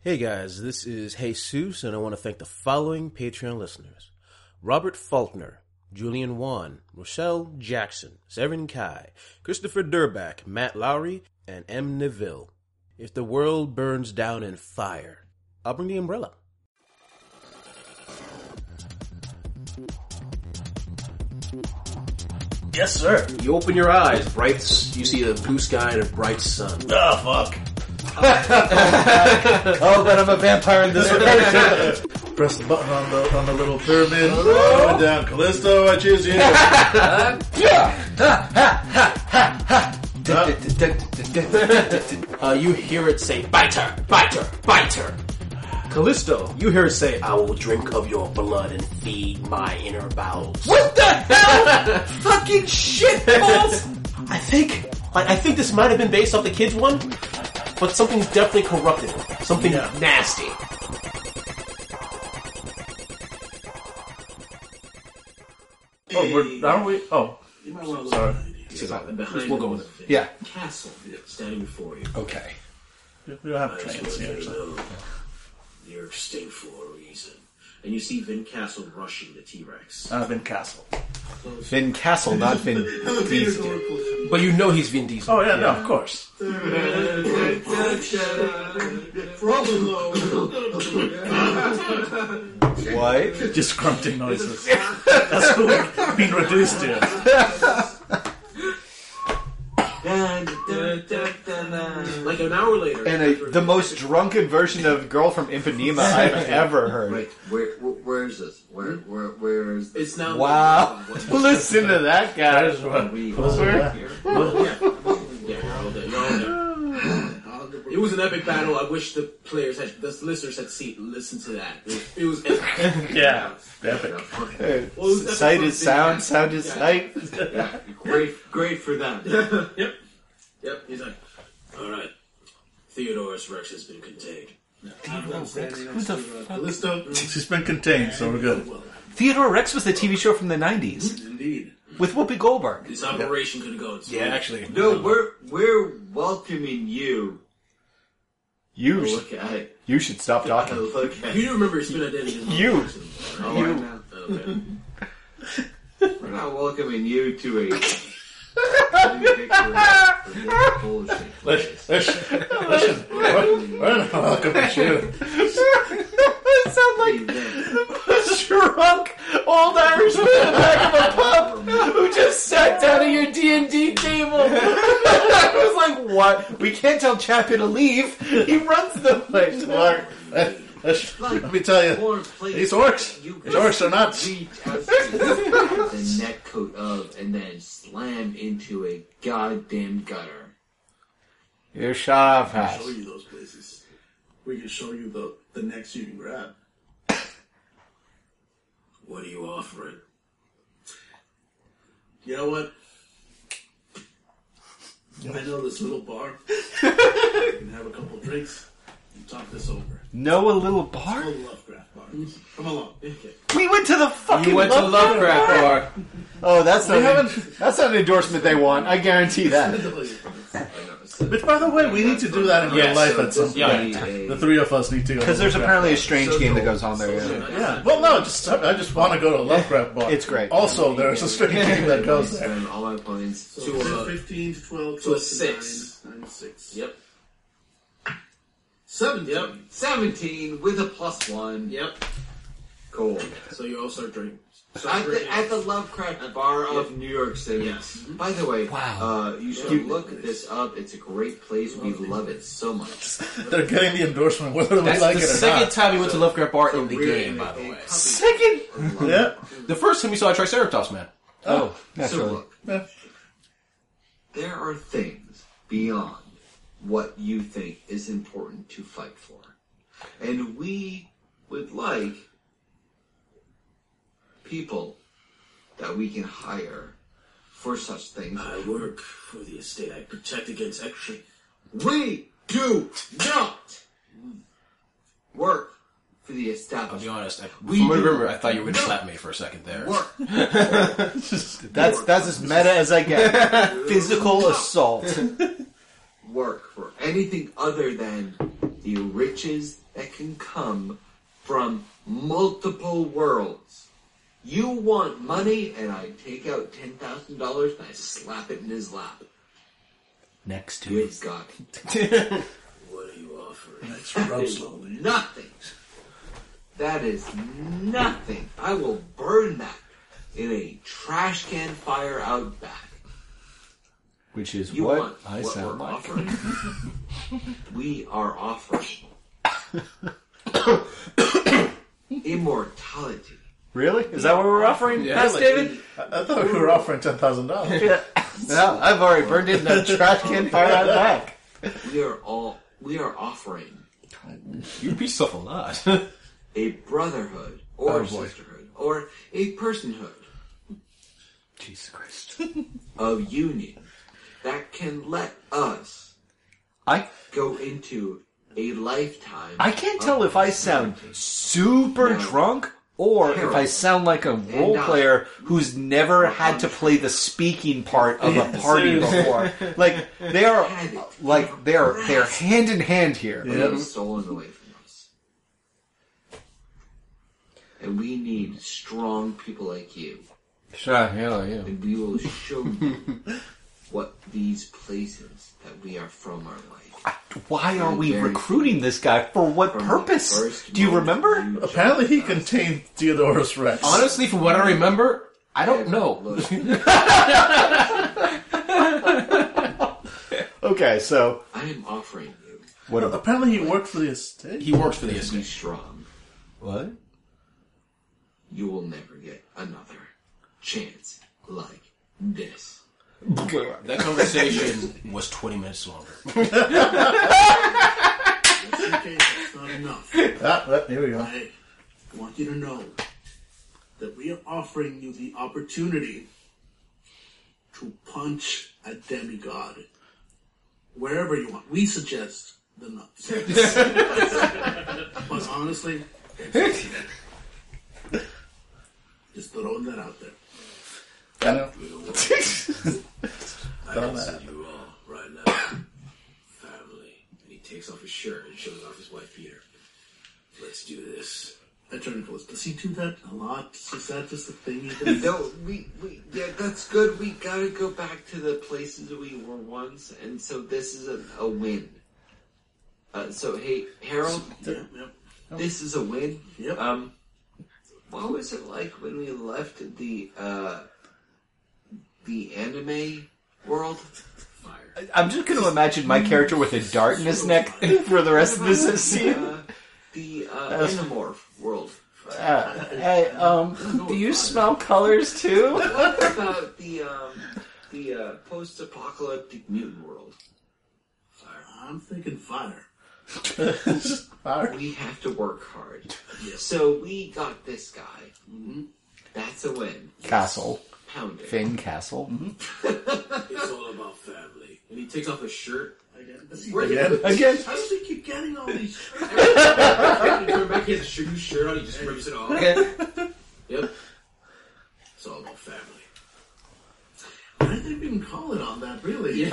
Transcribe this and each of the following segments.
Hey guys, this is Jesus, and I want to thank the following Patreon listeners Robert Faulkner, Julian Wan, Rochelle Jackson, Severin Kai, Christopher Durback, Matt Lowry, and M. Neville. If the world burns down in fire, I'll bring the umbrella. Yes, sir. You open your eyes, bright. You see the blue sky and a bright sun. Oh fuck! Oh, but I'm a vampire in this one. Press the button on the on the little pyramid. Throw it down, Callisto. I choose you. Uh, you hear it say, "Bite her, bite her, bite her." Callisto, you hear it say, "I will drink of your blood and feed my inner bowels." what the hell? Fucking shit, balls! I think, I, I think this might have been based off the kids one, but something's definitely corrupted. Something nasty. Oh, we're, aren't we? Oh, sorry. We'll go with it. Yeah. Castle standing before you. Okay. We don't have trains here. So. You're extinct for a reason. And you see Vin Castle rushing the Uh, T-Rex. I've been castle. Vin Castle, not Vin Diesel. But you know he's Vin Diesel. Oh yeah, no, of course. What? Just grunting noises. That's what we're being reduced to. Like an hour later, And a, the most drunken version of Girl from Ipanema I've ever heard. Wait, where, where, where is this? Where, where, where is this? it's now Wow. Listen to that guy. We Yeah, you're all dead. You're all dead. It was an epic battle. I wish the players had, the listeners had seen, listened to that. It was, it was epic. Yeah, epic. Sight is sound, sound is sight. great, great for them. Yep. Yep. He's like, all right. Theodorus Rex has been contained. Callisto, she's been contained, so we're good. Theodore Rex was the TV show from the 90s Indeed. with Whoopi Goldberg. This operation could go. into- No, we're we're welcoming you. You sh- Look at it. you should stop talking. Look at You it. do remember your spin identity? doesn't it? You. You. Okay. We're not welcoming you to a. new picture of this bullshit. We're not welcome to you. it sounds like a drunk old Irishman in the back of a pub who just sat down at your D and D table. I was like, "What? We can't tell Chappie to leave. He runs the place." Well, eh, let's- Let me tell you, Warm place these orcs, you these orcs are nuts. we tested the neck coat of and then slam into a goddamn gutter. You shut up, Hash. show you those places. We can show you the the next you can grab. What are you offering? You know what? I know this little bar. we can have a couple drinks and talk this over. Know a little bar? The Lovecraft bar. Come along. We went to the fucking. You went to Lovecraft Bar. Oh, that's not. An, that's not an endorsement they want. I guarantee that. Which, by the way, we need to do that in real Yes. life at some Yeah. point. The three of us need to go. Because there's apparently a strange game that goes on there. yeah. Yeah. Well, no, just I just want to go to a Lovecraft bar. It's great. Also, there's a strange game that goes there. Spend all my points. So To a- 10, 15 to 12, to a 12 six. 9, 9 6. Yep. 17. Yep. 17 with a plus one. Yep. Cool. So you all start drinking. At the, at the Lovecraft Bar of New York City. Mm-hmm. Yes. By the way, wow. uh, you should look this up. It's a great place. We love it so much. They're getting the endorsement whether we That's like the it or second not. time we went to Lovecraft Bar in the really game, by the way. Second. yeah. The first time we saw a Triceratops man. Oh, So naturally. look, there are things beyond what you think is important to fight for. And we would like people that we can hire for such things. I work for the estate. I protect against action. We do not work for the I'll be establishment. honest. I, We from what I do. remember, I thought you were gonna slap me for a second there. Work. That's that's as meta as I get. Physical assault. Work for anything other than the riches that can come from multiple worlds. You want money, and I take out ten thousand dollars and I slap it in his lap. Next to You've got What are you offering? I scrub slowly. nothing. That is nothing. I will burn that in a trash can fire out back. Which is You what want I what sound we're like. offering? we are offering immortality. Really? Is that what we're offering, Yeah. Pastor David? I thought we were offering ten thousand dollars. No, I've already burned it in a trash can fire out back. We are all we are offering You'd be so lot. a brotherhood or Oh, boy. sisterhood or a personhood Jesus Christ. of union that can let us I go into a lifetime. I can't tell if I sound super No. drunk or if I sound like a role not- player who's never had to play the speaking part of a party before. Like they are Had it. like they're they're hand in hand here. being stolen away from us. And we need strong people like you. Sure, yeah, yeah. And we will show you what these places that we are from are like. Why are we Very- recruiting this guy for what From the purpose? first Do you moment remember? Oh, you Apparently, he joined us, contained Theodorus Rex. Honestly, from what I remember, I don't and know. look, Okay, so I am offering you what? a- Apparently, he worked for the estate. He works for the to be estate. strong. What? You will never get another chance like this. That conversation was 20 minutes longer. Just in case that's not enough. Ah, ah, here we go. I want you to know that we are offering you the opportunity to punch a demigod wherever you want. We suggest the nuts. but honestly, just throwing that out there. I know. I consider you all right now family. And he takes off his shirt and shows off his white beater. Let's do this. I turn to us. Does he do that a lot? Is that just a thing he does? No, we, we, yeah, that's good. We gotta go back to the places we were once, and so this is a, a win. Uh, so, hey, Harold, Yep, yep. this is a win. Yep. Um, what was it like when we left the, uh, the anime world? Fire. I'm just going to imagine my character with a dart in his neck for the rest of this scene. Uh, the, uh, Animorph world. Uh, hey, um, do you smell colors too? What about the, um, the, uh, post-apocalyptic mutant world? I'm thinking fire. We have to work hard. Yes. So we got this guy. That's a win. Castle. Pound it. Finn Castle. Mm-hmm. It's all about family. And he takes off his shirt. Again, does he- Again. Again, How does he keep getting all these shirts? He turns back, he has a shirt- new shirt on, he just rips it off. Yep. It's all about family. I didn't even call it on that, really.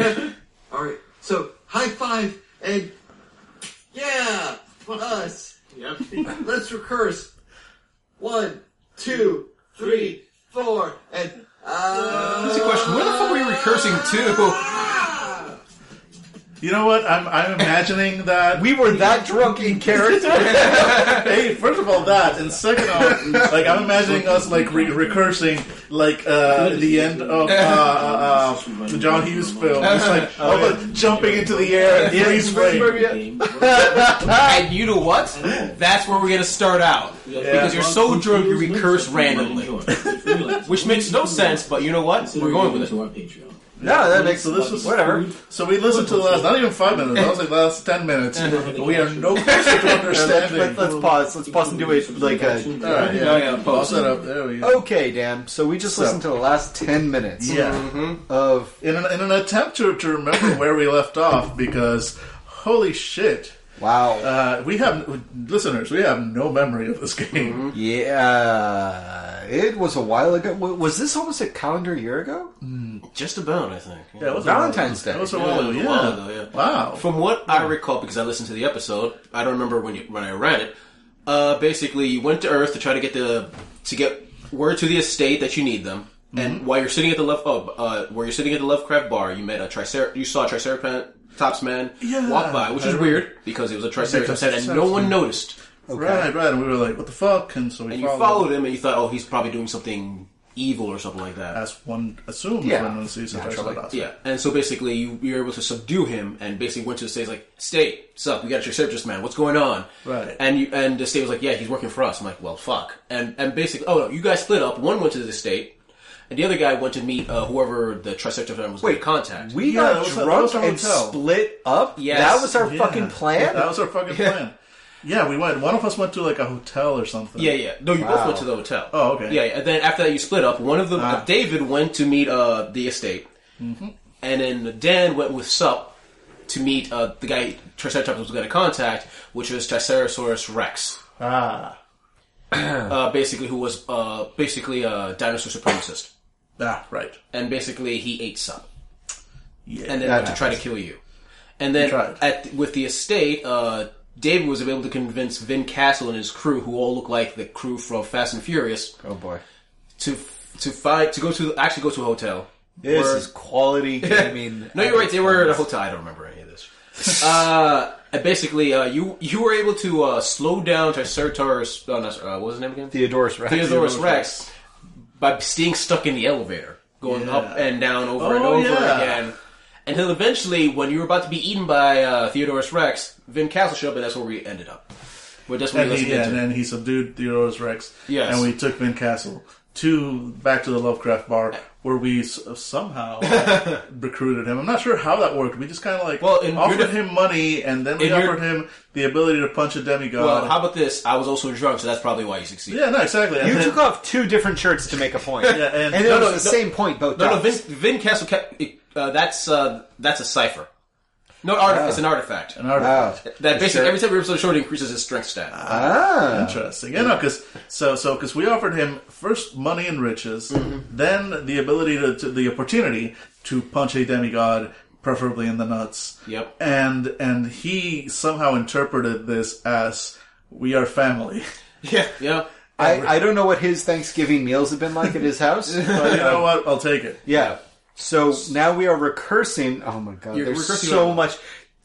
Alright, so high five and yeah, us. Yep. Let's recurse. One, two, three, four, and uh, That's a question. Where the fuck are we recursing to? You know what? I'm I'm imagining that. we were that drunk in character. hey, first of all, that, and second off, like I'm imagining us like re- recursing like uh, the end of uh, uh, uh, the John Hughes film, just like Oh, all the jumping into the air and freeze frame. And you know what? That's where we're going to start out. Because you're so drunk, you recurse randomly. Which makes no sense, but you know what? We're going with it. To our Patreon. No, that makes So this was whatever. So we listened to the last, not even five minutes. That was like the last ten minutes. we are no closer to Let's, let's, understanding. let's pause. Let's pause and do it like a. All right, Oh, No, yeah, yeah. Pause that up. There we go. Okay, Dan. So we just listened to the last ten minutes Mm-hmm. Yeah. of in an, in an attempt to, to remember where we left off because holy shit Wow. Uh, we have listeners. We have no memory of this game. yeah. It was a while ago. Wa- Was this almost a calendar year ago? Just about, I think. Yeah, it was a while Valentine's ago. Day. That was a Yeah, while it ago. was a Yeah. while ago, yeah. Wow. From what I recall, because I listened to the episode, I don't remember when you, when I ran it. Uh, basically, you went to Earth to try to get the to get word to the estate that you need them. And while you're sitting at the left, oh, uh, where you're sitting at the Lovecraft bar, you met a tricer. You saw a Triceratops man Yeah. walk by, which I is remember. weird because it was a Triceratops head, and no Triceratops. one noticed. Right, right. And we were like, "What the fuck?" And so we And you followed. followed him, and you thought, oh, he's probably doing something evil or something like that. As one assumes Yeah. when one sees a Naturally. Triceratops. Yeah, and so basically you, you're able to subdue him, and basically went to the state like, "State, sup? We got your Cerberus man. What's going on?" Right. And you and the state was like, "Yeah, he's working for us." I'm like, "Well, fuck." And and basically, oh no, you guys split up. One went to the state, and the other guy went to meet uh, whoever the Triceratops man was going to Wait, contact. We Yeah, that got was- that drunk was our and hotel. split up. Yes. That was our Yeah. fucking plan. That was our fucking plan. Yeah, we went. One of us went to like a hotel or something. yeah, yeah. No, you both Wow. went to the hotel. Oh, okay. Yeah, yeah. and then after that you split up. One of the Ah. Mm-hmm. David went to meet uh, the estate, and then Dan went with Sup. To meet uh, the guy Triceratops was going to contact, which was Triceratosaurus Rex. Ah. uh, basically who was uh, basically a dinosaur supremacist, Ah. Right. and basically he ate some, Yeah. and then That to try to kill you, and then tried. at with the estate, uh, David was able to convince Vin Castle and his crew, who all look like the crew from Fast and Furious, Oh boy. to to fight to go to actually go to a hotel. This Where- is quality. I mean, No, you're right. They were at a hotel. I don't remember any of this. uh, and basically, uh, you you were able to uh, slow down Triceratops. Oh, no, sorry, uh, what was his name again? Theodorus Rex. Theodorus Rex by staying stuck in the elevator, going Yeah. up and down over and Oh, over yeah. again. Until eventually, when you were about to be eaten by uh, Theodorus Rex, Vin Castle showed up, and that's where we ended up. Well, that's where And, we he, listened yeah, to. and then he subdued Theodorus Rex. Yes. And we took Vin Castle to back to the Lovecraft Uh, bar where we s- somehow recruited him. I'm not sure how that worked. We just kind of like Well, in offered your def- him money, and then we in your- offered him the ability to punch a demigod. Well, how about this? I was also drunk, so that's probably why you succeeded. uh, yeah, no, exactly. And You then- took off two different shirts to make a point. Yeah, and- it No, was no, the no. same point both No, no, times. Vin, Vin Castle kept. Uh, that's uh, that's a cipher. No, art, it's an artifact. an artifact. Wow. That basically every time we episode short increases his strength stat. Ah. Interesting. Yeah, no, because so so because we offered him first money and riches, Mm-hmm. then the ability to, to the opportunity to punch a demigod, preferably in the nuts. Yep. And and he somehow interpreted this as we are family. yeah, yeah. I, I don't know what his Thanksgiving meals have been like at his house. but, uh, But you know what? I'll take it. yeah. So now we are recursing. Oh my god, You're there's recursing so on- much.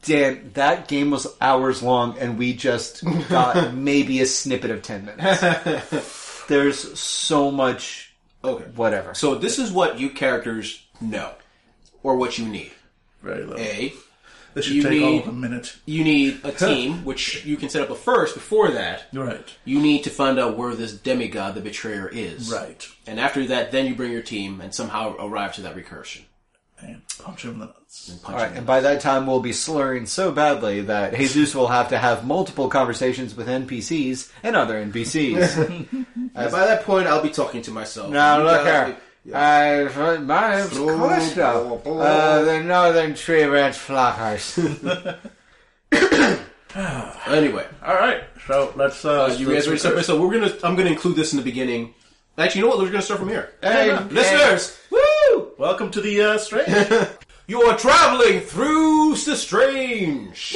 Dan, that game was hours long, and we just got maybe a snippet of ten minutes. there's so much. Okay. Whatever. So this is what you characters know, or what you need. Very low. Eh, A, This should you take all need- of a minute. you need a team, which you can set up a first. Before that, Right. you need to find out where this demigod, the betrayer, is. Right. And after that, then you bring your team and somehow arrive to that recursion. And punch him in the nuts. Punch All right, him. and by that time we'll be slurring so badly that Jesus will have to have multiple conversations with NPCs and other NPCs. And by that point, I'll be talking to myself. now You look guys- here. Uh, my name's Costa, uh, the Northern Tree Ranch Flockers. Anyway, All right. So let's. Uh, uh, you guys ready to start? So we're gonna. I'm gonna include this in the beginning. Actually, you know what? We're gonna start from here. Hey, Listeners, woo! Welcome to the uh, strange. You are traveling through the strange.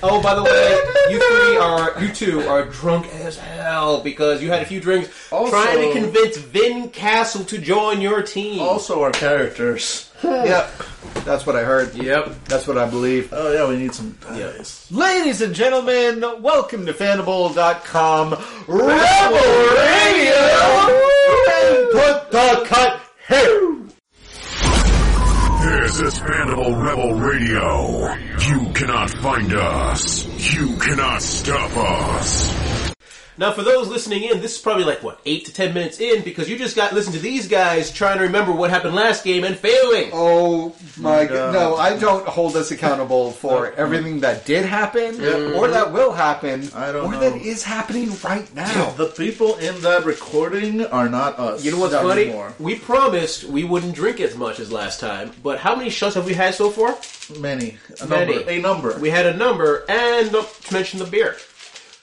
Oh, by the way, you three are, you two are drunk as hell because you had a few drinks Also- trying to convince Vin Castle to join your team. also, our characters. yep, that's what I heard. Yep. That's what I believe. Oh yeah, we need some dice. Ladies and gentlemen, welcome to Fanable.com Rebel Radio! And put the cut here! This is Fandible Rebel Radio. You cannot find us. You cannot stop us. Now, for those listening in, this is probably like what eight to ten minutes in because you just got listened to these guys trying to remember what happened last game and failing. Oh my god. No, I don't hold us accountable for everything that did happen or that will happen I don't or know. that is happening right now. The people in that recording are not us. You know what's Not funny? anymore. We promised we wouldn't drink as much as last time, but how many shots have we had so far? Many. A Many. number. A number. We had a number, and not to mention the beer.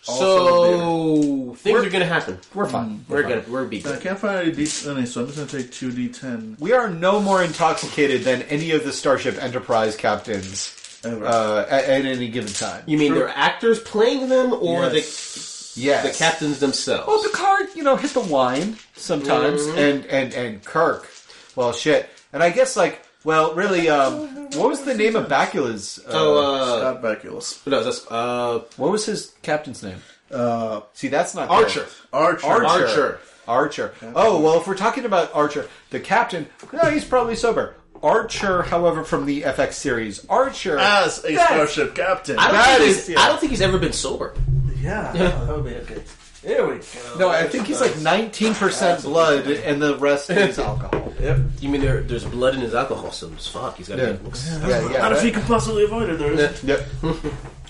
Also so things are going to happen. We're fine. We're gonna we're beat. I can't find any D20, so I'm just going to take 2D10 We are no more intoxicated than any of the Starship Enterprise captains ever. uh, at, at any given time. You mean their actors playing them, or the the yes. captains themselves? Well, Picard, you know, hit the wine sometimes, Mm-hmm. and and and Kirk. Well, shit. And I guess like, well, really, um, what was the name of Bacula's? Uh, oh, uh, Scott Bakula. no, that's uh, what was his captain's name? Uh, See, that's not there. Archer. Archer. Archer. Archer. Archer. Oh well, if we're talking about Archer, the captain, no, he's probably sober. Archer, however, from the FX series, Archer As a That's- starship captain. I don't, That think is- Oh, he's- yeah. I don't think he's ever been sober. Yeah, that would be okay. There we go. No, I think he's like 19% blood, and the rest is alcohol. You mean there, there's blood in his alcohol, so it's fuck. He's got to Yeah. be looks. Yeah, yeah. Not if right? you can possibly avoid it. There is. Yep.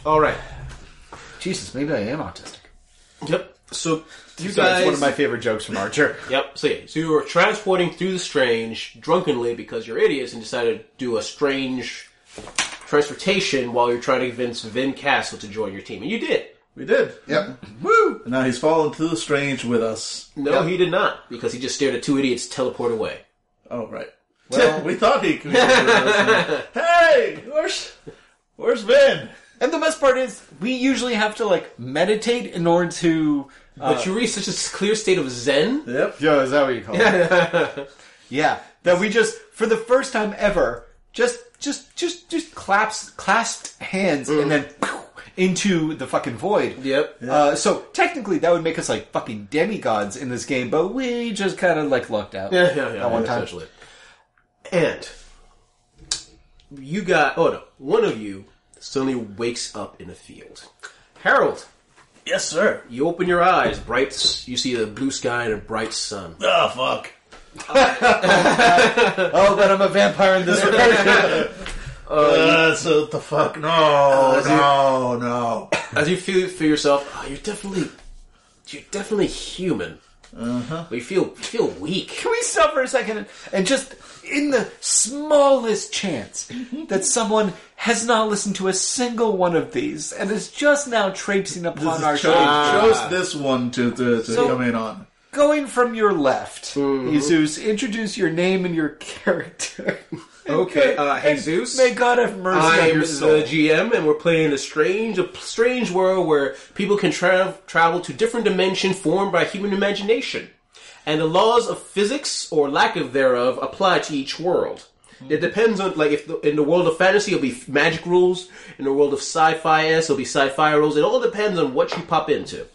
All right. Jesus, maybe I am autistic. Yep. So you So guys. That's one of my favorite jokes from Archer. Yep. So yeah, so you were transporting through the strange drunkenly because you're idiots and decided to do a strange transportation while you're trying to convince Vin Castle to join your team, and you did. we did. Yep. Woo! Now he's fallen to the strange with us. No, he did not because he just stared at two idiots teleport away. Oh, right. we thought he could. hey! Where's, where's Vin? And the best part is, we usually have to like meditate in order to. but you reach such a clear state of zen. Yep. Yo, is that what you call it? yeah, that we just for the first time ever just just just just claps clasped hands and then pew, into the fucking void. Yep. Uh, so technically, that would make us like fucking demigods in this game, but we just kind of like lucked out. Yeah, yeah, yeah. That one time. Essentially. And you got oh no, one of you suddenly wakes up in a field. Harold, Yes, sir. you open your eyes. Bright, s- you see the blue sky and a bright sun. Ah, fuck. Oh, but I'm a vampire in this regard. Uh, so what the fuck? No, no, no. As you feel for yourself, oh, you're definitely, you're definitely human. Mm-hmm. Uh-huh. But you feel you feel weak. Can we stop for a second and just, in the smallest chance that someone has not listened to a single one of these and is just now traipsing upon our Chose, show, chose this one to, to, to So- come in on. going from your left, Jesus, introduce your name and your character. Okay, uh, And Jesus. May God have mercy on I'm your the soul. GM, and we're playing a strange, a strange world where people can tra- travel to different dimension formed by human imagination, and the laws of physics or lack of thereof apply to each world. It depends on like if the, in the world of fantasy it'll be magic rules, in the world of sci-fi s it'll be sci-fi rules. It all depends on what you pop into.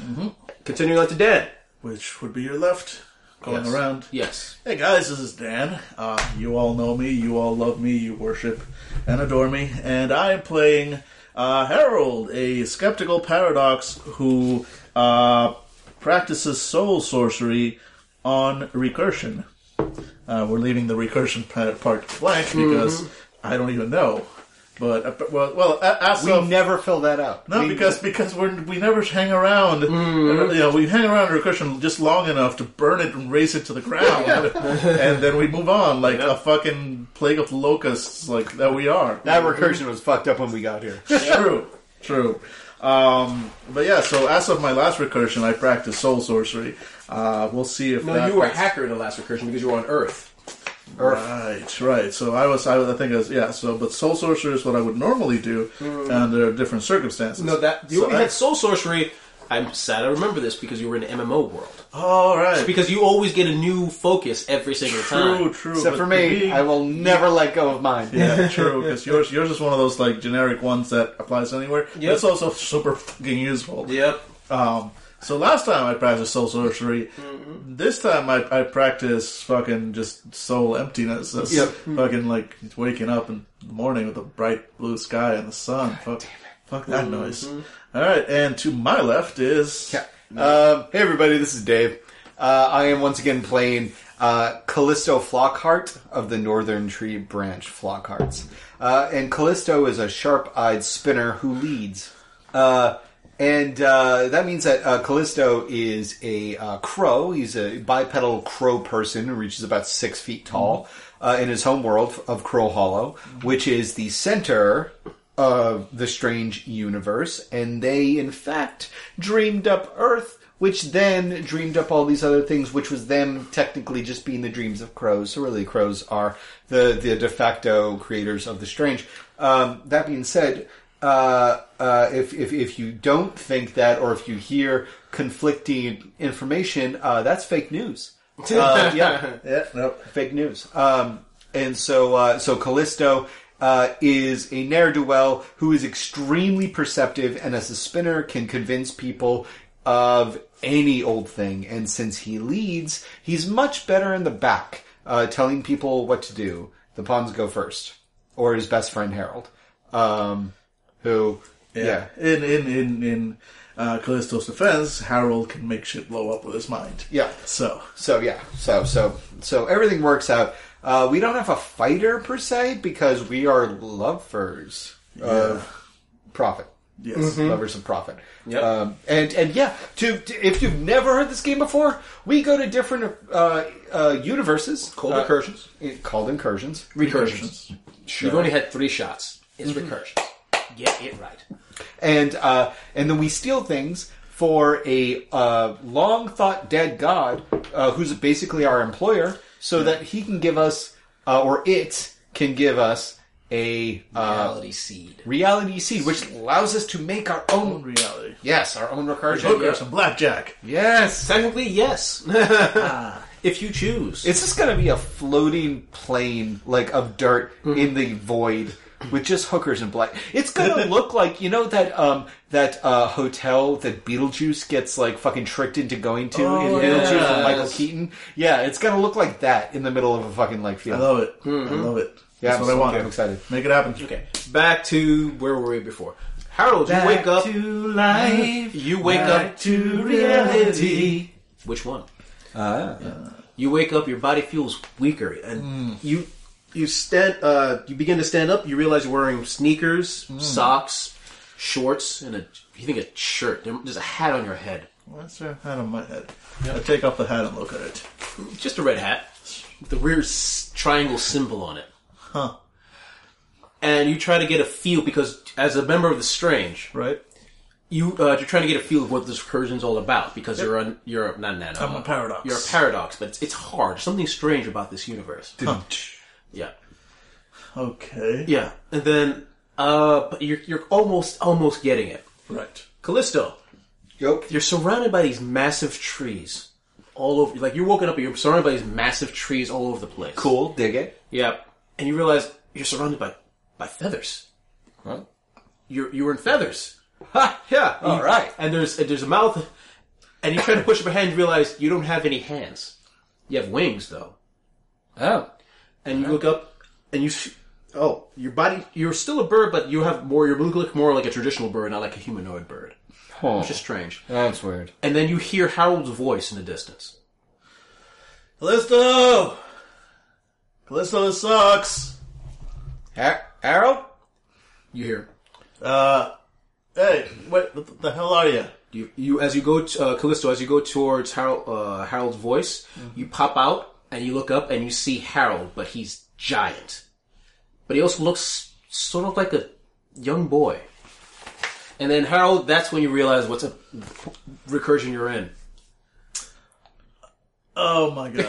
Mm-hmm. Continuing on to Dan. Which would be your left, going Yes. around. Yes. Hey guys, this is Dan. Uh, you all know me, you all love me, you worship and adore me, and I am playing uh, Harold, a skeptical paradox who uh, practices soul sorcery on recursion. Uh, we're leaving the recursion pa- part blank because I don't even know. But uh, but- well, well, a- as We of- never fill that out. no, We- because because we are we never hang around. Mm-hmm. You know, we hang around recursion just long enough to burn it and race it to the ground, and then we move on like a fucking plague of locusts, like that we are. that recursion was fucked up when we got here. true, true. Um, but yeah, so as of my last recursion, I practiced soul sorcery. Uh, we'll see if No, that you were a gets- hacker in the last recursion because you were on Earth. Right, right. So I was, I, was, I think, I was, yeah. So, but soul sorcery is what I would normally do under different circumstances. Mm. No, that you So only I- had soul sorcery. I'm sad I remember this because you were in an MMO world. all right. Because you always get a new focus every single True, time. true. Except but for me, being- I will never let go of mine. Yeah, true. Because yours, yours is one of those like generic ones that applies anywhere. but Yep. It's also super fucking useful. Yep. Um. So last time I practiced soul sorcery. This time I, I practiced fucking just soul emptiness. That's Yep. Fucking like waking up in the morning with a bright blue sky and the sun. Fuck, fuck that noise. All right, and to my left is Ca- Um, hey everybody, this is Dave. Uh, I am once again playing uh, Callisto Flockhart of the Northern Tree Branch Flockharts, uh, and Callisto is a sharp-eyed spinner who leads, uh, and uh, that means that uh, Callisto is a uh, crow. He's a bipedal crow person who reaches about six feet tall uh, in his home world of Crow Hollow, which is the center of the strange universe, and they, in fact, dreamed up Earth, which then dreamed up all these other things, which was them technically just being the dreams of crows. So really, crows are the the de facto creators of the strange. Um, that being said. Uh, uh, if, if if you don't think that, or if you hear conflicting information, uh, that's fake news. Uh, yeah, Yeah, nope. fake news. Um, and so, uh, so Callisto uh, is a ne'er do well who is extremely perceptive, and as a spinner, can convince people of any old thing. And since he leads, he's much better in the back, uh, telling people what to do. The pawns go first, or his best friend Harold, um, who, yeah. In in in in uh, Callisto's defense, Harold can make shit blow up with his mind. Yeah. So So yeah, so so so everything works out. Uh, we don't have a fighter per se because we are lovers of profit. Yes, lovers of profit. Yep. Um, and and yeah, to, to- if you've never heard this game before, we go to different uh, uh, universes Cold uh, recursions. it- called incursions. Recursions. You've only had three shots. It's recursion. Get it right. and uh, and then we steal things for a uh, long thought dead god uh, who's basically our employer, so that he can give us uh, or it can give us a uh, Reality seed. reality seed, which allows us to make our own. in reality, yes, our own recursion. poker, some blackjack. Yes, Technically, yes. if you choose. it's just gonna be a floating plane like of dirt in the void. With just hookers and black, it's gonna look like you know that um that uh hotel that Beetlejuice gets like fucking tricked into going to in Beetlejuice with Michael yes. Keaton. Yeah, it's gonna look like that in the middle of a fucking like field. I love it. I love it. Mm-hmm. Yeah, That's I'm what I so- want. I'm excited. Make it happen. Okay, back to where were we before? Harold, you wake up. to life, You wake up to reality. Which one? Uh, You wake up. Your body feels weaker, and Mm. you you stand. Uh, you begin to stand up. You realize you're wearing sneakers, Mm. socks, shorts, and a you think a shirt. There- There's a hat on your head, What's your hat on my head? I take off the hat and look at it. just a red hat with a weird s- triangle symbol on it. Huh. And you try to get a feel because as a member of the Strange, Right? you uh, you're trying to get a feel of what this recursion's all about because you're on you're not an I'm a paradox. You're a paradox, but it's, it's hard. Something strange about this universe. Huh. Yeah, Okay. yeah. And then uh, but you're you're almost almost getting it. Right. Callisto, Yep. you're surrounded by these massive trees all over. Like you're woken up, and you're surrounded by these massive trees all over the place. Cool. Dig it. Yeah, and you realize you're surrounded by by feathers. Huh? You're you're in feathers. Ha, yeah. All right. and there's and there's a mouth, and you try to push up a hand. You realize you don't have any hands. You have wings though, Oh. and you look up, and you s- oh your body you're still a bird, but you have more. You look more like a traditional bird, not like a humanoid bird, Huh. which is strange. That's weird. And then you hear Harold's voice in the distance. Callisto! Callisto, this sucks. Har- Harold. You hear Uh, hey, what the, the hell are you? you you as you go to, uh, Callisto as you go towards Harold uh, Harold's voice. Mm-hmm. You pop out and you look up and you see Harold, but he's giant, but he also looks sort of like a young boy. And then Harold, that's when you realize what's a recursion you're in. Oh my god.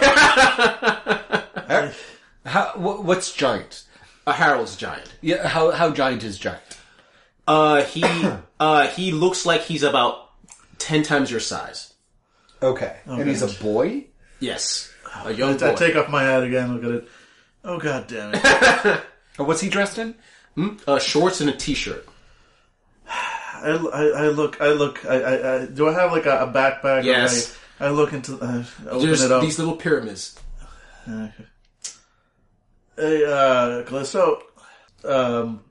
How, wh- what's giant? A Harold's giant. Yeah. How how giant is giant? Uh, he uh, he looks like he's about ten times your size. Okay. and he's a boy? Yes, a young boy. I take off my hat again, look at it. Oh god damn it. Or what's he dressed in? uh, shorts and a t-shirt. I, I, I look, I look, I, I, I do I have like a, a backpack? Yes. I, I look into, I open There's it up. these little pyramids. Hey, uh, Callisto, um,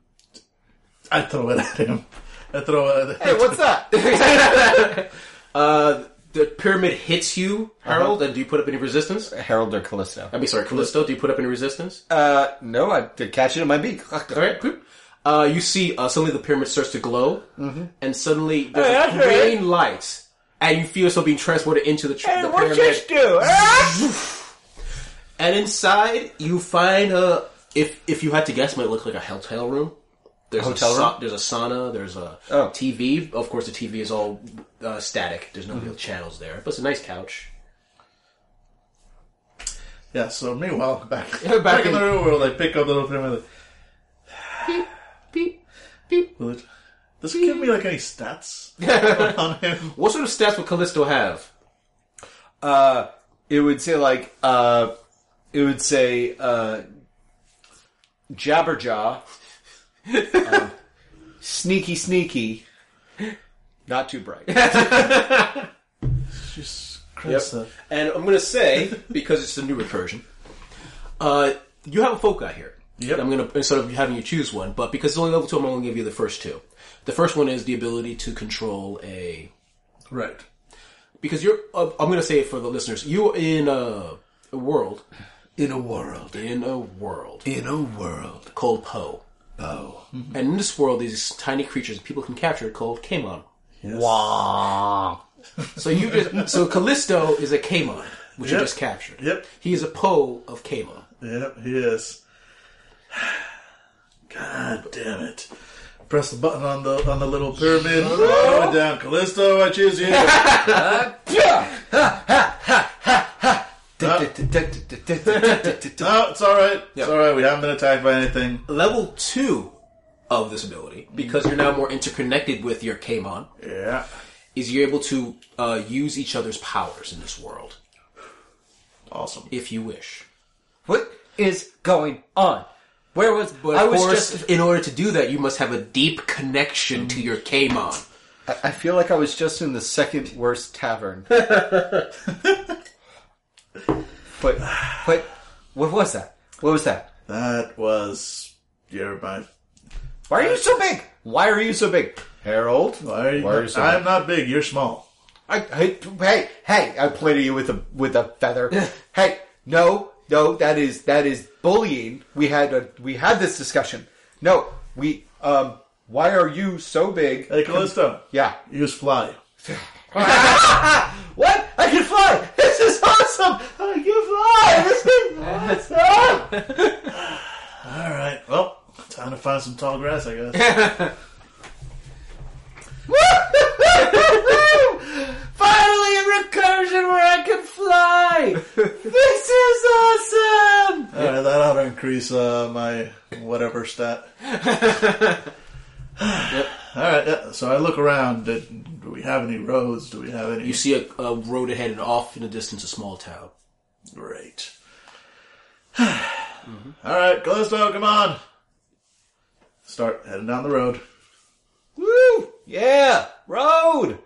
I throw it at him. I throw it at him. Hey, what's that? Uh, the pyramid hits you, Harold, and do you put up any resistance? Harold or Callisto? I mean, sorry, Callisto, do you put up any resistance? Uh, no, I to catch it in my beak. All right, boop. Uh, you see, uh, suddenly the pyramid starts to glow, and suddenly there's Hey, a that's right. green light, and you feel yourself being transported into the, tr- Hey, the what's pyramid. this do? Ah! And inside, you find a. If if you had to guess, it might look like a hotel room. There's Hotel a sa- room? There's a sauna. There's a Oh. TV. Of course, the TV is all uh, static. There's no real channels there, but it's a nice couch. Yeah, so meanwhile, back, Yeah, back, back in, in- the real world, I pick up the little pyramid. Beep, beep, beep. Will it, does it give me like any stats on him? What sort of stats would Callisto have? Uh, it would say like uh, it would say uh, Jabberjaw, um, sneaky, sneaky, not too bright. Just Christ, uh, And I'm gonna say because it's a newer version. Uh, you have a foci here. Yep. I'm gonna instead of having you choose one, but because it's only level two, I'm only gonna give you the first two. The first one is the ability to control a Right. because you're. Uh, I'm gonna say it for the listeners. You're in a, a world In a world. in a world In a world. called Poe. Mm-hmm. Oh. And in this world, these tiny creatures people can capture called Kamon. Wow. So you just so Callisto is a Kamon, which you Yep. just captured. Yep. He is a Poe of Kamon. Yep, he is. God damn it. Press the button on the on the little pyramid. Throw it down. Callisto, I choose you. No, it's alright. It's alright. We haven't been attacked by anything. Level two of this ability, because you're now more interconnected with your Kamon, Yeah. is you're able to uh, use each other's powers in this world Awesome. if you wish. What is going on? Where was But of I was course, just? in order to do that, you must have a deep connection to your Kamon. I- I feel like I was just in the second worst tavern. but but what was that? What was that? That was your my. Why are you so big? Why are you so big, Harold? Why are you, Why are you so I'm big? not big. You're small. I, hey, hey, hey! I play to you with a with a feather. hey, no, no, that is that is bullying. We had a, we had this discussion. No, we um. Why are you so big? Hey, Callisto. Yeah. Use fly. What? I can fly! This is awesome! I can fly! This is awesome! All right. Well, time to find some tall grass, I guess. Finally, a recursion where I can fly. this is awesome. All right. That ought to increase uh, my whatever stat. All right. Yeah. So I look around. Did, do we have any roads? Do we have any? You see a, a road ahead and off in the distance, a small town. Great. All right, Callisto, come on. Start heading down the road. Woo! Yeah! Road!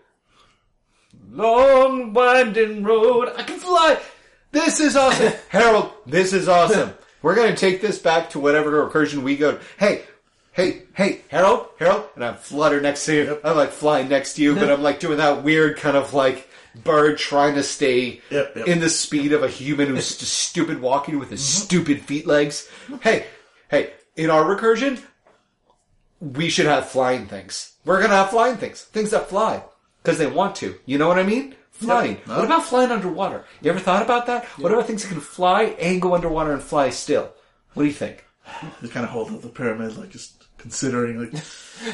Long winding road. I can fly! This is awesome! Harold, this is awesome! We're gonna take this back to whatever recursion we go to. Hey! Hey, hey, Harold, Harold, and I flutter next to you. I'm like flying next to you, but I'm like doing that weird kind of like bird trying to stay Yep, Mm-hmm. yep. in the speed of a human who's st- stupid walking with his stupid feet legs. Hey, hey, in our recursion, we should have flying things. We're gonna have flying things. Things that fly. Because they want to. You know what I mean? Flying. What about flying underwater? You ever thought about that? What about things that can fly and go underwater and fly still? What do you think? Just kind of hold up the pyramid, like just considering, like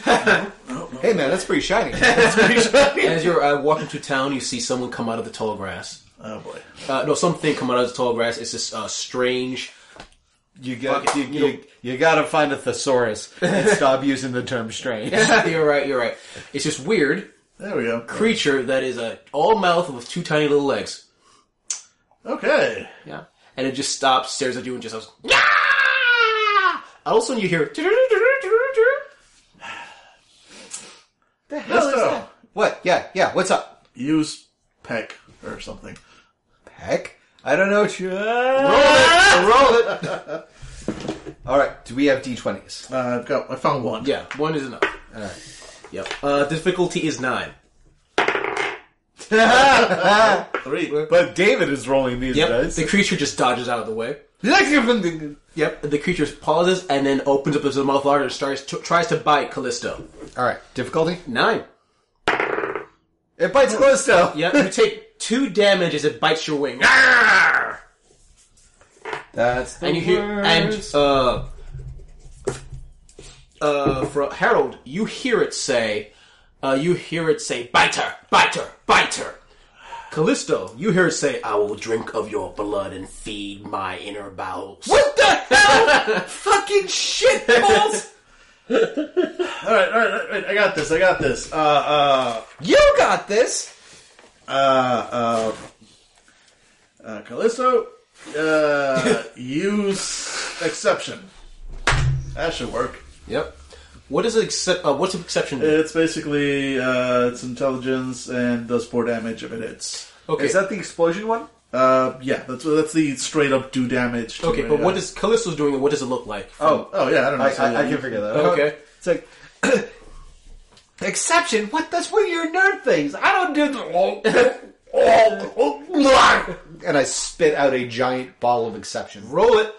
Hey man, that's pretty shiny. As you're uh, walking through town, you see someone come out of the tall grass. oh boy, Uh, no, something come out of the tall grass. It's this uh, strange. you got Fuck you, it. You you, you gotta find a thesaurus and stop using the term strange. you're right. You're right. It's this weird there we go. creature that is a all mouth with two tiny little legs. Okay, Yeah, and it just stops, stares at you, and just goes. Yeah! All of a sudden, you hear. the hell is Callisto, that? What? Yeah, yeah, what's up? use peck or something. Heck? I don't know what you Roll it. Alright, do we have D twenties? Uh, I've got, I found one. Yeah, one is enough. All right. Yep. Uh, difficulty is nine. Three. But David is rolling these Yep. dice. The creature just dodges out of the way. Yep. The creature pauses and then opens up its mouth larger and starts to, tries to bite Callisto. All right. Difficulty. Nine. It bites Callisto. Yep. you take two damage as it bites your wing. Arrgh! That's the and you hear and uh uh for Harold, you hear it say, uh, you hear it say, biter, biter, biter. Callisto, you hear it say, I will drink of your blood and feed my inner bowels. What the hell? Fucking shit balls! All right, all right, all right. I got this. I got this. Uh, uh, You got this. uh, uh, uh Callisto, uh, use exception. That should work. Yep. What is an excep- uh, what's an exception? do? It's basically uh, it's intelligence and does four damage if it hits. okay. Is that the explosion one? Uh, yeah, that's that's the straight up do damage. To okay, it, but yeah. what is Callisto's doing and what does it look like? Oh, oh yeah, I don't know. I, I, I can figure that out. Okay. It's like exception. What? That's one of your nerd things. I don't do the. and I spit out a giant ball of exception. Roll it.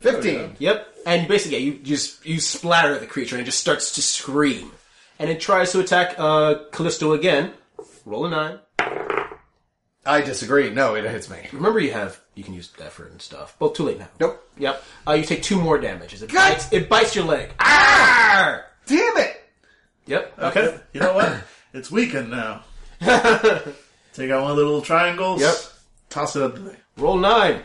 Fifteen. Yep. And basically, yeah, you just you splatter the creature and it just starts to scream, and it tries to attack uh, Callisto again. Roll a nine. I disagree. No, it hits me. Remember, you have you can use effort and stuff. Well, too late now. Nope. Yep. Uh, you take two more damages. It God! bites, it bites your leg. Arr! Damn it! Yep. Ah! Okay, you know what? It's weakened now. Take out one of the little triangles. Yep. Toss it up there. Roll nine.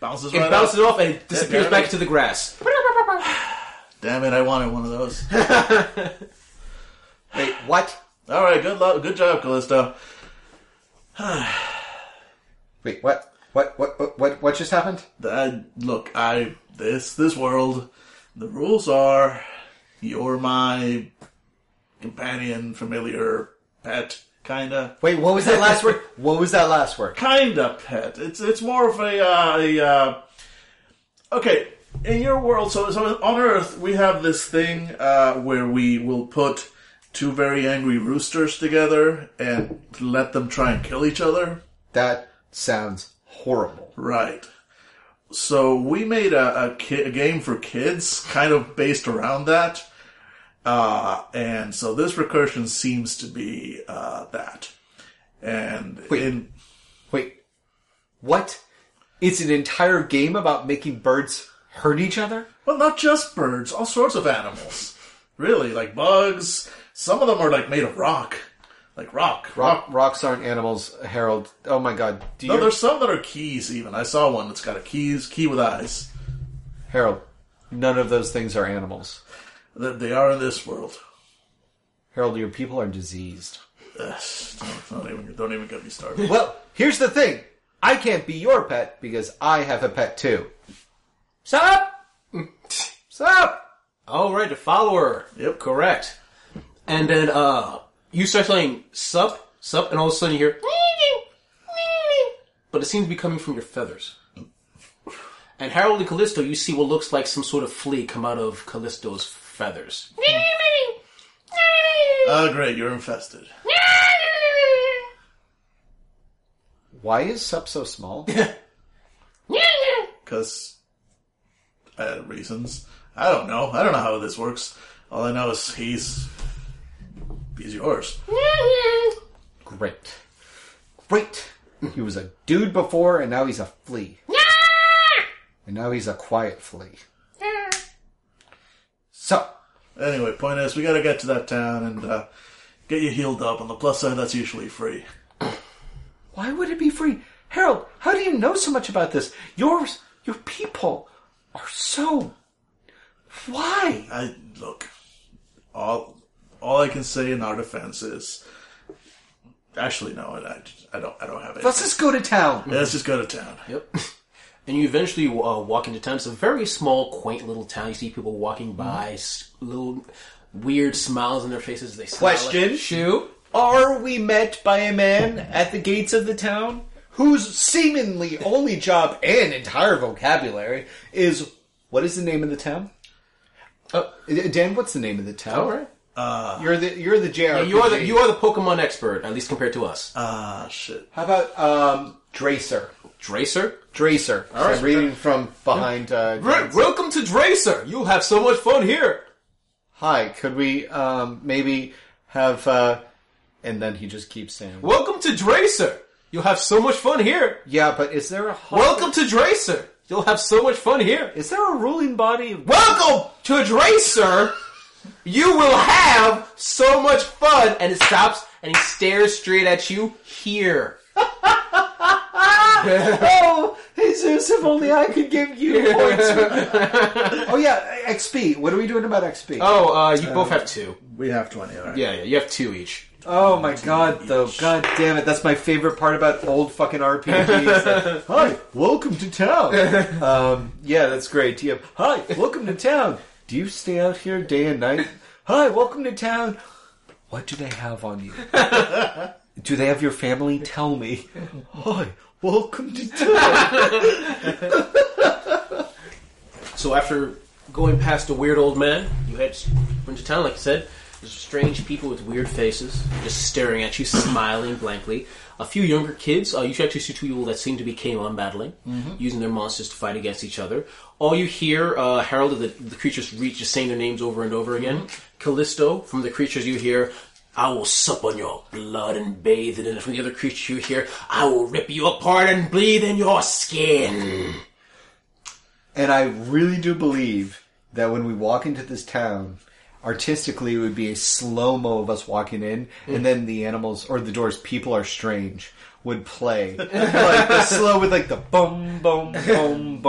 Bounces It right bounces up. off and it disappears uh, Yeah, back into the grass. Damn it! I wanted one of those. Wait, what? All right, good luck. Good job, Callisto. Wait, what? What? What? What? What, what just happened? I, look, I this this world. The rules are, you're my companion, familiar, pet, kinda, Wait, what was that last word? What was that last word? kinda pet. It's it's more of a, uh, a uh, okay. In your world, so so on Earth, we have this thing uh, where we will put two very angry roosters together and let them try and kill each other. That sounds horrible. Right. So we made a, a, ki- a game for kids, kind of based around that. Uh, and so this recursion seems to be uh, that. And in Wait, what? It's an entire game about making birds hurt each other? well, not just birds, all sorts of animals. Really, like bugs. Some of them are like made of rock, like rock, Rock, rocks aren't animals, Harold. Oh my god. Do No, you, there's some that are keys. Even I saw one that's got a keys key with eyes. Harold, none of those things are animals. That they are in this world. Harold, your people are diseased. Ugh, don't, don't even don't even get me started. Well, here's the thing. I can't be your pet because I have a pet too. Stop. Sup? All right, the follower. Yep. correct. And then uh, you start saying sup, sup, and all of a sudden you hear, but it seems to be coming from your feathers. And Harold and Callisto, you see what looks like some sort of flea come out of Callisto's feathers. Oh, great! You're infested. Why is Sup so small? because uh, reasons. I don't know. I don't know how this works. All I know is he's he's yours. Great. Great. He was a dude before, and now he's a flea. And now he's a quiet flea. So, Anyway, point is, we gotta get to that town and uh, get you healed up. On the plus side, that's usually free. why would it be free? Harold, how do you know so much about this? Yours, your people are so. Why? I look. All all I can say in our defense is, actually, no, I, I don't. I don't have it. Let's just go to town. Let's just go to town. Yep. And you eventually uh, walk into town. It's a very small, quaint little town. You see people walking by, s- little weird smiles on their faces as they smile. Question. Shoe. Are we met by a man at the gates of the town whose seemingly only job and entire vocabulary is What is the name of the town? Uh, Dan, what's the name of the town? All right. You're the you're the JRPG. You are the you are the Pokemon expert, at least compared to us. Ah, shit. How about um, Dracer? Dracer, Dracer. So I'm reading from behind. Uh, Re- Dan's- welcome to Dracer. You'll have so much fun here. Hi, could we um, maybe have? Uh, and then he just keeps saying, Welcome to Dracer. You'll have so much fun here. "Yeah, but is there a ho- Welcome to Dracer. You'll have so much fun here. Is there a ruling body? Welcome to Dracer. You will have so much fun. And it stops and he stares straight at you here. Oh, Jesus, if only I could give you points. Oh yeah, XP. What are we doing about XP? Oh, uh, you both have two. We have 20, alright. Yeah, yeah, you have two each. Oh my god, though. God damn it. That's my favorite part about old fucking RPGs. Hi, welcome to town. Um, yeah, that's great. Do you have, Hi, welcome to town. Do you stay out here day and night? Hi, welcome to town. What do they have on you? Do they have your family? Tell me. Hi, welcome to town. So after going past the weird old man, you head into town, like I said. There's strange people with weird faces, just staring at you, smiling blankly. A few younger kids. Uh, you should actually see two people that seem to be Kmon battling, using their monsters to fight against each other. All you hear, uh, Harold, of the, the creatures reach, just saying their names over and over again. Callisto, from the creatures you hear, I will sup on your blood and bathe it, and from the other creature you hear, I will rip you apart and bleed in your skin. And I really do believe that when we walk into this town, artistically it would be a slow mo of us walking in, and then the animals or the doors, people are strange, would play like the slow with like the boom, boom, boom,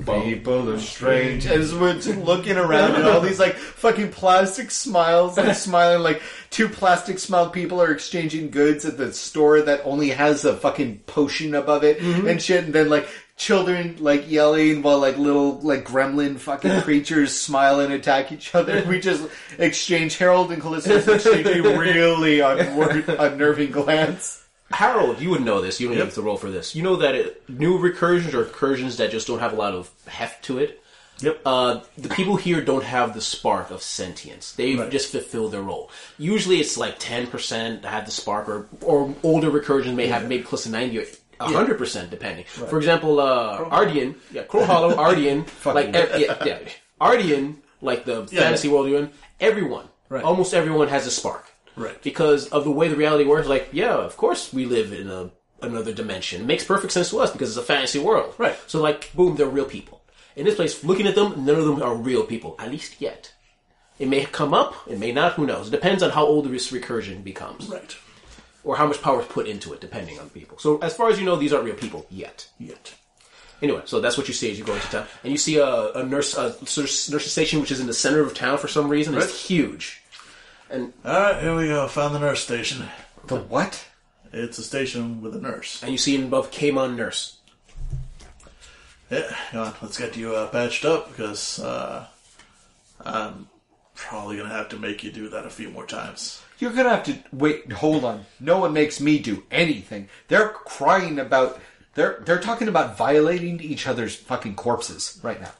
boom. People are strange, as we're just looking around and all these like fucking plastic smiles and smiling like two plastic smile people are exchanging goods at the store that only has a fucking potion above it and shit, and then like children like yelling while like little like gremlin fucking creatures smile and attack each other. We just exchange Harold and Callisto exchange a really unwor- unnerving glance. Harold, you would know this. You don't have to roll for this. You know that it, new recursions or recursions that just don't have a lot of heft to it. Yep. Uh, the people here don't have the spark of sentience. They just fulfill their role. Usually, it's like ten percent have the spark, or or older recursions may have maybe close to ninety or hundred percent, depending. For example, uh, Ardian, yeah, Crow Hollow, Ardian, like ev- yeah, yeah, Ardian, like the fantasy world you're in. Everyone, almost everyone has a spark. Right. Because of the way the reality works, like, yeah, of course we live in a another dimension. It makes perfect sense to us because it's a fantasy world. Right. So like, boom, they're real people. In this place, looking at them, none of them are real people, at least yet. It may come up, it may not, who knows. It depends on how old this recursion becomes. Right. Or how much power is put into it, depending on people. So as far as you know, these aren't real people yet. Yet. Anyway, so that's what you see as you go into town, and you see a, a nurse a nurse nurse station which is in the center of town for some reason. It's huge. Alright, here we go. Found the nurse station. The what? It's a station with a nurse. and you see above Kamon Nurse. Yeah, come on, let's get you uh, patched up because uh, I'm probably gonna have to make you do that a few more times. You're gonna have to wait. Hold on. No one makes me do anything. They're crying about. They're they're talking about violating each other's fucking corpses right now.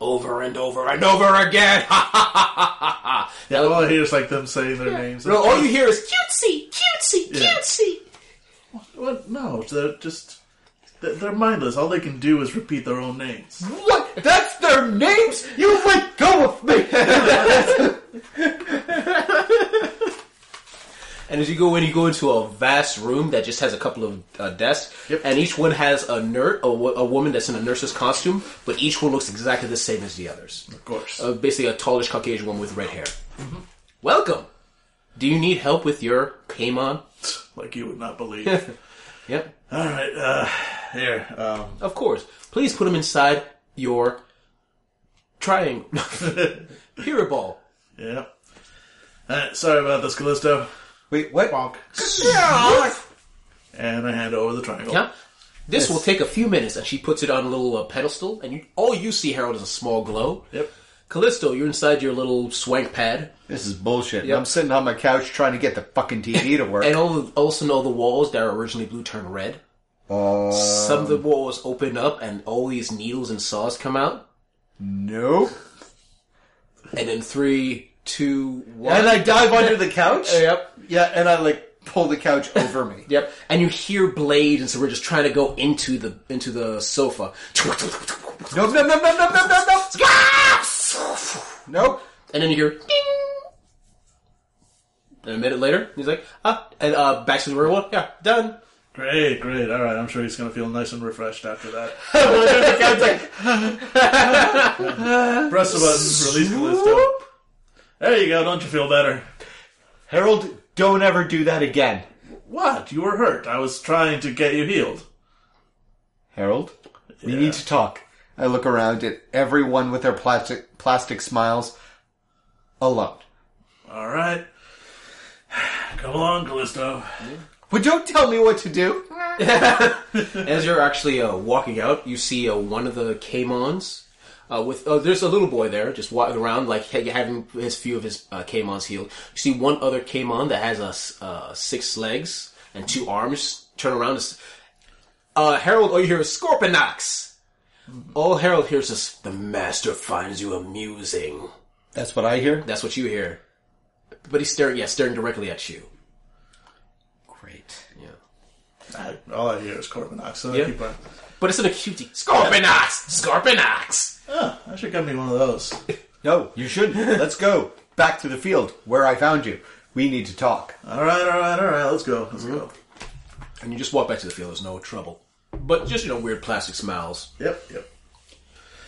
over and over and over again. Ha ha ha ha ha ha. Yeah, all I hear is like them saying their names. No, all you hear is cutesy, cutesy, Yeah. cutesy. What? No, they're just they're, they're mindless. All they can do is repeat their own names. What? That's their names? You let go of me. And as you go in, you go into a vast room that just has a couple of uh, desks, Yep. and each one has a nerd, a, wo- a woman that's in a nurse's costume, but each one looks exactly the same as the others. Of course. Uh, basically, a tallish Caucasian woman with red hair. Welcome. Do you need help with your Kamon? like you would not believe. Yep. all right, uh, here. Um, Of course. Please put them inside your triangle. Pirate ball. yeah. All right, sorry about this, Callisto. Wait, what? And I hand over the triangle. Yeah. This will take a few minutes, and she puts it on a little uh, pedestal, and you, all you see, Harold, is a small glow. Yep. Callisto, you're inside your little swank pad, This is bullshit. Yep. I'm sitting on my couch trying to get the fucking TV to work. and all of, all of a sudden, all the walls that are originally blue turn red. Some Um. of the walls open up, and all these needles and saws come out. Nope. and in three, two, one. And I dive under the couch. yep, yeah, and I like pull the couch over me. Yep. And you hear blades, and so we're just trying to go into the into the sofa. Nope, nope, nope, nope, nope, nope, nope, nope. Nope. And then you hear ding. And a minute later, he's like, ah, and uh, back to the real one. Yeah, done. Great, great. All right, I'm sure he's gonna feel nice and refreshed after that. the guy's like, Press the button, release Callisto. There you go. Don't you feel better? Harold, don't ever do that again. What? You were hurt. I was trying to get you healed. Harold, we need to talk. I look around at everyone with their plastic plastic smiles, alone. All right. Come along, Callisto. But don't tell me what to do. As you're actually uh, walking out, you see uh, one of the Caymans. Uh, with uh, there's a little boy there just walking around, like ha- having his few of his uh, Caymans healed. You see one other Cayman that has uh, s- uh, six legs and two arms. Turn around, and s- uh, Harold. All you hear is Scorpionox. All Harold hears is the master finds you amusing. That's what I hear. That's what you hear. But he's staring, yeah, staring directly at you. Great. I, all I hear is Corvinox, so Yeah. I keep on. But it's an acuity. Scorpionox! Scorpionox! Oh, I should get me one of those. No, you shouldn't. Let's go back to the field where I found you. We need to talk. All right, all right, all right. Let's go. Let's go. And you just walk back to the field, there's no trouble. But just, you know, weird plastic smiles. Yep, yep.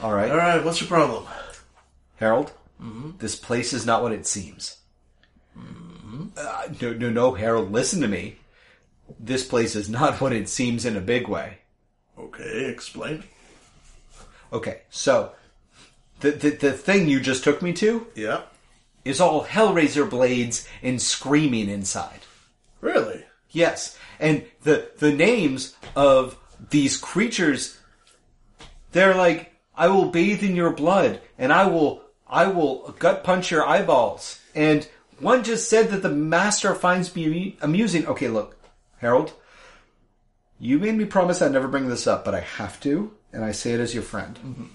All right, All right. What's your problem? Harold. This place is not what it seems. Uh, no, no, no, Harold. Listen to me. This place is not what it seems in a big way. Okay, explain. Okay, so the the, the thing you just took me to Yeah. is all Hellraiser blades and screaming inside. Really? Yes, and the the names of these creatures, they're like, I will bathe in your blood, and I will I will gut punch your eyeballs. And one just said that the master finds me amu- amusing. Okay, look, Harold, you made me promise I'd never bring this up, but I have to, and I say it as your friend.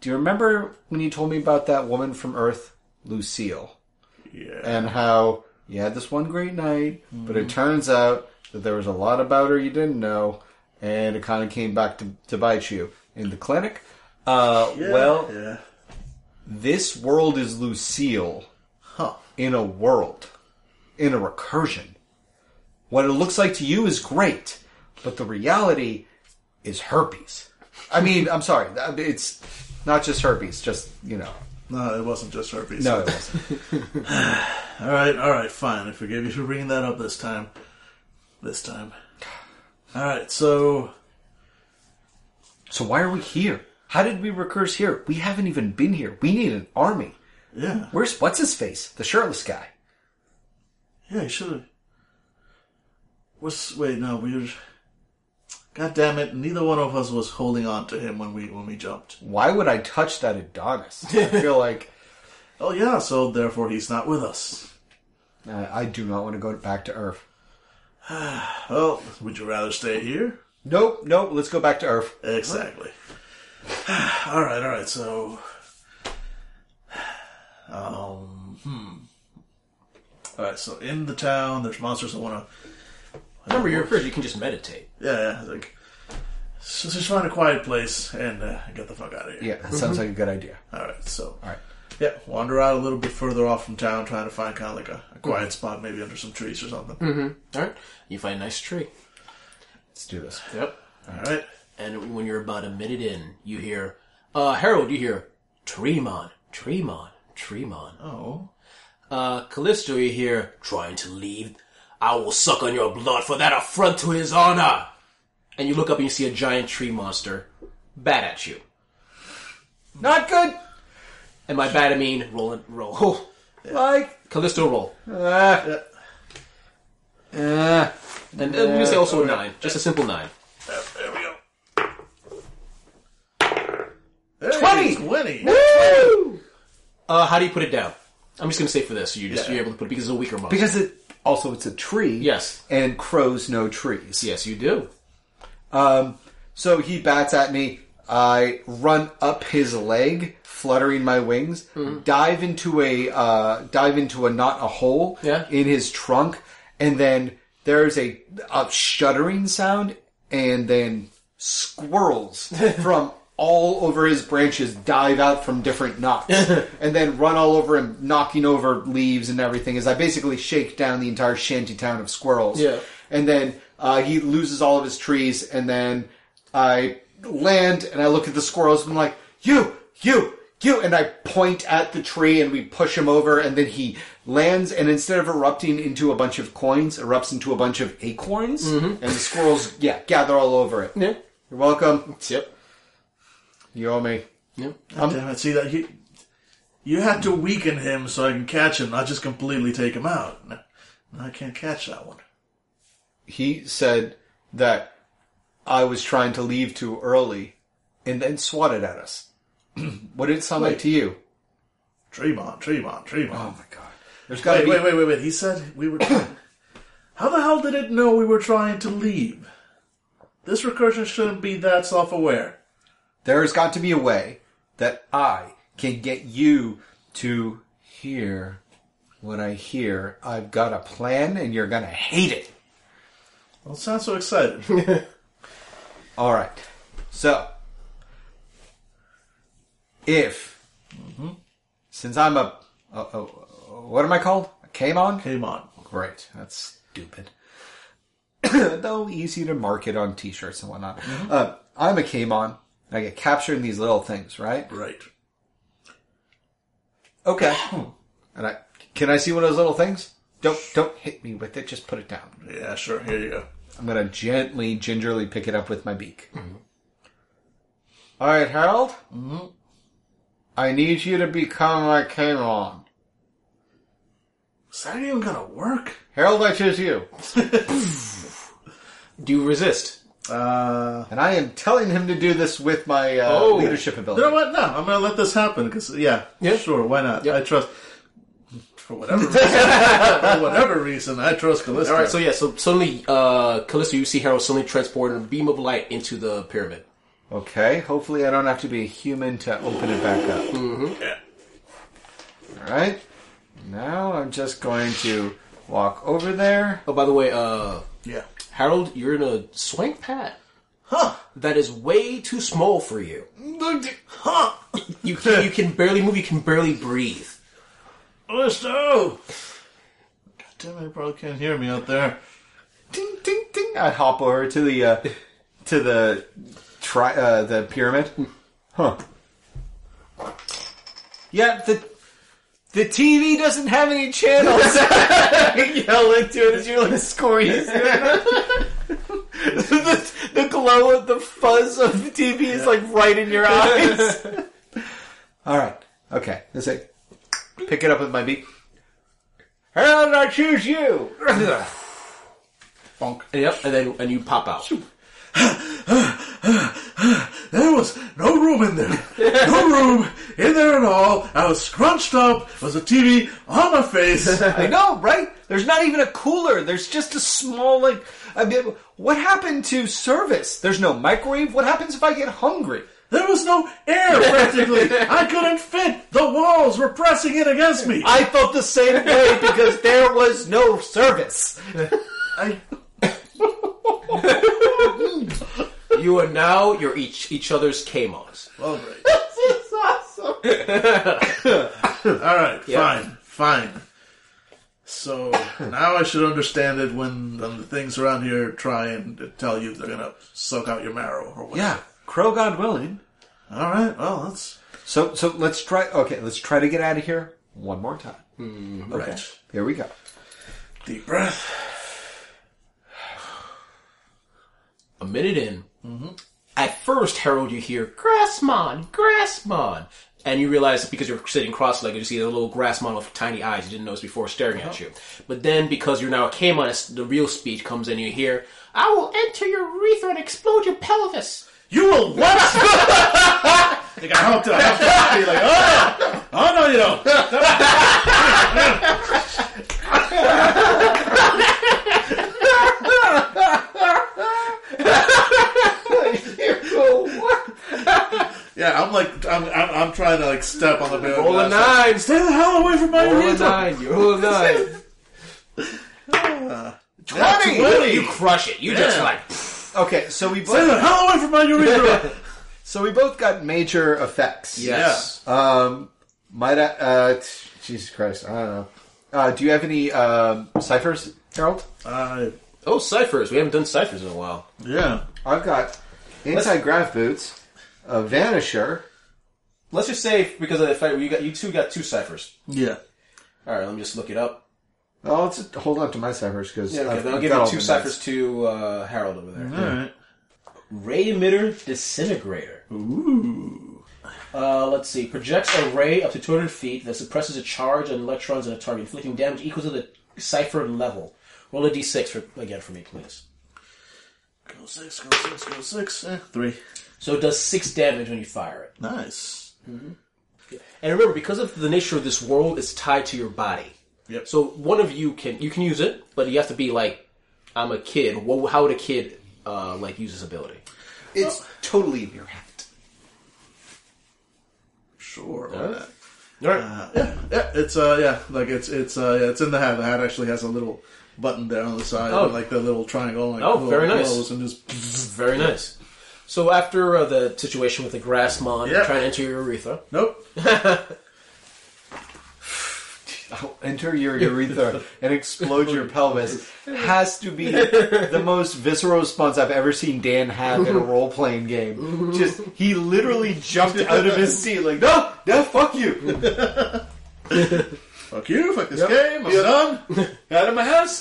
Do you remember when you told me about that woman from Earth, Lucille? Yeah. and how you had this one great night, but Mm-hmm. it turns out that there was a lot about her you didn't know, and it kind of came back to, to bite you in the clinic. Uh, Well, Yeah. this world is Lucille Huh. in a world, in a recursion. What it looks like to you is great, but the reality is herpes. I mean, I'm sorry, it's not just herpes, just, you know. No, it wasn't just herpes. No, it wasn't. All right, all right, fine. I forgive you for bringing that up this time. This time. All right, so So why are we here? How did we recurse here? We haven't even been here. We need an army. yeah, Where's what's his face? The shirtless guy. yeah, you should have. What's wait? No, we were. God damn it! Neither one of us was holding on to him when we when we jumped. Why would I touch that Adonis? I feel like Oh yeah, so therefore he's not with us. uh, I do not want to go back to Earth. Well, Oh, would you rather stay here? Nope, nope. Let's go back to Earth. Exactly. All right, all right. So, um, hmm. All right. So in the town, there's monsters that want to. Remember, you're a prisoner, you can just meditate. Yeah, yeah. Like, so just find a quiet place and uh, get the fuck out of here. Yeah, that sounds like a good idea. All right. So. All right. Yeah, wander out a little bit further off from town, trying to find kind of like a, a Mm-hmm. quiet spot, maybe under some trees or something. Alright? You find a nice tree. Let's do this. Yep. All right. And when you're about a minute in, you hear, uh, Harold, you hear, Tremon, Tremon, Tremon. Oh. Uh, Callisto, you hear, trying to leave. I will suck on your blood for that affront to his honor. And you look up and you see a giant tree monster bat at you. Not good. And by bat I mean roll and roll. Like, Callisto roll. uh, uh, And uh, we say also a nine, just a simple nine. There we go. Hey, 20! 20! woo! Uh, how do you put it down? I'm just gonna say for this, so you just you're able to put it because it's a weaker monster. Because it also it's a tree. Yes. And crows know trees. yes, you do. Um, so he bats at me. I run up his leg, fluttering my wings, Hmm. dive into a uh, dive into a not a hole Yeah. in his trunk, and then there's a, a shuddering sound, and then squirrels from all over his branches dive out from different knots, and then run all over him, knocking over leaves and everything. As I basically shake down the entire shanty town of squirrels. Yeah. And then uh, he loses all of his trees, and then I land and I look at the squirrels and I'm like, you, you, you, and I point at the tree and we push him over, and then he lands and instead of erupting into a bunch of coins, erupts into a bunch of acorns, and the squirrels, yeah, gather all over it. Yeah. You're welcome. Yep. You owe me. Um, Damn it! See that he, you had to weaken him so I can catch him, not just completely take him out. No, no, I can't catch that one. He said that I was trying to leave too early, and then swatted at us. what did it sound like to you? Tremont, Tremont, Tremont. Oh my god. There's gotta wait, be wait, wait, wait, wait. He said we were. How the hell did it know we were trying to leave? This recursion shouldn't be that self-aware. There has got to be a way that I can get you to hear what I hear. I've got a plan and you're going to hate it. Don't sound so excited. All right. So, if, mm-hmm, since I'm a, a, a- what am I called? A Kamon? Came on. Great. That's stupid. Though easy to market on t shirts and whatnot. Mm-hmm. Uh, I'm a Kamon. I get captured in these little things, right? Right. Okay. Hmm. and I can I see one of those little things? Don't don't hit me with it. Just put it down. Yeah, sure. Here you go. I'm gonna gently, gingerly pick it up with my beak. Mm-hmm. All right, Harold. Mm-hmm. I need you to become my Kamon. Is that even gonna work? Harold, I choose you. Do you resist? Uh, And I am telling him to do this with my uh, Oh. leadership ability. you know what? No, I'm gonna let this happen because yeah, Yeah. sure, why not? Yep. I trust. For whatever reason, for whatever reason, I trust Callisto. All right, so yeah, so suddenly, uh, Callisto, you see Harold suddenly transported a beam of light into the pyramid. Okay, hopefully I don't have to be a human to open it back up. Yeah. All right. Now I'm just going to walk over there. Oh, by the way, uh, yeah. Harold, you're in a swank pad Huh? that is way too small for you. Huh? You can, you can barely move. You can barely breathe. Callisto. God damn it! You probably can't hear me out there. ding ding ding. I hop over to the uh, to the tri- uh, the pyramid. Huh. Yeah, the the TV doesn't have any channels. Yell into it as you're like squeezing. the, the glow of the fuzz of the TV is like right in your eyes. All right. Okay. Let's see. Pick it up with my beak. Harold, I choose you. Yep, and then and you pop out. There was no room in there. No room in there at all. I was scrunched up. There was a TV on my face. I know, right? There's not even a cooler. There's just a small like. I mean, what happened to service? There's no microwave. What happens if I get hungry? There was no air practically. I couldn't fit. The walls were pressing in against me. I felt the same way because there was no service. I, You are now you're each each other's Kamos. all right. this is awesome. all right, fine, fine. So now I should understand it when um, the things around here try and tell you they're gonna suck out your marrow or whatever. Yeah, crow God willing. All right. Well, that's So, so let's try. Okay, let's try to get out of here one more time. right. Here we go. Deep breath. A minute in, Mm-hmm. at first Harold, you hear Grassmon, Grassmon, and you realize that because you're sitting cross-legged, you see a little Grassmon with tiny eyes you didn't notice before staring at Uh-huh. you. But then, because you're now a Kamon, it's- the real speech comes in. You hear, "I will enter your urethra and explode your pelvis." You will what? like I hope to. I hope to be like, oh, oh no, you don't. like I'm, I'm, I'm trying to like step on the baby. Roll a nine. Stay the hell away from my Roll a hands. nine. You roll a nine. Twenty. You crush it. You just like. Okay, so we Stay the both hell away from my urethra. so we both got major effects. Yes. Um, might I? Uh, t- Jesus Christ, I don't know. Uh, do you have any um ciphers, Harold? uh, Oh, ciphers. We haven't done ciphers in a while. yeah. I've got anti grav boots, a vanisher. Let's just say because of the fight, you got you two got two ciphers. Yeah. All right, let me just look it up. Oh, let's hold on to my ciphers because Yeah, okay, then I'll give you two ciphers to uh, Harold over there. All right. Ray emitter disintegrator. Ooh. Uh, let's see. Projects a ray up to 200 feet that suppresses a charge on electrons in a target, inflicting damage equal to the cipher level. Roll a d6 for again for me, please. Go six. Go six. Go six. Eh, three. So it does six damage when you fire it. Nice. And remember, because of the nature of this world, it's tied to your body. Yep. So one of you can you can use it, but you have to be like, I'm a kid. Wha- How would a kid uh, like use this ability? It's totally in your hand. Sure. All right. Yeah, yeah, it's uh, yeah, like it's it's uh, yeah, it's in the hat. The hat actually has a little button there on the side, Oh. and, like the little triangle. Like, Oh, little very nice. glows And just Very nice. So after uh, the situation with the grass mon Yeah. trying to enter your urethra, nope. Enter your urethra and explode your pelvis has to be the most visceral response I've ever seen Dan have in a role playing game. Just he literally jumped out of his seat like, no, no, fuck you. Fuck you. Fuck this game. I'm done. Out of my house.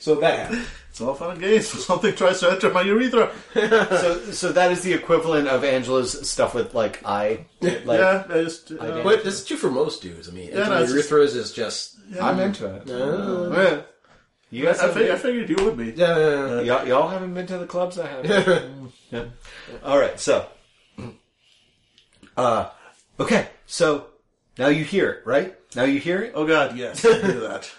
so that happened. It's all fun and games. So something tries to enter my urethra. So, so that is the equivalent of Angela's stuff with like I. Like, yeah, I just. Uh, did. But this is true for most dudes. I mean, yeah, no, it's just- urethras is just I'm into it. uh, Yeah. You guys I, haven't fig- I been- figured you would be. yeah, yeah, yeah. y'all, y'all haven't been to the clubs I have. yeah. All right, so. Uh, okay, so now you hear it, right? Now you hear it? Oh God, yes, I knew that.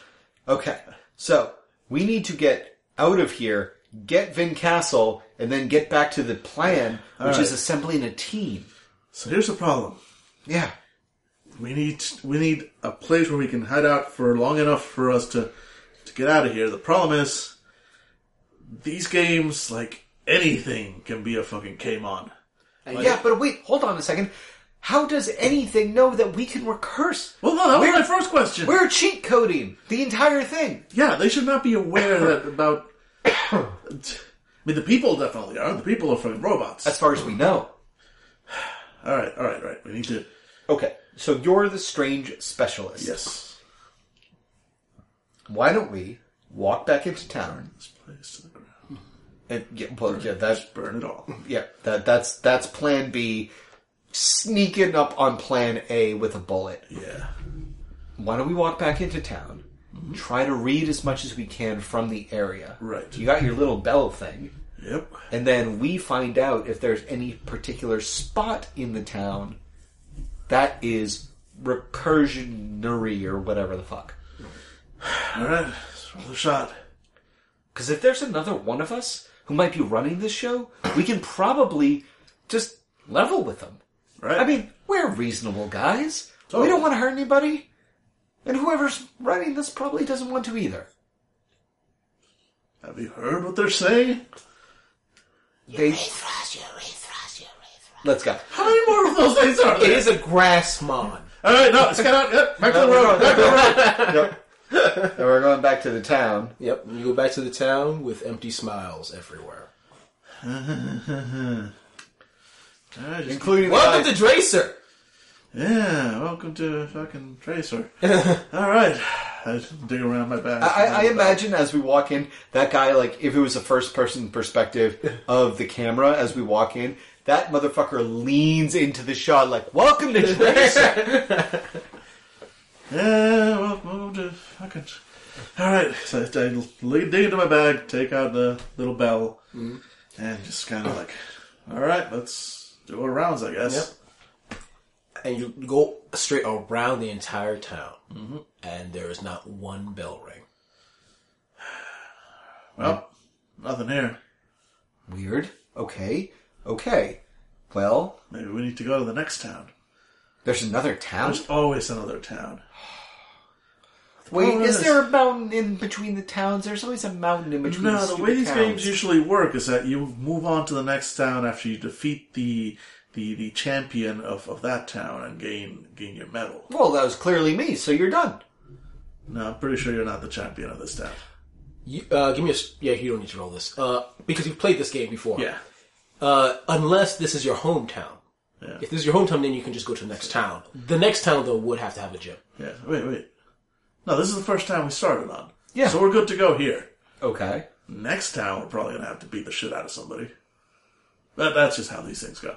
Okay, so we need to get out of here, get Vin Castle, and then get back to the plan, which is assembling a team. So here's the problem. Yeah. We need we need a place where we can hide out for long enough for us to to get out of here. The problem is these games, like anything, can be a fucking game on. yeah, but wait, hold on a second. How does anything know that we can recurse? Well, no, that was We're- my first question. We're cheat coding the entire thing. Yeah, they should not be aware that about. I mean, the people definitely are. The people are fucking robots. As far as we know. all right, all right, all right. We need to. Okay, so you're the strange specialist. Yes. Why don't we walk back into town? This place to the ground. And, yeah, well, yeah, that, Burn it all. yeah, that, that's that's Plan B. Sneaking up on Plan A with a bullet. Yeah. Why don't we walk back into town? Try to read as much as we can from the area. Right. You got your little bell thing, Yep. and then we find out if there's any particular spot in the town that is recursionary or whatever the fuck. All right. Let's roll the shot. Because if there's another one of us who might be running this show, we can probably just level with them. Right. I mean, we're reasonable guys. We don't want to hurt anybody. And whoever's running this probably doesn't want to either. have you heard what they're saying? They... Let's go. How many more of those things are It there? is a grass mon. All right, no, let's get out. Yep, back to the road. Back to the road. And we're going back to the town. Yep. And you go back to the town with empty smiles everywhere. All right, just- Including Welcome to Dracer. yeah, welcome to fucking Tracer. All right, I just dig around my back. I, I imagine as we walk in, that guy, like, if it was a first person perspective of the camera as we walk in, that motherfucker leans into the shot, like, Welcome to Tracer! Yeah, well, welcome to fucking. All right, so I, I li- dig into my bag, take out the little bell, and just kind of like, all right, let's do our rounds, I guess. and you go straight around the entire town, and there is not one bell ring. Well, nothing here. Weird. Okay. Okay. Well, Maybe we need to go to the next town. there's another town. There's always another town. Wait, Oh, is yes. there a mountain in between the towns? There's always a mountain in between. No, the stupid way these towns. games usually work is that you move on to the next town after you defeat the the, the champion of, of that town and gain gain your medal. Well, that was clearly me, so you're done. No, I'm pretty sure you're not the champion of this town. You, uh, give me a. s- Yeah, you don't need to roll this. Uh, because you've played this game before. Yeah. Uh, unless this is your hometown. Yeah. If this is your hometown, then you can just go to the next town. The next town, though, would have to have a gym. Yeah. Wait, wait. No, this is the first town we started on. Yeah. So we're good to go here. Okay. Next town, we're probably gonna have to beat the shit out of somebody. That that's just how these things go.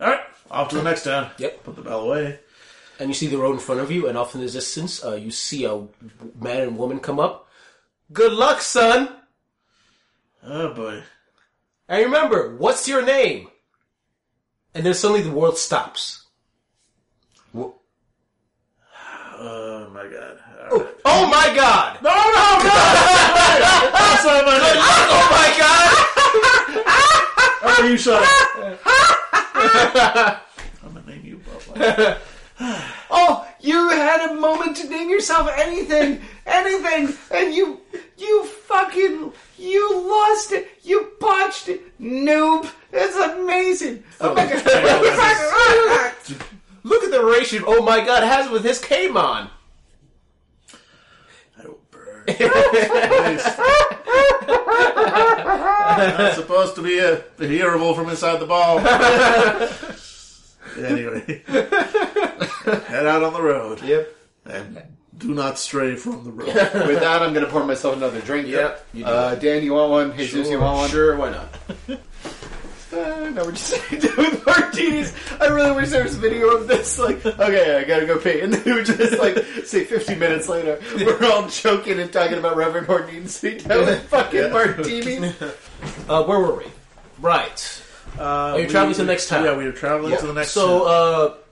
All right, off to the next town. Yep. Put the bell away. And you see the road in front of you, and off in the distance, uh, you see a man and woman come up. Good luck, son! Oh boy. And remember, what's your name? And then suddenly the world stops. Oh my god. All right. Oh my god! No, no, no! That's not Ah, my Oh name. my god! Oh, you shut up. I'm gonna name you Bubba. Oh, you had a moment to name yourself anything, anything, and you, you fucking, you lost it, you botched it, noob. It's amazing. Oh my god. Look at the ratio Oh my god has with his Kmon! I will burn. your face. That's supposed to be a hearable from inside the ball. anyway, head out on the road Yep. and do not stray from the road. With that, I'm gonna pour myself another drink. Yep, you do Uh, Dan, you want one? Jesus, you want one? Sure, why not? Uh, no, we're just doing martinis. I really wish there was video of this. Like, okay, I gotta go pee, and then we were just like, say, fifty minutes later, we're all joking and talking about Reverend Horton Sweet down with fucking martini. Uh, where were we? Right. Uh, you traveling to the next town? Yeah, we are traveling to the next So,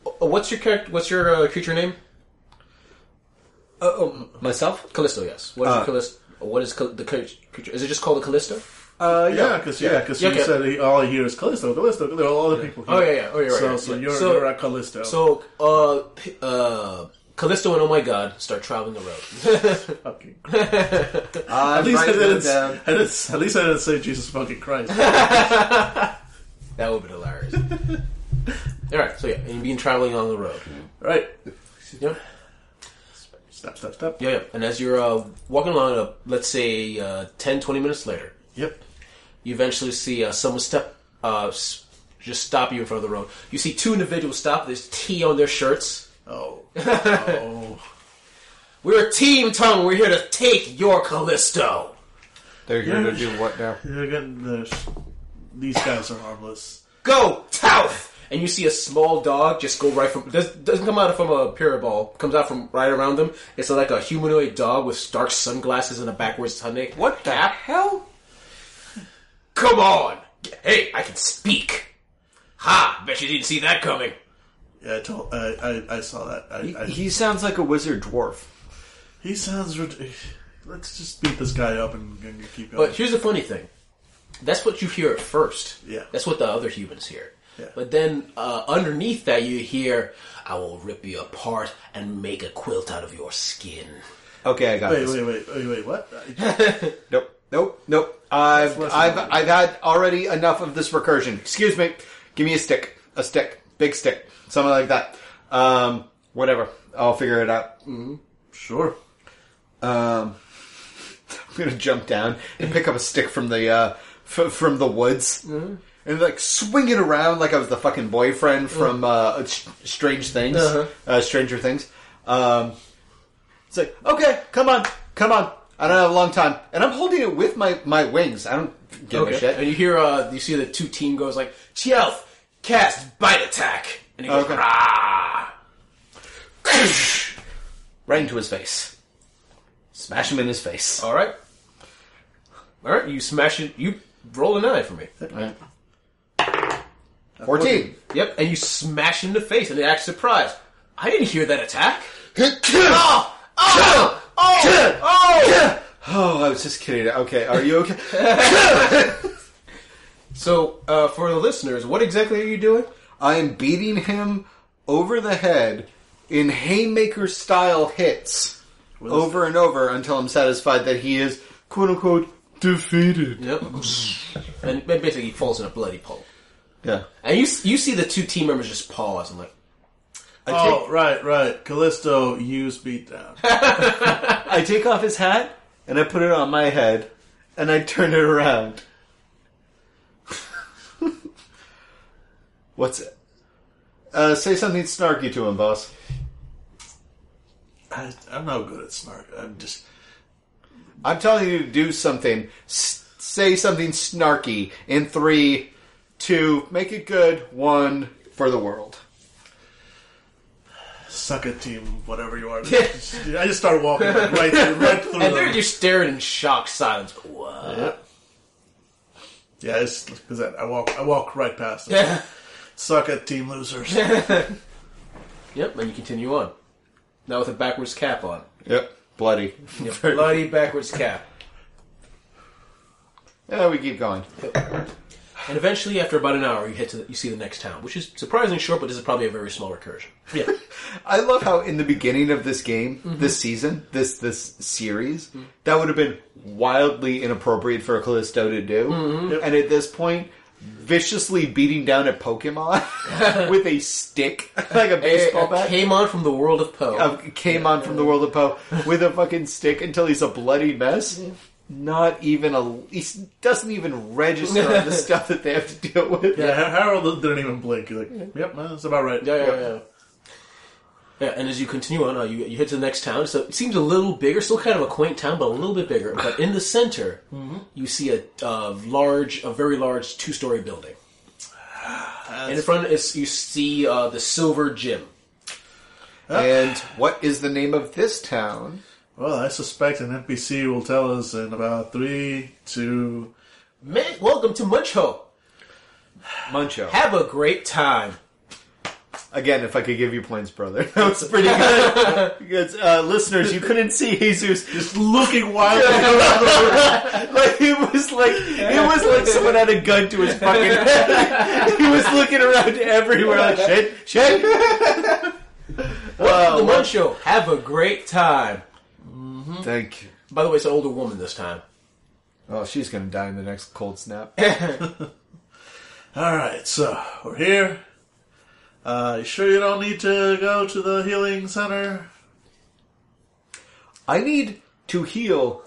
town. uh, what's your character? What's your uh, creature name? Uh, um, myself? Callisto. Yes. What is Uh. the Callisto? What is cal- the cur- creature? Is it just called a Callisto? Uh, yeah, because yeah, 'cause Yeah, you okay. said he, all I hear is Callisto, Callisto, Callisto, all the people. Here. Oh, yeah, yeah. Oh, you're right, So, right, so, yeah. You're, So- you're at Callisto. So, uh, p- uh, Callisto and Oh My God start traveling the road. Okay. at At least I didn't, I didn't- at least I didn't say Jesus fucking Christ. that would be hilarious. All right. So yeah, and you've been traveling on the road. right. Yep. Stop, stop, stop. Yeah, yeah. And as you're uh, walking along, uh, let's say uh, 10, 20 minutes later, Yep. you eventually see uh, someone step, uh, s- just stop you in front of the road. You see two individuals stop. There's tea on their shirts. Oh. oh. We're a team, Tongue. We're here to take your Callisto. They're gonna do what now? They're getting the- These guys are harmless. Go, Touth! And you see a small dog just go right from does, doesn't come out from a pyramid ball. Comes out from right around them. It's like a humanoid dog with dark sunglasses and a backwards Hyundai. What the hell? Come on! Hey, I can speak. Ha! Bet you didn't see that coming. Yeah, I told. I, I, I saw that. He, I, I, he sounds like a wizard dwarf. he sounds. rid- Let's just beat this guy up and, and keep going. But here's the funny thing. That's what you hear at first. Yeah. That's what the other humans hear. Yeah. But then uh, underneath that, you hear, "I will rip you apart and make a quilt out of your skin." Okay, I got wait, this. wait, wait, wait, wait. What? Nope. Nope. Nope. I've That's less I've than- I've had already enough of this recursion. Excuse me. Give me a stick. A stick. Big stick. Something like that. Um. Whatever. I'll figure it out. Mm-hmm. sure. Um. I'm gonna jump down and pick up a stick from the uh f- from the woods. Mm-hmm. And like swing it around like I was the fucking boyfriend Mm. from uh, S- Strange Things, uh Uh-huh. Stranger Things. Um, It's like, okay, come on, come on. I don't have a long time, and I'm holding it with my my wings. I don't give a shit. And you hear, uh, you see the two team goes like, "Chielf, cast bite attack," and he goes, Okay. "Rah!" Right into his face. Smash him in his face. All right, all right. You smash it. You roll a nine for me. Fourteen. Yep, and you smash him in the face, and they act surprised. I didn't hear that attack. oh, oh, oh, oh! Oh, I was just kidding. Okay, are you okay? So, uh, for the listeners, what exactly are you doing? I am beating him over the head in haymaker style hits over and over until I'm satisfied that he is quote unquote defeated. Yep. and ba- basically, he falls in a bloody pulp. Yeah. And you s- you see the two team members just pause and like, I Oh, right, right. Callisto used beatdown. take, I take off his hat and I put it on my head and I turn it around. What's it? Uh, say something snarky to him, boss. I, I'm not good at snark. I'm just. I'm telling you to do something. S- say something snarky in three, two, make it good, one, for the world. Suck a team, whatever you are. I just start walking like, right, through- right through and they're them. just staring in shocked silence. What? Yeah, it's because I, I walk, I walk right past them. Suck at team losers. I Yep. And you continue on. Now with a backwards cap on, Yep. Bloody. bloody backwards cap. Yeah, we keep going. And eventually, after about an hour, you hit to the, you see the next town, which is surprisingly short, but this is probably a very small recursion. Yeah. I love how in the beginning of this game, this season, this this series, that would have been wildly inappropriate for Callisto to do. And at this point, viciously beating down a Pokemon with a stick, like a baseball bat. came on from the world of Poe. of came on from the world of Poe with a fucking stick until he's a bloody mess. Not even a he s- doesn't even register on the stuff that they have to deal with. yeah, Harold didn't even blink. He's like, "Yep, man, that's about right." Yeah, yeah, yeah. Yeah, and as you continue on, uh, you, you head to the next town. So it seems a little bigger, still kind of a quaint town, but a little bit bigger. But in the center, Mm-hmm. you see a uh, large, a very large two-story building. Ah, and in front, is, you see uh, the Silver Gym. And what is the name of this town? Well, I suspect an NPC will tell us in about three, two. Man, welcome to Muncho. Muncho. Have a great time. Again, if I could give you points, brother, that was pretty good. Because, uh, listeners, you couldn't see Jesus just looking wildly around the room. Like it was like it was like someone had a gun to his fucking head. he was looking around everywhere like shit, shit. Oh, The Muncho. Have a great time. Thank you. By the way, it's an older woman this time. Oh, she's gonna die in the next cold snap. All right, so we're here. Uh, you sure you don't need to go to the healing center? I need to heal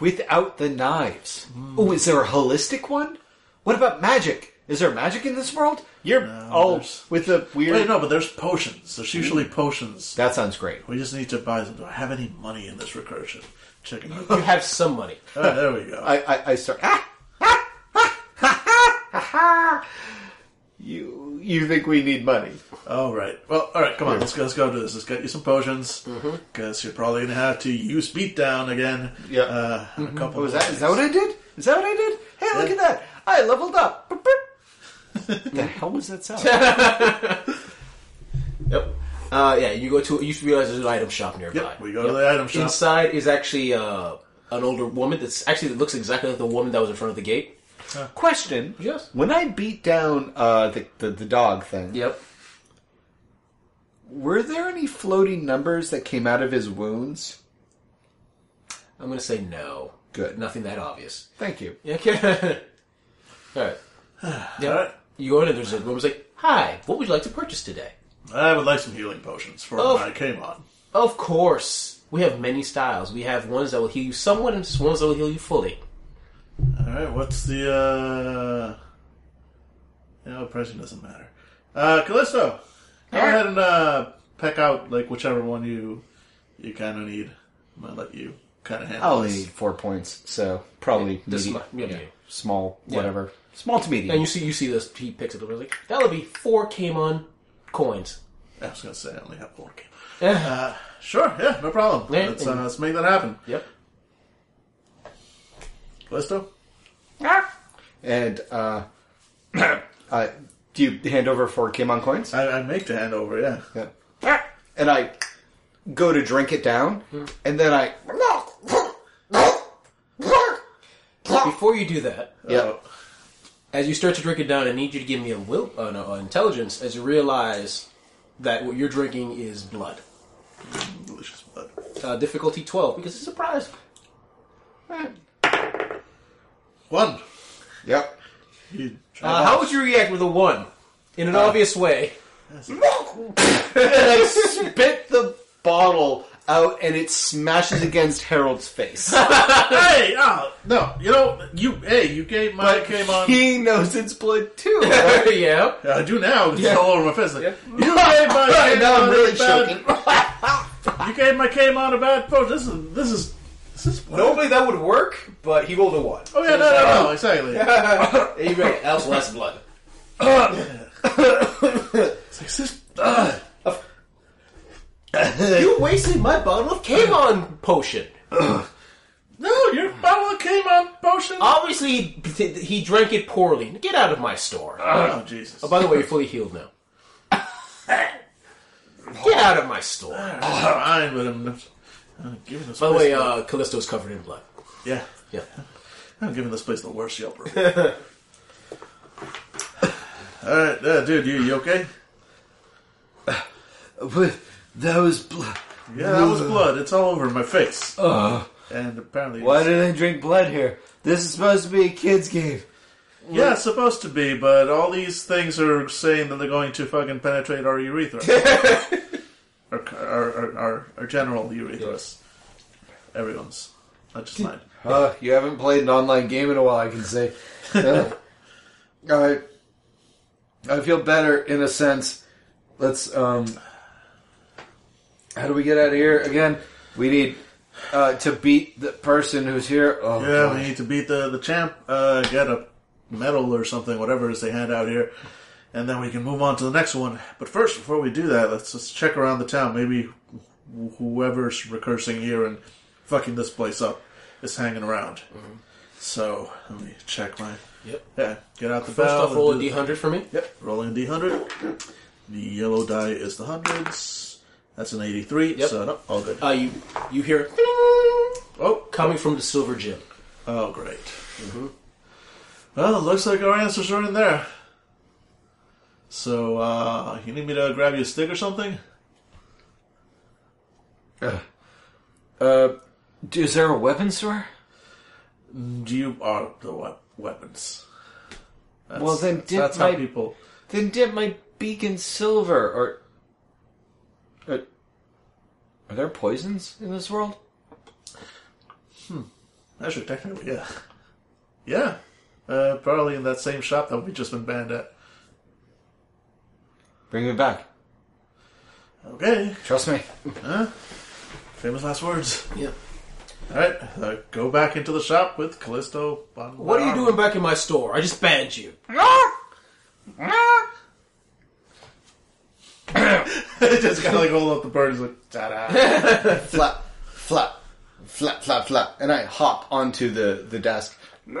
without the knives. Oh, is there a holistic one? What about magic? Is there magic in this world? You're oh there's- with the weird. Wait, no, but there's potions. There's Mm-hmm. usually potions. That sounds great. We just need to buy them. Do I have any money in this recursion? Check it out. You have some money. All right, there we go. I, I, I start. Ah, ah, ah, ha, ha, ha, ha. You you think we need money? All right. Well, all right. Come on. Let's go. Let's go do this. Let's get you some potions Mm-hmm. because you're probably gonna have to use beatdown again. Yeah. Uh, in A couple. What was of that? Is days. that what I did? Is that what I did? Hey, look Yeah. at that! I leveled up. Burp, burp. the hell was that sound? Yep. Uh, yeah, you go to you realize there's an item shop nearby. Yep, we go to the item shop. Inside is actually uh, an older woman that's actually looks exactly like the woman that was in front of the gate. Question. Yes. When I beat down uh, the, the the dog thing, Yep. were there any floating numbers that came out of his wounds? I'm gonna say no. Good. Nothing that obvious. Thank you. Okay. All right. All right. You go in and there's a woman's like, "Hi, what would you like to purchase today?" I would like some healing potions for Oh. when I came on. Of course, we have many styles. We have ones that will heal you somewhat, and ones that will heal you fully. All right. What's the? uh... You know, pricing doesn't matter. Uh, Callisto, go ahead and uh, pick out like whichever one you you kind of need. I'm gonna let you kind of handle I only this. need four points, so probably This medi- mu- yeah, yeah. small, whatever, small to medium. And you see, you see this. He picks it up. and he's like, "That'll be four Kamon coins." I was gonna say I only have one game. Uh, sure, yeah, no problem. Yeah. Let's, uh, let's make that happen. Yep. Callisto? And uh, I, do you hand over four Kimon coins? I, I make the handover, yeah. Uh, Yeah. And I go to drink it down, and then I. Before you do that, Oh, Yep. As you start to drink it down, I need you to give me a will, uh, no, uh, intelligence, as you realize that what you're drinking is blood. Delicious blood. Uh, difficulty twelve because it's a surprise. One. Yep. You try Uh, that. how would you react with a one in an Uh, obvious way? And I spit the bottle out, and it smashes against Harold's face. hey, ah, no, you know, you, hey, you gave my came on. He knows it's blood too. yeah. I do now. It's all over my face. Like, You gave my came now I'm on really a bad. you gave my came on a bad post. This is this is this is Normally that would work, but he rolled a one. Oh yeah, no, no, no, exactly. He read That's less blood. It's like, this, ah. You wasted my bottle of Kamon potion. no, your bottle of came on potion. Obviously, he, he drank it poorly. Get out of my store. Oh Jesus! By the way, you're fully healed now. Get out of my store. I'm with him. I'm giving this By the place way, uh, Callisto's covered in blood. yeah, Yeah. I'm giving this place the worst Yelp review. All right, uh, dude, you you okay? But that was blood. Yeah, that was blood. It's all over my face. and apparently, Why do they drink blood here? This is supposed to be a kids' game. Yeah, it's supposed to be, but all these things are saying that they're going to fucking penetrate our urethra. our, our, our, our, our general urethras. Everyone's. Not just mine. Uh, you haven't played an online game in a while, I can say. Uh, I, I feel better in a sense. Let's, um, how do we get out of here again? We need uh, to beat the person who's here. Oh, Yeah, we need to beat the, the champ, uh, get a medal or something, whatever it is they hand out here, and then we can move on to the next one. But first, before we do that, let's just check around the town. Maybe wh- whoever's recursing here and fucking this place up is hanging around. Mm-hmm. So, let me check my. Yep. Yeah, get out the First bell off, and roll a do the- d100 for me. Yep, rolling a d100. The yellow die is the hundreds. That's an 83, Yep. so no, all good. Uh, you you hear it oh, coming from the silver gym. oh, great. Well, looks like our answers are in there. So, uh, you need me to grab you a stick or something? Uh, is there a weapon store? Do you are the we- weapons? That's, Well, then that's, dip that's my- how people. Then dip my beak in silver, or. Are, are there poisons in this world? Actually, technically, yeah, yeah. Uh, probably in that same shop that we just been banned at. Bring me back. Okay, Trust me. famous last words. Yep. All right, uh, go back into the shop with Callisto. on my What are you arm. doing back in my store? I just banned you. just kind of like hold up the bird. He's like, ta-da. flap, flap, flap, flap, flap, and I hop onto the the desk.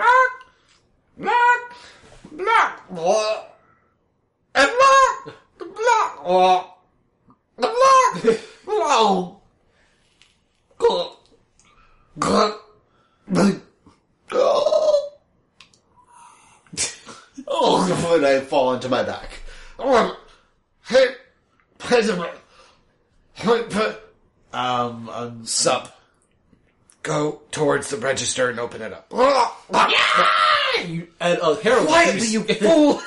Oh, Oh, and I fall onto my back. Um, um, Sup. Go towards the register and open it up. You, and uh, Harold, Quietly, you, you fool!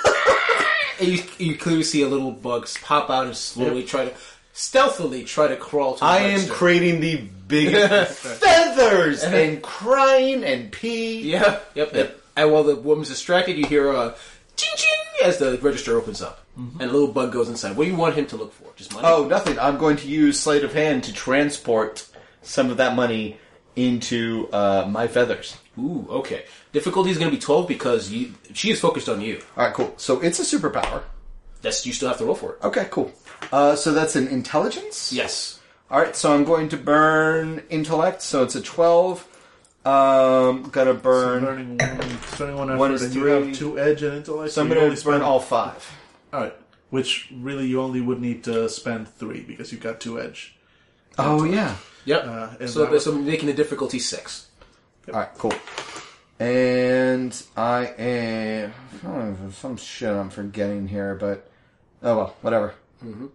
and you, you clearly see a little bug pop out and slowly try to stealthily try to crawl to. The I am register. creating the biggest feathers and crying and pee. Yeah. Yep. Yep. And while the woman's distracted, you hear a ching ching as the register opens up, and a little bug goes inside. What do you want him to look for? Just money. Oh, nothing. I'm going to use sleight of hand to transport some of that money into uh, my feathers. Ooh. Okay. Difficulty is going to be twelve because you, she is focused on you. All right, cool. So it's a superpower. That's you still have to roll for it. Okay, cool. Uh, so that's an intelligence. Yes. All right, so I'm going to burn intellect. So it's a twelve. Um, gonna burn. learning one, starting one effort, One is and three. you have two edge and intellect. so I'm you gonna burn only spend- all five. All right, which really you only would need to spend three because you've got two edge. Oh yeah. Yep. Uh, and so, that was- so making the difficulty six. All right, cool. And I am oh, there's some shit I'm forgetting here, but oh well, whatever. Mm-hmm.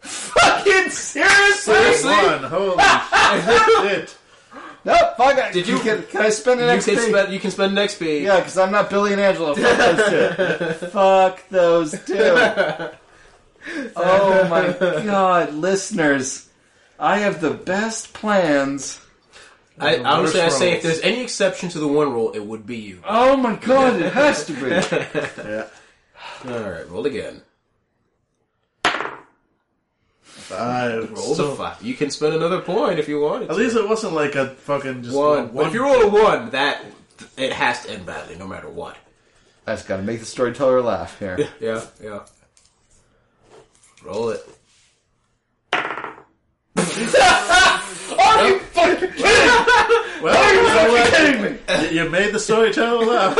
Fucking seriously? One, holy shit. No, fuck it. Did you- can, can I spend the next you, can page? spend, you can spend next page. Yeah, because I'm not Billy and Angela. Fuck those two. Fuck those two. Oh my god, listeners. I have the best plans. I, the honestly, I worst say roles. if there's any exception to the one rule, it would be you. Oh my god, it has to be. All right, roll again. Five. Roll the five. You can spend another point if you wanted. At to. least it wasn't like a fucking just one. But one if you roll a one, that it has to end badly, no matter what. I just gotta make the storyteller laugh here. Yeah, yeah. Roll it. Well, you know what? You you made the storyteller laugh.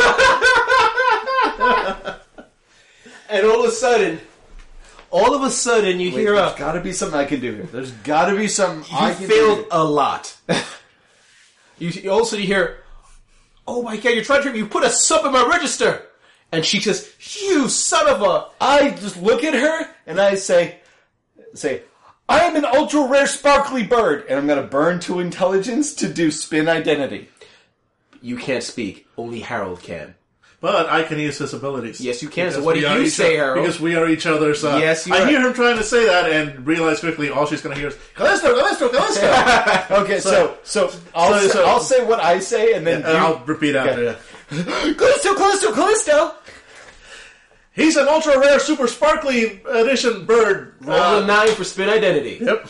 And all of a sudden, all of a sudden, you hear There's a gotta be something I can do here. There's gotta be something I you can failed do. a lot. you you also you hear, oh my god, you're trying to you put a sub in my register, and she says, you son of a. I just look at her and I say, say, I am an ultra rare sparkly bird, and I'm gonna burn to intelligence to do spin identity. You can't speak. Only Harold can. But I can use his abilities. Yes, you can. So Because what do we are you each say, oth- Harold? Because we are each other's. Uh, Yes, you I are. hear him trying to say that and realize quickly all she's going to hear is Callisto, Callisto, Callisto. Okay, so so, I'll, so- say, so- I'll say what I say, and then and I'll repeat after Okay. you. you. Callisto, Callisto, Callisto. He's an ultra rare, super sparkly edition bird. Roll a Uh, nine for spin identity. yep.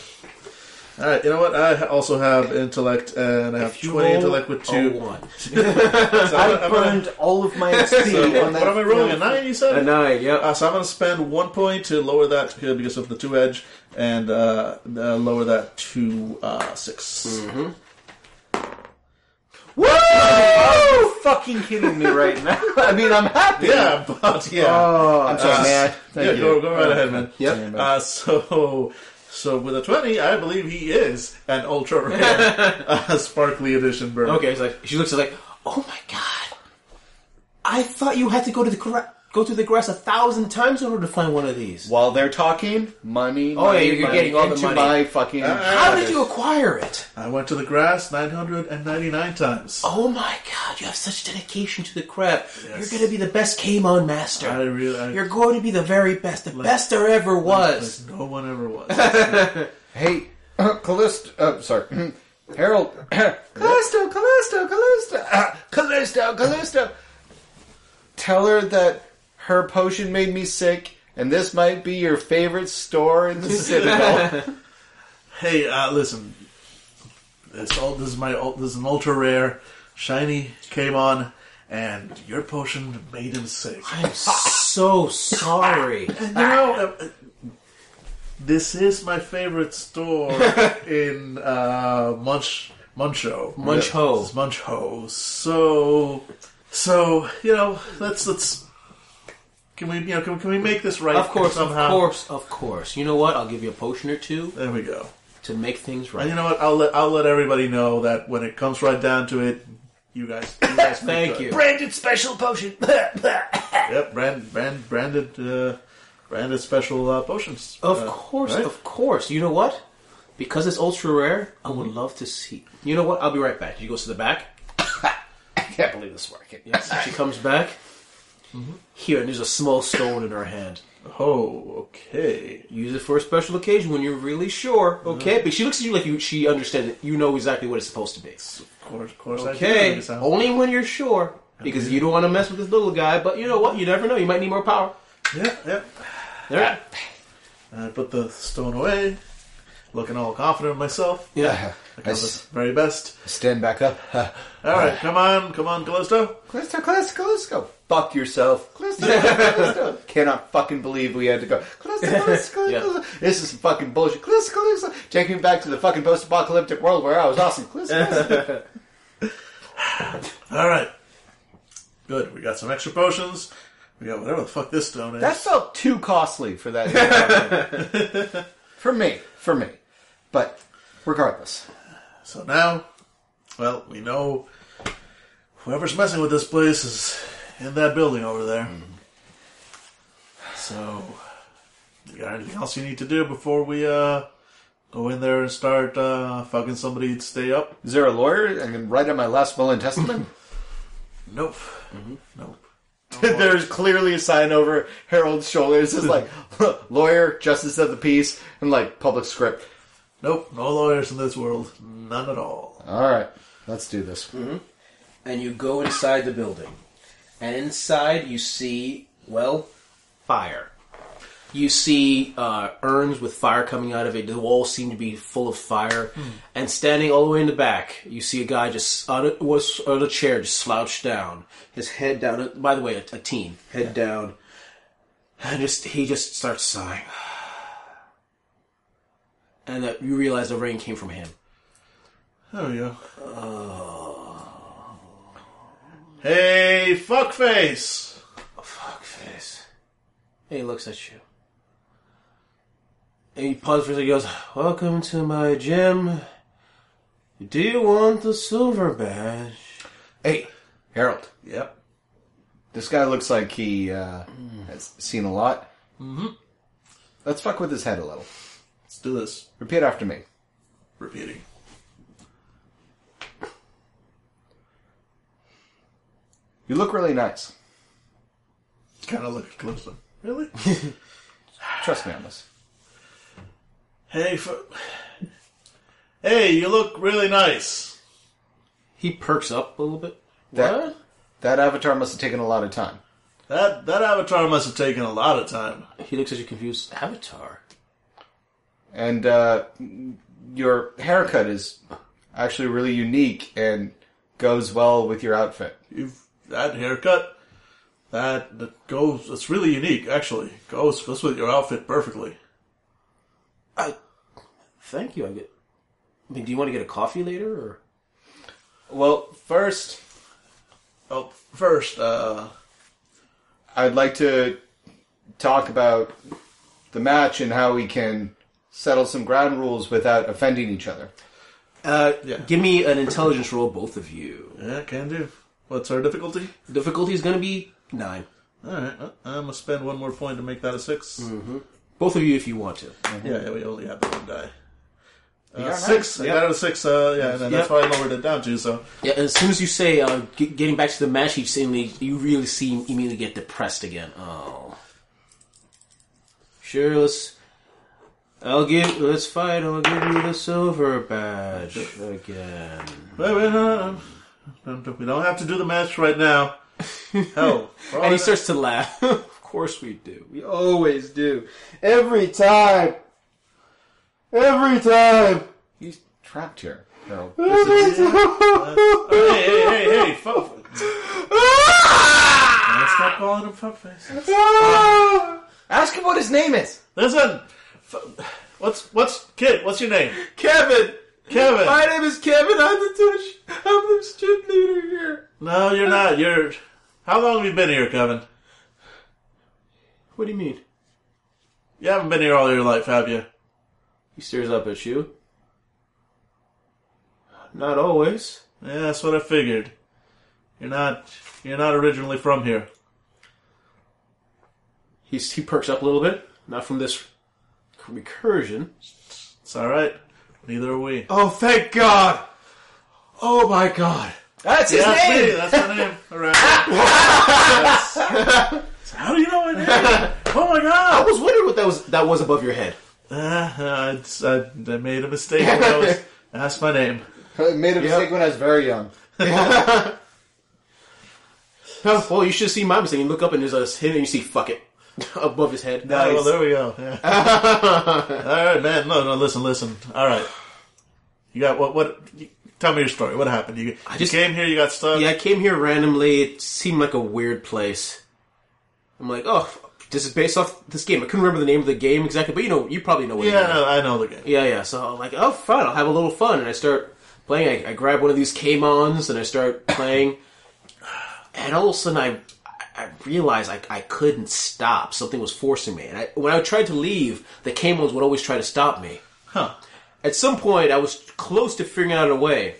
All right. You know what? I also have intellect, and I have You twenty roll intellect with a two. Oh, one. So I'm gonna- I I'm gonna- burned all of my XP on that. what am I rolling? A nine? You said A nine. Yep. Uh, so I'm going to spend one point to lower that to- because of the two edge, and uh, uh, lower that to uh, 6 Woo! Fucking kidding me right now. I mean, I'm happy. Yeah, but yeah, Oh, I'm sorry, Uh, man. Thank yeah. you. Go, go right ahead, man. Yep. Sorry, man. Uh, so, so with a twenty, I believe he is an ultra rare uh, sparkly edition bird. Uh, Okay, it's like she looks like, oh my god, I thought you had to go to the gra- go through the grass a thousand times in order to find one of these. While they're talking, money. Oh, yeah, money, you're money, getting all the into money. my Uh, fucking. How did you acquire it? I went to the grass nine hundred and ninety nine times. Oh my god, you have such dedication to the craft. You're going to be the best Kamon master. I really, I, You're going to be the very best, the best there ever was. no one ever was. Hey, Callisto. Uh, sorry, Harold. Callisto, Callisto, Callisto, uh, Callisto, Callisto. Tell her that her potion made me sick, and this might be your favorite store in the Citadel. hey, uh, listen, this all this is my ul- this is an ultra rare shiny came on, and your potion made him sick. I'm so sorry. You know, uh, this is my favorite store in uh, Munch Muncho. Munch Ho. It's Munch Ho. So, so you know, let's let's. Can we, you know, can, we- can we make this right? Of course, of somehow. course, of course. You know what? I'll give you a potion or two There we go. to make things right. And you know what? I'll let I'll let everybody know that when it comes right down to it, you guys. You guys make Thank good. you. Branded special potion. Yep, brand, brand, branded, uh, branded special uh, potions. Of Uh, course, right? of course. You know what? Because it's ultra rare, I Mm-hmm. would love to see. You know what? I'll be right back. She goes to the back. I can't believe this working. Yes. she comes back. Mm-hmm. Here, and there's a small stone in her hand. Oh, okay. Use it for a special occasion when you're really sure. Okay, but she looks at you like you. She understands it. You know exactly what it's supposed to be. Of course, of course. I do Okay, Oh. this. I'm- only when you're sure, because you don't want to mess with this little guy. But you know what? You never know. You might need more power. Yeah, yeah. There. And I put the stone away, looking all confident in myself. Yeah. I I got the s- very best. stand back up. All right, come on, come on, Callisto. Callisto, Callisto, Callisto. Fuck yourself. Callisto, Callisto. Cannot fucking believe we had to go. Callisto, Callisto, Callisto. This is some fucking bullshit. Callisto, Callisto. Take me back to the fucking post-apocalyptic world where I was awesome. Callisto, Callisto. All right, good. We got some extra potions. We got whatever the fuck this stone is. That felt too costly for that. for me. For me. But regardless. So now, well, we know whoever's messing with this place is in that building over there. So, you got anything else you need to do before we uh, go in there and start uh, fucking somebody to stay up? Is there a lawyer? I can write in my last will and testament. Nope. Nope. There's clearly a sign over Harold's shoulders. It's like lawyer, justice of the peace, and like public script. Nope. No lawyers in this world. None at all. All right, let's do this. and you go inside the building. And inside you see, well, fire. You see uh, urns with fire coming out of it. The walls seem to be full of fire. And standing all the way in the back, you see a guy just out of, was out of a chair, just slouched down, his head down. uh, By the way, a, a teen, head down, and just he just starts sighing. And that you realize the rain came from him. There we go. Uh, Hey, fuckface! Fuck face. And he looks at you. And he pauses for a second. He goes, Welcome to my gym. Do you want the silver badge? Hey, Harold. Yep. This guy looks like he uh, has seen a lot. Mm-hmm. Let's fuck with his head a little. Let's do this. Repeat after me. Repeating. You look really nice. Kind of look at Calypso. Really? Trust me on this. hey, fu- hey, you look really nice. He perks up a little bit. That that avatar must have taken a lot of time. That that avatar must have taken a lot of time. He looks at you confused. Avatar? and uh, your haircut is actually really unique and goes well with your outfit. You've that haircut. That that goes. It's really unique, actually. Goes goes with your outfit perfectly. I. Thank you. I get. I mean, do you want to get a coffee later? or Well, first, Oh, first, uh, I'd like to talk about the match and how we can settle some ground rules without offending each other. Uh, Yeah. Give me an intelligence roll, both of you. yeah, can do. What's our difficulty? Difficulty is going to be nine. All right, uh, I'm gonna spend one more point to make that a 6 Both of you, if you want to. Yeah, yeah, we only have the one die. Uh, got six. I got it a six. Uh, yeah, and then that's Yep. why I lowered it down to. So Yeah, as soon as you say uh, g- getting back to the match, you suddenly you really see him immediately get depressed again. Oh, sure. Let's. I'll give. Let's fight. I'll give you the silver badge again. wait, wait, no, no, no. we don't have to do the match right now. Hell, we're And already- he starts to laugh. Oh, of course we do. We always do. Every time. Every time. He's trapped here, Harold. hey, hey, hey, hey, fuck. Ah! Let's stop calling him fuckface. Ask him what his name is. Listen, fu- what's what's kid? What's your name? Kevin. Kevin. My name is Kevin. I'm the touch. I'm the strip leader here. No, you're not. You're. How long have you been here, Kevin? What do you mean? You haven't been here all your life, have you? He stares up at you. Not always. Yeah, that's what I figured. You're not. You're not originally from here. He's, he perks up a little bit. Not from this recursion. It's all right. Neither are we. Oh, thank God! Oh my God! That's his That's name. me. That's my name. All right. That's- that's- How do you know my name? Oh my I god! was wondering what that was. That was above your head. Uh, I, I, I made a mistake when I was asked my name. I made a mistake when I was very young. Oh, well, you should see my mistake. You look up and there's a hit, and you see "fuck it" above his head. Oh, well, there we go. Yeah. All right, man. No, no. Listen, listen. All right. You got what? What? You, tell me your story. What happened? You, you just- came here. You got stuck. Yeah, I came here randomly. It seemed like a weird place. I'm like, oh, f- this is based off this game. I couldn't remember the name of the game exactly, but you know, you probably know what. it Yeah, is. no, I know the game. Yeah, yeah. So I'm like, oh, fun. I'll have a little fun, and I start playing. I, I grab one of these Kamons and I start playing, and all of a sudden I, I realized I, I couldn't stop. Something was forcing me, and I, when I tried to leave, the Kamons would always try to stop me. Huh? At some point, I was close to figuring out a way,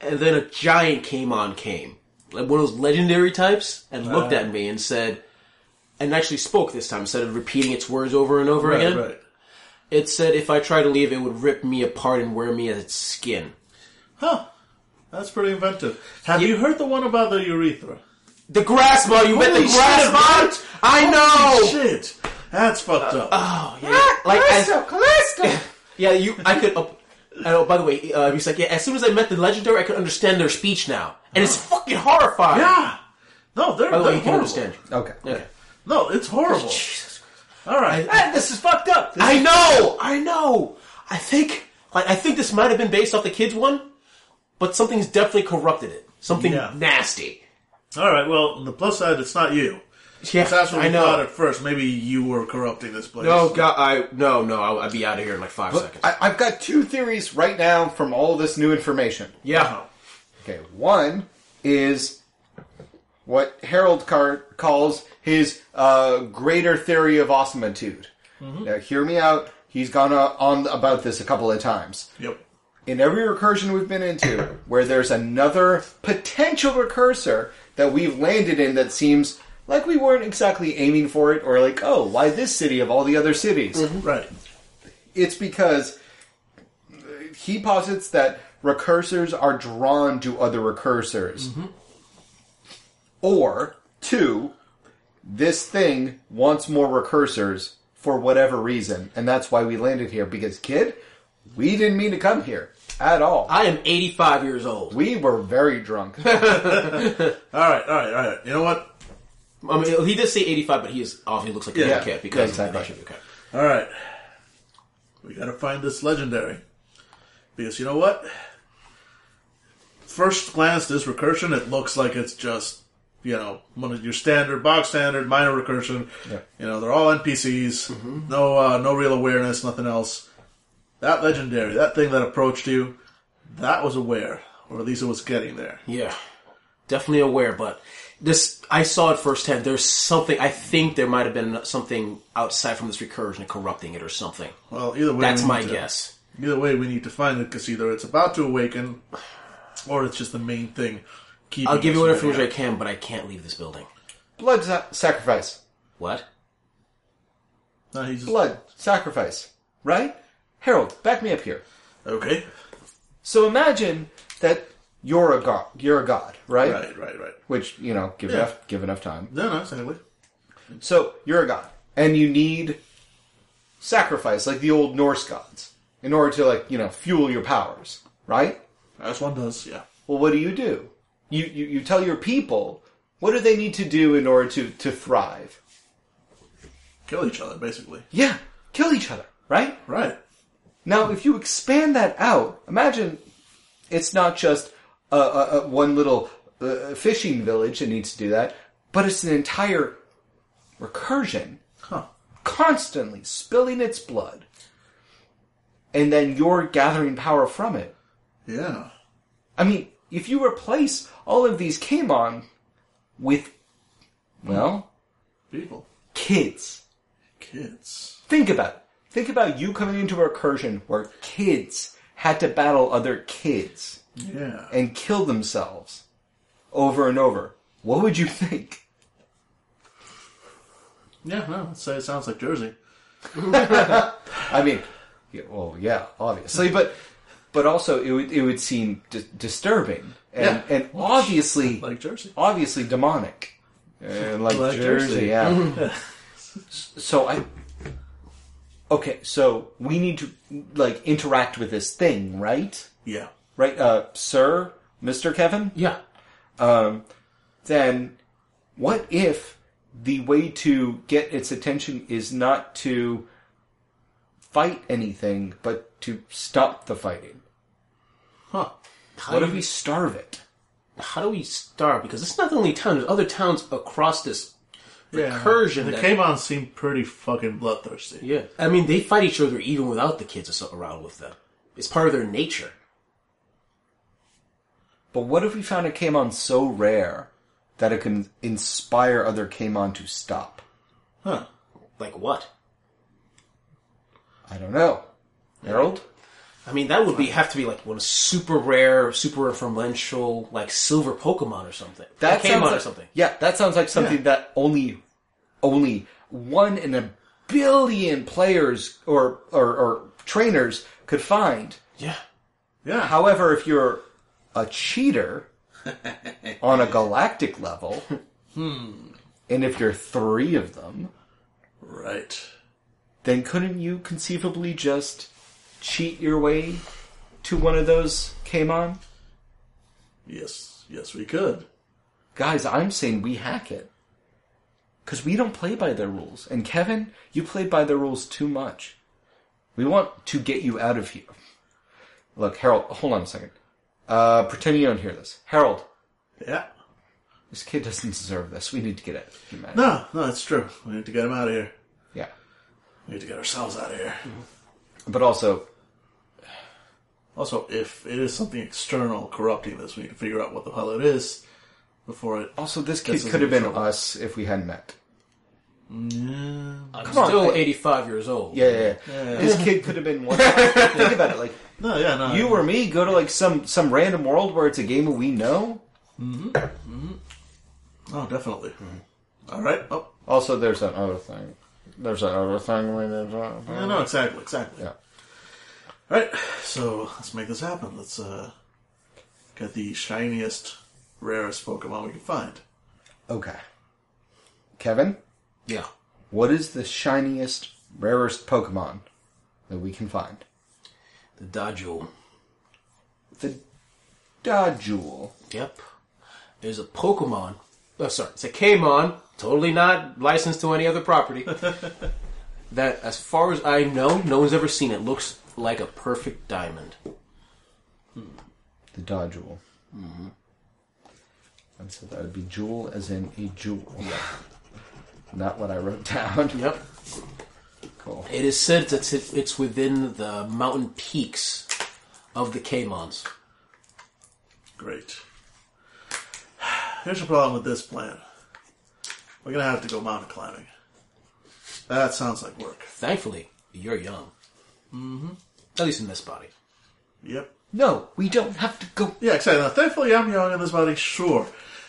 and then a giant came on came, like one of those legendary types, and looked Uh. at me and said, and actually spoke this time instead of repeating its words over and over again. right. It said if I tried to leave, it would rip me apart and wear me as its skin. Huh. That's pretty inventive. Have you heard the one about the urethra? The grass mod, you bet the Holy grass shit, mod. right? I Oh know. Oh, shit. That's Uh, fucked up. Like as, yeah, you. I could. Uh, oh, by the way, uh, he's like, yeah. As soon as I met the legendary, I could understand their speech now, and it's fucking horrifying. yeah. No, they're, By the way, they're you can horrible. understand. Okay. Okay. No, it's horrible. All right. Hey, this is fucked up. I know. I know. I think. Like, I think this might have been based off the kids one, but something's definitely corrupted it. Something Yeah. nasty. All right. Well, on the plus side, it's not you. Yeah, That's what we I know. thought at first. Maybe you were corrupting this place. No, Oh, God, I no, no. I, I'd be out of here in like five seconds. I, I've got two theories right now from all this new information. yeah. Okay, one is what Harold Car- calls his uh, greater theory of awesomeitude. Now, hear me out. He's gone uh, on about this a couple of times. Yep. In every recursion we've been into, where there's another potential recursor that we've landed in that seems like we weren't exactly aiming for it, or like, oh, why this city of all the other cities? Right. it's because he posits that recursors are drawn to other recursors. Or, two, this thing wants more recursors for whatever reason, and that's why we landed here. Because, kid, we didn't mean to come here at all. I am 85 years old. we were very drunk. All right. All right. All right. You know what? I mean, he did say 85, but he is obviously looks like a young Yeah. kid because Yeah, exactly. that should be okay. All right. We got to find this legendary. Because you know what? First glance, this recursion, it looks like it's just, you know, one of your standard, box standard, minor recursion. You know, they're all NPCs. Mm-hmm. No, uh, no real awareness, nothing else. That legendary, that thing that approached you, that was aware. Or at least it was getting there. Yeah, definitely aware. But this, I saw it firsthand. There's something. I think there might have been something outside from this recursion and corrupting it or something. Well, either way, That's we my need to- guess. Either way, we need to find it because either it's about to awaken, or it's just the main thing. keeping I'll give us you whatever from getting information I can, but I can't leave this building. Blood sa- sacrifice. What? No, he's just, Blood sacrifice. Right? Harold, back me up here. okay. So imagine that you're a god. You're a god, right? Right, right, right. Which you know, give Yeah. enough, give enough time. No, no, exactly. So you're a god, and you need sacrifice, like the old Norse gods, in order to like you know fuel your powers, right? As one does, yeah. Well, what do you do? You you, you tell your people what do they need to do in order to to thrive? Kill each other, basically. Yeah, kill each other, right? Right. Now, if you expand that out, imagine it's not just a, a, a one little uh, fishing village that needs to do that, but it's an entire recursion Huh. constantly spilling its blood, and then you're gathering power from it. Yeah. I mean, if you replace all of these Kamon with, well, People. kids, Kids. think about it. Think about you coming into a recursion where kids had to battle other kids Yeah. and kill themselves over and over. What would you think? Yeah, no, I'd say it sounds like Jersey. I mean, yeah, well, yeah, obviously, but but also it would it would seem d- disturbing and Yeah. and obviously Like Jersey. obviously demonic. And like, Like Jersey. Jersey, yeah. so I. Okay, so we need to like interact with this thing, right? Yeah. Right, uh, sir, Mister Kevin. Yeah. Um, then, what if the way to get its attention is not to fight anything, but to stop the fighting? Huh. How What do if we we? starve it? How do we start? Because it's not the only town. There's other towns across this. Yeah. Recursion The that- Kamon seemed pretty fucking bloodthirsty. Yeah. I mean, they fight each other even without the kids aso- around with them. It's part of their nature. But what if we found a Kamon so rare that it can inspire other Kamon to stop? Huh. Like what? I don't know. Harold? I mean, that would be have to be like one super rare, super influential, like silver Pokemon or something. That Pokemon sounds like, or something. Yeah, that sounds like something that only, only one in a billion players or or, or trainers could find. Yeah. Yeah. However, if you're a cheater on a galactic level, hmm, and if you're three of them, right. then couldn't you conceivably just cheat your way to one of those Kmon? Yes. Yes, we could. Guys, I'm saying we hack it. Because we don't play by their rules. And Kevin, you play by their rules too much. We want to get you out of here. Look, Harold, hold on a second. Uh, pretend you don't hear this. Harold, Yeah. this kid doesn't deserve this. We need to get out of humanity. No, no, it's true. We need to get him out of here. Yeah. We need to get ourselves out of here. But also, Also, if it is something external corrupting this, we need to figure out what the hell it is before it. also this This kid is could have been trouble. us if we hadn't met. I'm on, still I- 85 years old. Yeah, yeah, yeah. This kid could have been one. Think about it. Like, No, yeah, no. you or me go to like some some random world where it's a game we know. Oh, definitely. All right. Oh, Also, there's that other thing. There's that other thing. we did, uh, yeah, no, exactly, exactly. Yeah. All right. So let's make this happen. Let's uh, get the shiniest, rarest Pokemon we can find. Okay. Kevin, Yeah. what is the shiniest, rarest Pokemon that we can find? The Dodule. The Dodule. Yep. There's a Pokemon. Oh, sorry. It's a Kmon, totally not licensed to any other property. that, as far as I know, no one's ever seen it. Looks like a perfect diamond. The Dodule. Mm-hmm. And so that would be jewel as in a jewel. Not what I wrote down. Yep. Cool. It is said that it- it's within the mountain peaks of the Kmons. Great. Here's the problem with this plan. We're gonna have to go mountain climbing. That sounds like work. Thankfully, you're young. Mm-hmm. At least in this body. Yep. No, we don't have to go. Yeah, exactly. Now, thankfully, I'm young in this body. Sure.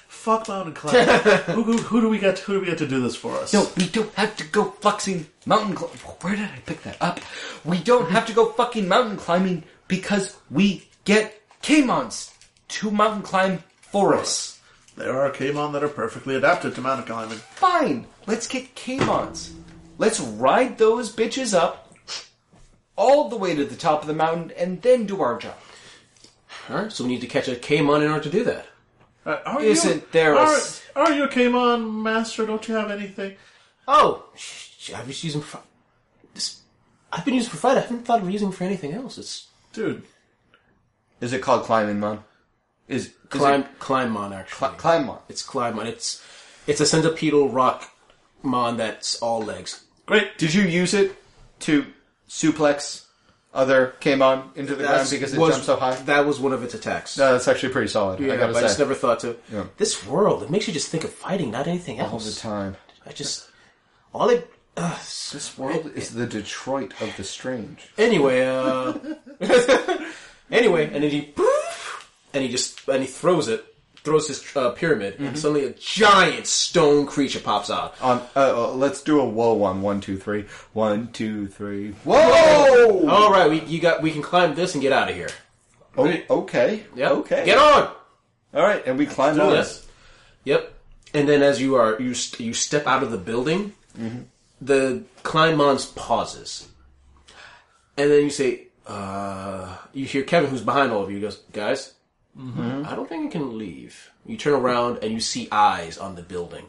Fuck mountain climbing. who, who, who do we get? Who do we get to do this for us? No, we don't have to go fluxing mountain. Cl- Where did I pick that up? We don't have to go fucking mountain climbing because we get Kamons to mountain climb for us. There are Kmon that are perfectly adapted to mountain climbing. Fine, let's get Kamons. Let's ride those bitches up all the way to the top of the mountain and then do our job. Alright, so we need to catch a Kmon in order to do that. Uh, are Isn't there a Are, s- are you a Kmon master? Don't you have anything? Oh! sh- I've been using for. This, I've been using for fight. I haven't thought of using for anything else. It's Dude, Is it called climbing, Mon? Is, is climb, climbmon actually. cli- climb Mon? it's climbmon. It's it's a centipedal rock mon that's all legs. great. Did you use it to suplex other Kamon into the ground That's- because it was- jumped so high? That was one of its attacks. No, that's actually pretty solid. yeah, I but gotta I say. just never thought to. Yeah. This world, it makes you just think of fighting, not anything else. all the time. I just all it. Uh, This world is the Detroit of the strange. anyway, uh, anyway, and then he poof, and he just and he throws it, throws his uh, pyramid, Mm-hmm. and suddenly a giant stone creature pops out. Um, uh, uh, let's do a whoa on one, two, three. One, two, three. Whoa! All right, we you got we can climb this and get out of here. Oh, okay. Yep. Okay. Get on. All right, and we climb on. Yep. Yep. And then as you are you st- you step out of the building, the Kleinmons pauses, and then you say, uh, you hear Kevin, who's behind all of you, goes, guys, I don't think I can leave. You turn around and you see eyes on the building,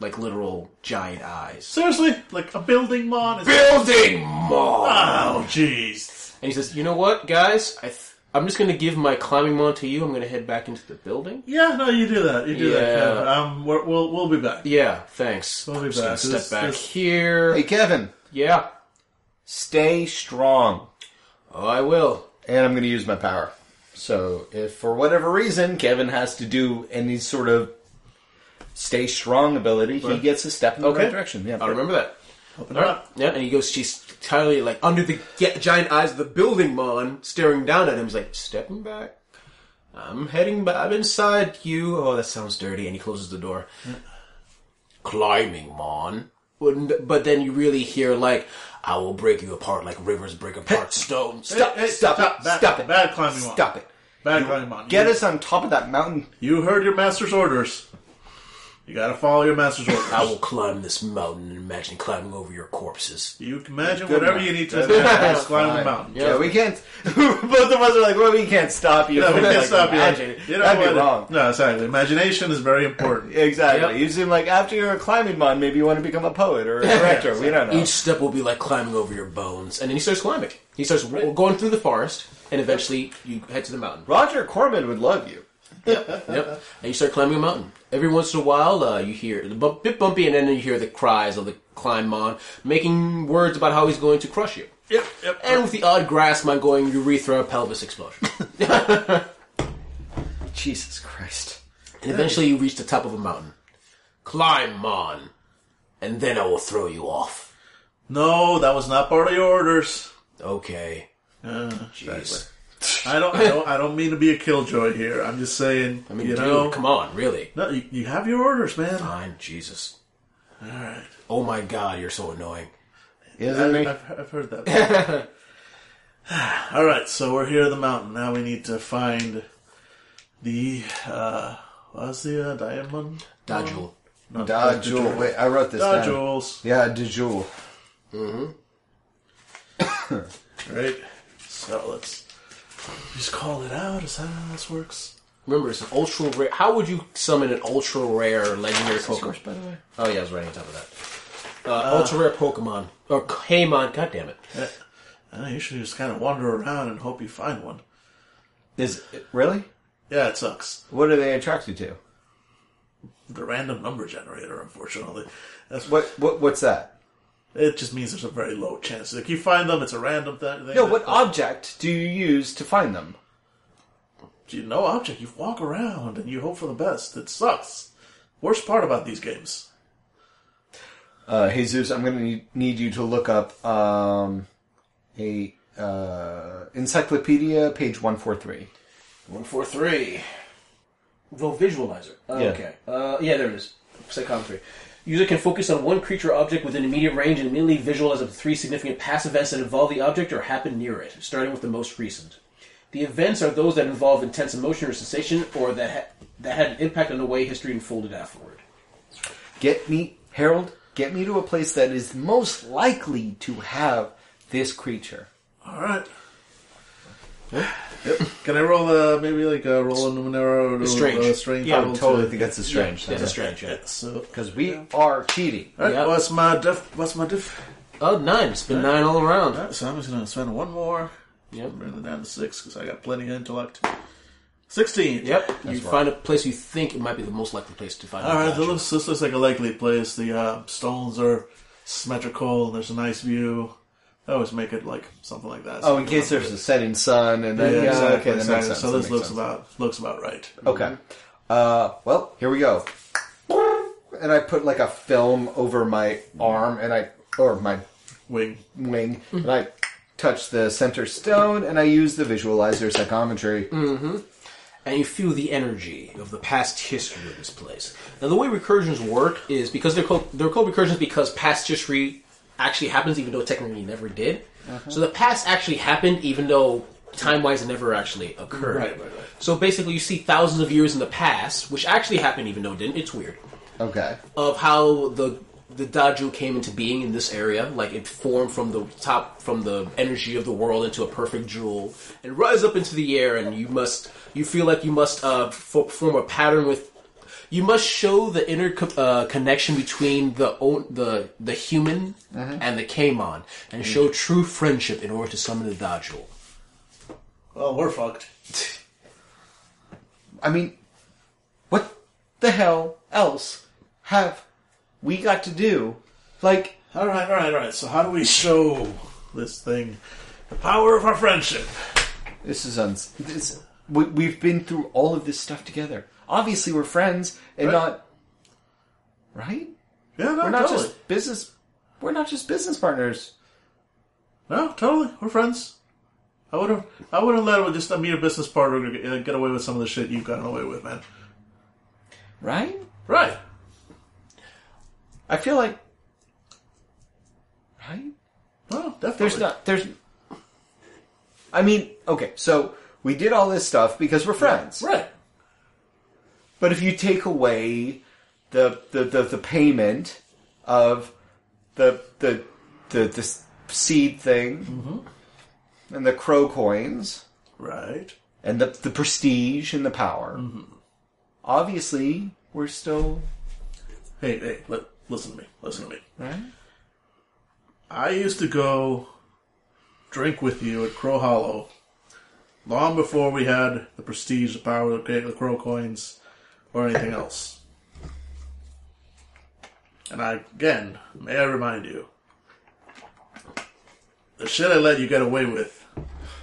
like literal giant eyes. Seriously, like a building mon is. Building mon. oh, jeez. And he says, you know what, guys, I. Th- I'm just gonna give my climbing mon to you. I'm gonna head back into the building. Yeah, no, you do that. You do that. Yeah. Kevin. Um, we're, we'll we'll be back. Yeah, thanks. We'll be I'm just back. gonna step This- back this- here. Hey, Kevin, Yeah. stay strong. Oh, I will. And I'm going to use my power. So, if for whatever reason Kevin has to do any sort of stay strong ability, he gets a step in the Okay. right direction. Yeah. I'll remember that. Open it up. Yeah, and he goes, she's entirely like under the ge- giant eyes of the building mon, staring down at him. He's like, stepping back. I'm heading back. I'm inside you. Oh, that sounds dirty. And he closes the door. Climbing mon. Wouldn't- But then you really hear like, I will break you apart like rivers break apart stone. Stop, Hey, hey, stop, stop, it, bad- stop it, bad climbing mon. stop it. Bad climbing on. Get you, us on top of that mountain. You heard your master's orders. You gotta follow your master's orders. I will climb this mountain and imagine climbing over your corpses. You can imagine whatever you need to imagine. Just climb the mountain. Yeah, we can't. Both of us are like, well, we can't stop you. No, we Like, can't stop you. imagine. You know That'd be what? wrong. No, exactly. Imagination is very important. Exactly. You seem like after you're a climbing mon, maybe you want to become a poet or a director. We don't know. Each step will be like climbing over your bones. And then he starts climbing. He starts w- going through the forest, and eventually you head to the mountain. Roger Corman would love you. Yep. And you start climbing a mountain. Every once in a while, uh, you hear the bump, bit bumpy, and then you hear the cries of the climb on, making words about how he's going to crush you. Yep, yep. And with the odd grasp, I'm going urethra pelvis explosion. Jesus Christ. and eventually, you reach the top of a mountain. Climb on, and then I will throw you off. No, that was not part of your orders. Okay. Uh, Jeez. I don't, I don't, I don't mean to be a killjoy here. I'm just saying, I mean, you dude, know, come on, really? no, you, you have your orders, man. Fine, Jesus. All right, Oh my God, you're so annoying. Isn't I, he? have I've heard that. All right, so we're here at the mountain. Now we need to find the uh, what's the uh, diamond? Um, Dodgel. Not Da the Jewel. Wait, I wrote this Da down. jewels. Yeah, Da Jewel. Right. So let's just call it out. Is that how this works? Remember, it's an ultra rare. How would you summon an ultra rare legendary Pokemon? by the way. Oh yeah, I was writing on top of that. Uh, ultra rare Pokemon or Paimon? God damn it! Uh, you should just kind of wander around and hope you find one. Is it, really? Yeah, it sucks. What are they attracted to? The random number generator, unfortunately. That's What? What? What's that? It just means there's a very low chance. Like you find them, it's a random thi- thing. No. What object do you use to find them? You no object. You walk around and you hope for the best. It sucks. Worst part about these games. Uh, Jesus, I'm going to need, need you to look up um, a uh, encyclopedia, page one four three. One four three. The visualizer. Uh, Yeah. Okay. Uh, yeah, there it is. Psychometry. User can focus on one creature or object within immediate range and immediately visualize up to three significant past events that involve the object or happen near it, starting with the most recent. The events are those that involve intense emotion or sensation, or that ha- that had an impact on the way history unfolded afterward. Get me, Harold. Get me to a place that is most likely to have this creature. All right. Yep. Can I roll a maybe like a roll a numenera or a strange. Uh, strange Yeah, roll I totally to- think that's a strange That's a thing strange. Yeah. Yeah, so, because we are cheating. all right, Yeah. what's my diff? What's my diff? Oh, nine. It's been nine all All around. right, so I'm just gonna spend one more. Yep. Bring it down to six because I got plenty of intellect. Sixteen. Yep. you find a place you think it might be the most likely place to find. All right, an this looks, this looks like a likely place. The uh, stones are symmetrical. There's a nice view. I always make it like something like that. Oh, in case there's a setting sun, and then yeah, okay, that makes sense. So that this makes looks sense. about looks about right. Okay. Uh, well, here we go. And I put like a film over my arm and I, or my Wing. wing, and I touch the center stone and I use the visualizer psychometry. and you feel the energy of the past history of this place. Now, the way recursions work is because they're called they're called recursions because past history actually happens, even though it technically never did. Uh-huh. So the past actually happened, even though time wise it never actually occurred. Right, right, right. So basically, you see thousands of years in the past, which actually happened, even though it didn't. It's weird. Okay. of how the the Daju came into being in this area, like it formed from the top, from the energy of the world into a perfect jewel, and rise up into the air. And you must, you feel like you must uh, f- form a pattern with. You must show the inner co- uh, connection between the own, the the human and the Kaimon, and show true friendship in order to summon the Daju. Well, we're fucked. I mean, what the hell else have we got to do? Like, All right, all right, all right. So how do we show this thing the power of our friendship? this is uns. This, we, we've been through all of this stuff together. Obviously, we're friends and Right. not. Right? Yeah, no, We're not totally. just business we're not just business partners. No, totally. We're friends. I would have. I would have let just a mere business partner get- uh, get away with some of the shit you've gotten away with, man. Right? Right. I feel like. Right? Well, definitely. There's not. There's. I mean, okay, so we did all this stuff because we're friends. Right. But if you take away the the, the, the payment of the the the, the s- seed thing Mm-hmm. and the crow coins Right. and the the prestige and the power, obviously we're still Hey, hey. Li- listen to me. Listen to me. right. I used to go drink with you at Crow Hollow long before we had the prestige, the power, the, great- the Crow coins, or anything else. And I, again, may I remind you the shit I let you get away with,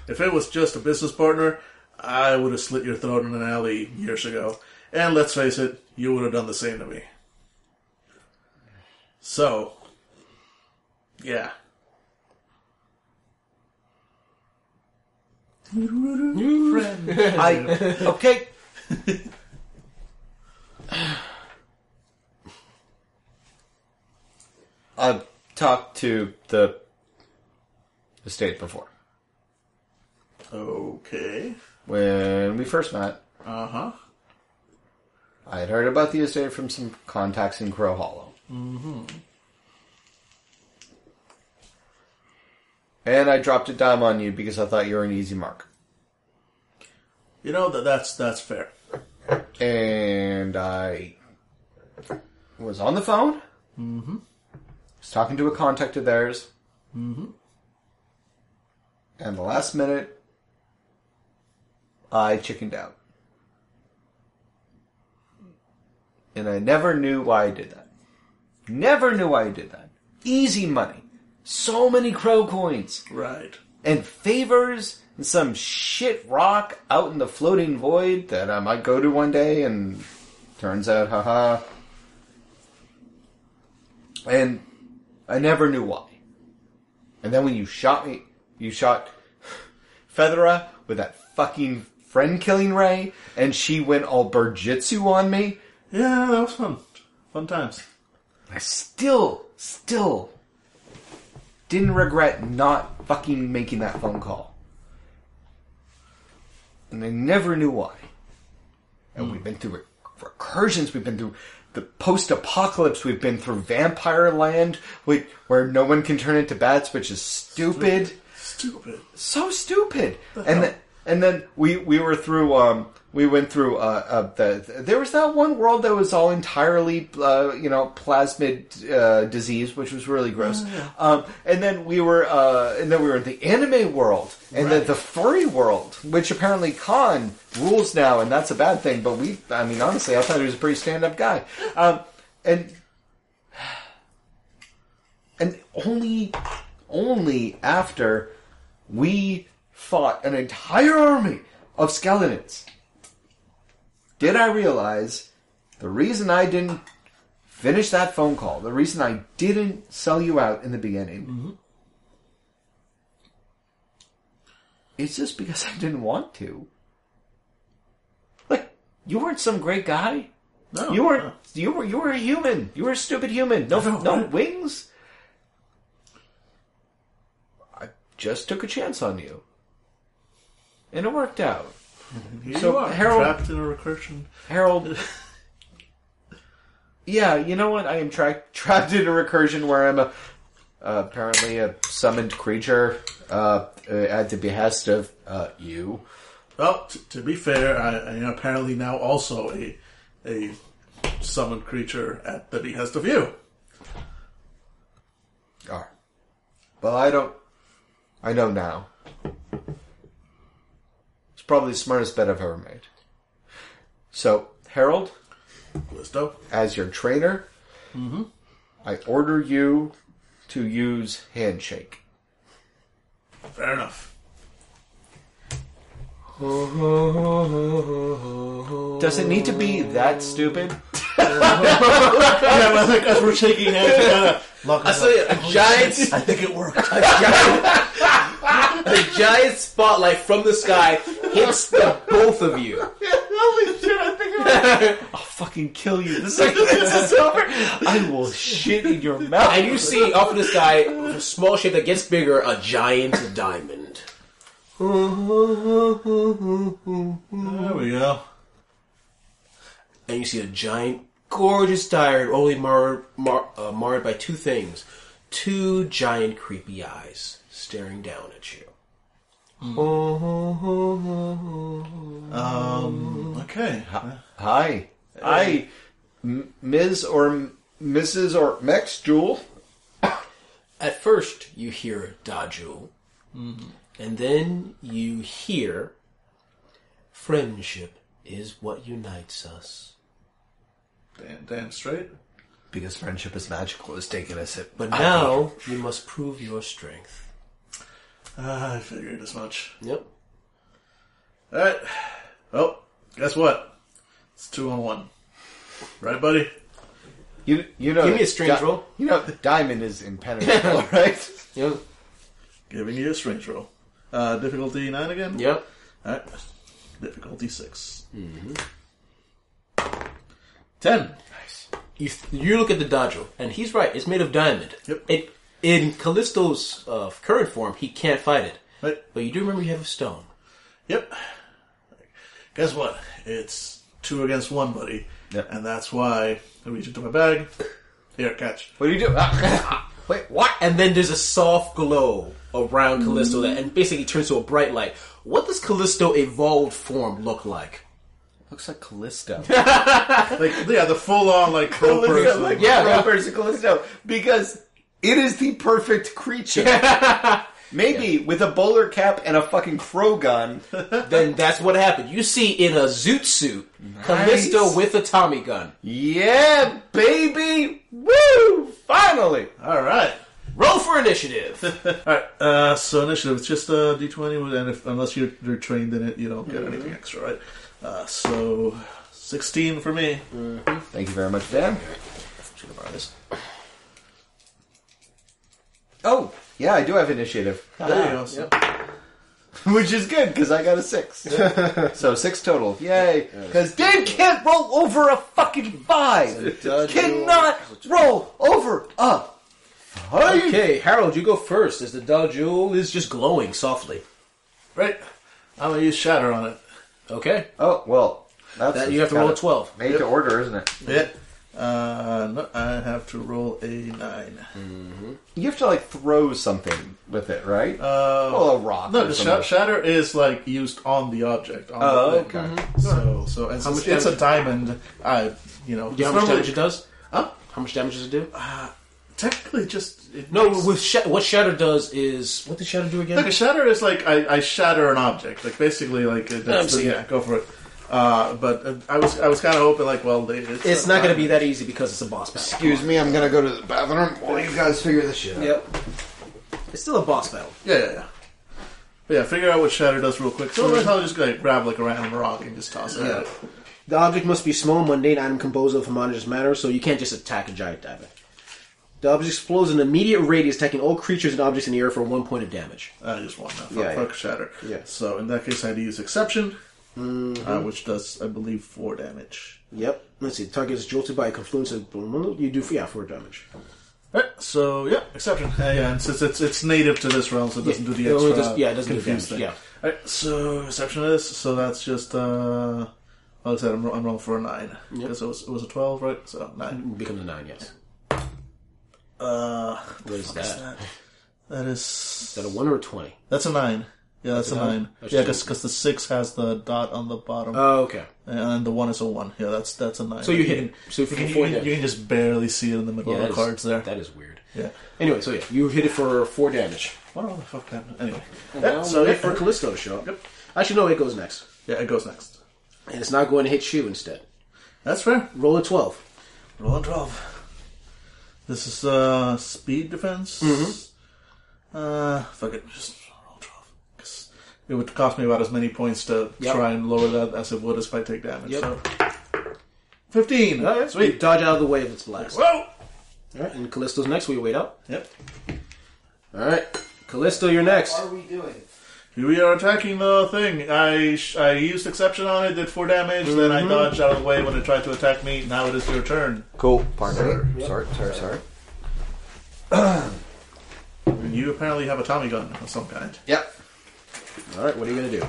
if it was just a business partner, I would have slit your throat in an alley years ago. And let's face it, you would have done the same to me. So, yeah. I okay. I've talked to the estate before Okay. when we first met. Uh huh. I had heard about the estate from some contacts in Crow Hollow. Mm-hmm. And I dropped a dime on you because I thought you were an easy mark. You know that that's that's fair. and I was on the phone. Mm-hmm. Was talking to a contact of theirs. Mm-hmm. And the last minute, I chickened out, and I never knew why I did that. Never knew why I did that. Easy money, so many crow coins Right. and favors and some shit rock out in the floating void that I might go to one day and turns out haha and I never knew why. And then when you shot me you shot Fedora with that fucking friend killing ray and she went all burjitsu on me. Yeah, that was fun. Fun times. I still still didn't regret not fucking making that phone call. And I never knew why. And we've been through re- recursions, we've been through the post apocalypse, we've been through vampire land, we, where no one can turn into bats, which is stupid. Stupid. So stupid. and then, and then we, we were through, um, we went through, uh, uh, the, there was that one world that was all entirely, uh, you know, plasmid, uh, disease, which was really gross. Um, and then we were, uh, and then we were in the anime world and the, the furry world, which apparently Khan rules now, and that's a bad thing, but we, I mean, honestly, I thought he was a pretty stand up guy. Um, and and only only after we fought an entire army of skeletons did I realize the reason I didn't finish that phone call, the reason I didn't sell you out in the beginning. It's just because I didn't want to. Like, you weren't some great guy. No. You no. weren't. You were. You were a human. You were a stupid human. No, No, no right. wings. I just took a chance on you, and it worked out. Here so, you are, Harold- trapped in a recursion. Harold. yeah, you know what? I am tra- trapped in a recursion where I'm a, uh, apparently a summoned creature uh, uh, at the behest of uh, you. Well, t- to be fair, I, I am apparently now also a a summoned creature at the behest of you. Are. Well, I don't. I know now. It's probably the smartest bet I've ever made. So, Harold, Callisto. as your trainer, Mm-hmm. I order you to use handshake. Fair enough. Does it need to be that stupid? Yeah, but I think as we're shaking hands, we kind of Lock I us saw up. a giant, I think it worked. a giant, a giant spotlight from the sky hits the both of you. Holy shit! I think it worked. I'll fucking kill you the second this is over. I will shit in your mouth. And you see off of this guy, a small shape that gets bigger, a giant diamond. There we go. and you see a giant, gorgeous diary only mar- mar- uh, marred by two things: two giant, creepy eyes staring down at you. Okay. Hi. Hi. M- Ms. or M- Mrs. or Mex Jewel. At first, you hear Dajul, and then you hear, "Friendship is what unites us." Damn, damn straight. Because friendship is magical is taking us at But now you must prove your strength. Ah, I figured as much. Yep. All right. Well, guess what? It's two on one. Right, buddy. You, you know Give me a strange Di- roll. You know diamond is impenetrable, right? Yep. Giving you a strength roll. Uh, difficulty nine again. Yep. All right. Difficulty 6 Mm-hmm. Ten. you you look at the Dodger, and he's right. It's made of diamond. Yep. It in Callisto's uh, current form, he can't fight it. Right. But you do remember you have a stone. Yep. Guess what? It's two against one, buddy. Yep. And that's why I reach into my bag. Here, catch. What do you do? Ah, Wait, what? And then there's a soft glow around Callisto that, and basically turns to a bright light. What does Callisto evolved form look like? Looks like Callisto. Like, yeah, the full on, like, pro Callisto, person. like Yeah. yeah, person Callisto, because it is the perfect creature. Maybe with a bowler cap and a fucking crow gun. Then that's what happened. You see in a zoot suit, Callisto with a Tommy gun. yeah, baby! Woo! Finally! Alright. Roll for initiative. Alright, uh, so initiative. It's just a d20, and if, unless you're, you're trained in it, you don't Mm-hmm. get anything extra, right? Uh, so, 16 for me. Thank you very much, Dan. Oh, yeah, I do have initiative. Ah, There you go. So- Which is good, because I got a six. so six total. Yay! Because Dave can't roll over a fucking five! Cannot roll over a five! okay, Harold, you go first as the Dodger is just glowing softly. Right. I'm gonna use Shatter on it. Okay. Oh, well, that's That, you have to roll a 12. Made to order, isn't it? Mm-hmm. Yeah. Uh, no, I have to roll a nine. Mm-hmm. You have to, like, throw something with it, right? Uh, well, a rock. no, or the something. sh- shatter is like used on the object. On Oh, the okay. Mm-hmm. So, so and since much it's a diamond. I, you know, Do you know how much normally- damage it does? Huh? How much damage does it do? Technically, just it No, makes- with sh- what Shatter does is what did Shatter do again? like a shatter is like I, I shatter an object. Like basically, like uh, I'm that's the, seeing yeah, it. go for it. Uh, but uh, I was I was kind of hoping like, well, they, it's, It's not going to be that easy because it's a boss battle. Excuse me, I'm gonna go to the bathroom while you guys figure this shit out. Yep. It's still a boss battle. Yeah, yeah, yeah. But yeah, figure out what shatter does real quick. So I'll just like grab like a random rock and just toss it. at it. The object must be small, mundane item composed of homogeneous matter, so you can't just attack a giant diamond. The object explodes an immediate radius, attacking all creatures and objects in the air for one point of damage. I just want that. Fuck, Yeah, fuck yeah. shatter. Yeah. So in that case, I had to use exception, Mm-hmm. uh, which does, I believe, four damage. Yep. Let's see. The target is jolted by a confluence of you do yeah four damage. Right. Eh, So yeah, exception. Uh, yeah, and since it's it's native to this realm, so it doesn't Yeah, do the it only extra. does- yeah, it doesn't do confuse damage, thing. Alright, so exception is so that's just. uh like I said, I'm, ro- I'm rolling for a nine because it was it was a twelve, right? So nine. Becomes a nine. Yes. Mm-hmm. Uh, What is that? Is that is that a one or a twenty? that's a nine. Yeah, that's, a nine. That's yeah, two. because the six has the dot on the bottom, Oh, okay. and the one is a one. Yeah, that's that's a nine. So you hit can- him. So You for can, four you, can, damage. you can just barely see it in the middle Yeah, of that the is- cards there. That is weird. yeah. Anyway, so yeah, you hit it for four damage. What the fuck happened? Anyway. Now Yeah, so wait yeah, for Callisto to show up. Actually, no, it goes next, yeah, it goes next. and it's not going to hit you instead. That's fair. Roll a twelve. Rolling 12. This is uh, speed defense. Mm-hmm. Uh, fuck it. Just roll 12. 'Cause it would cost me about as many points to Yep. try and lower that as it would if I take damage. Yep. So. 15. You Sweet. Oh, dodge out of the way of its blast. Whoa! All right, and Callisto's next. We wait up. Yep. All right, Callisto, you're next. are we doing? We are attacking the thing. I sh- I used exception on it, did four damage, then Mm-hmm. I dodged out of the way when it tried to attack me. Now it is your turn. Cool, pardon me. Sorry, sorry, sorry. And you apparently have a Tommy gun of some kind. Yep. All right, what are you gonna do?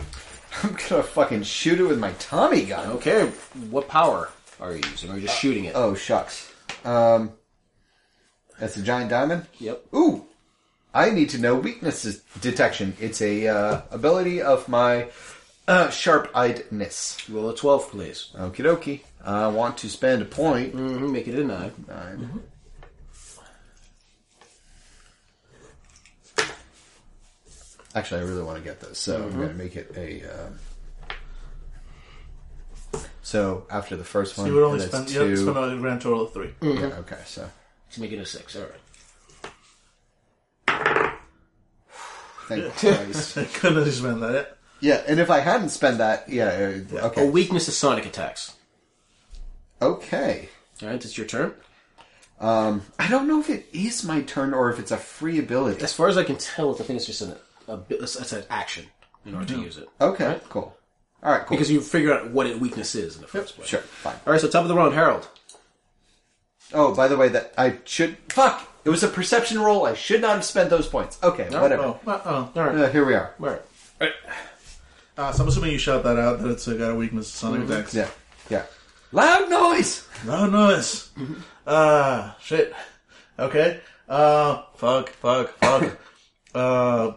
I'm gonna fucking shoot it with my Tommy gun. Okay, what power are you using? Are you just shooting it? Oh shucks. Um, that's a giant diamond. Yep. Ooh, I need to know weakness detection. It's a uh, ability of my uh, sharp-eyedness. Roll a twelve, please. Okie dokie. I want to spend a point. Mm-hmm, make it a nine. Nine. Actually, I really want to get this, so I'm Mm-hmm. going to make it a. Um, so after the first one, You would only and spend, that's you have to two. spend a grand total of three. Mm. Yeah, okay, so Let's make it a six. All right. thank Christ. I couldn't have spent that. Yet. Yeah, and if I hadn't spent that, yeah, uh, A okay, weakness is sonic attacks. okay. All right, it's your turn. Um, I don't know if it is my turn or if it's a free ability. As far as I can tell, I think it's just an a, bit- it's it's an action in order to use it Okay, cool. All right, cool. because you figure out what it weakness is in the first place. sure, fine. All right, so top of the round, Harold. Oh, by the way, that I should fuck. It was a perception roll. I should not have spent those points. Okay, whatever. Oh, uh, oh. All right, Uh, here we are. all right. Uh, so I'm assuming you shout that out that it's uh, got a weakness to Mm-hmm. sonic attacks. Yeah, yeah. Loud noise. No noise. Mm-hmm. Ah, shit. Okay. Uh, fuck, fuck, fuck. uh,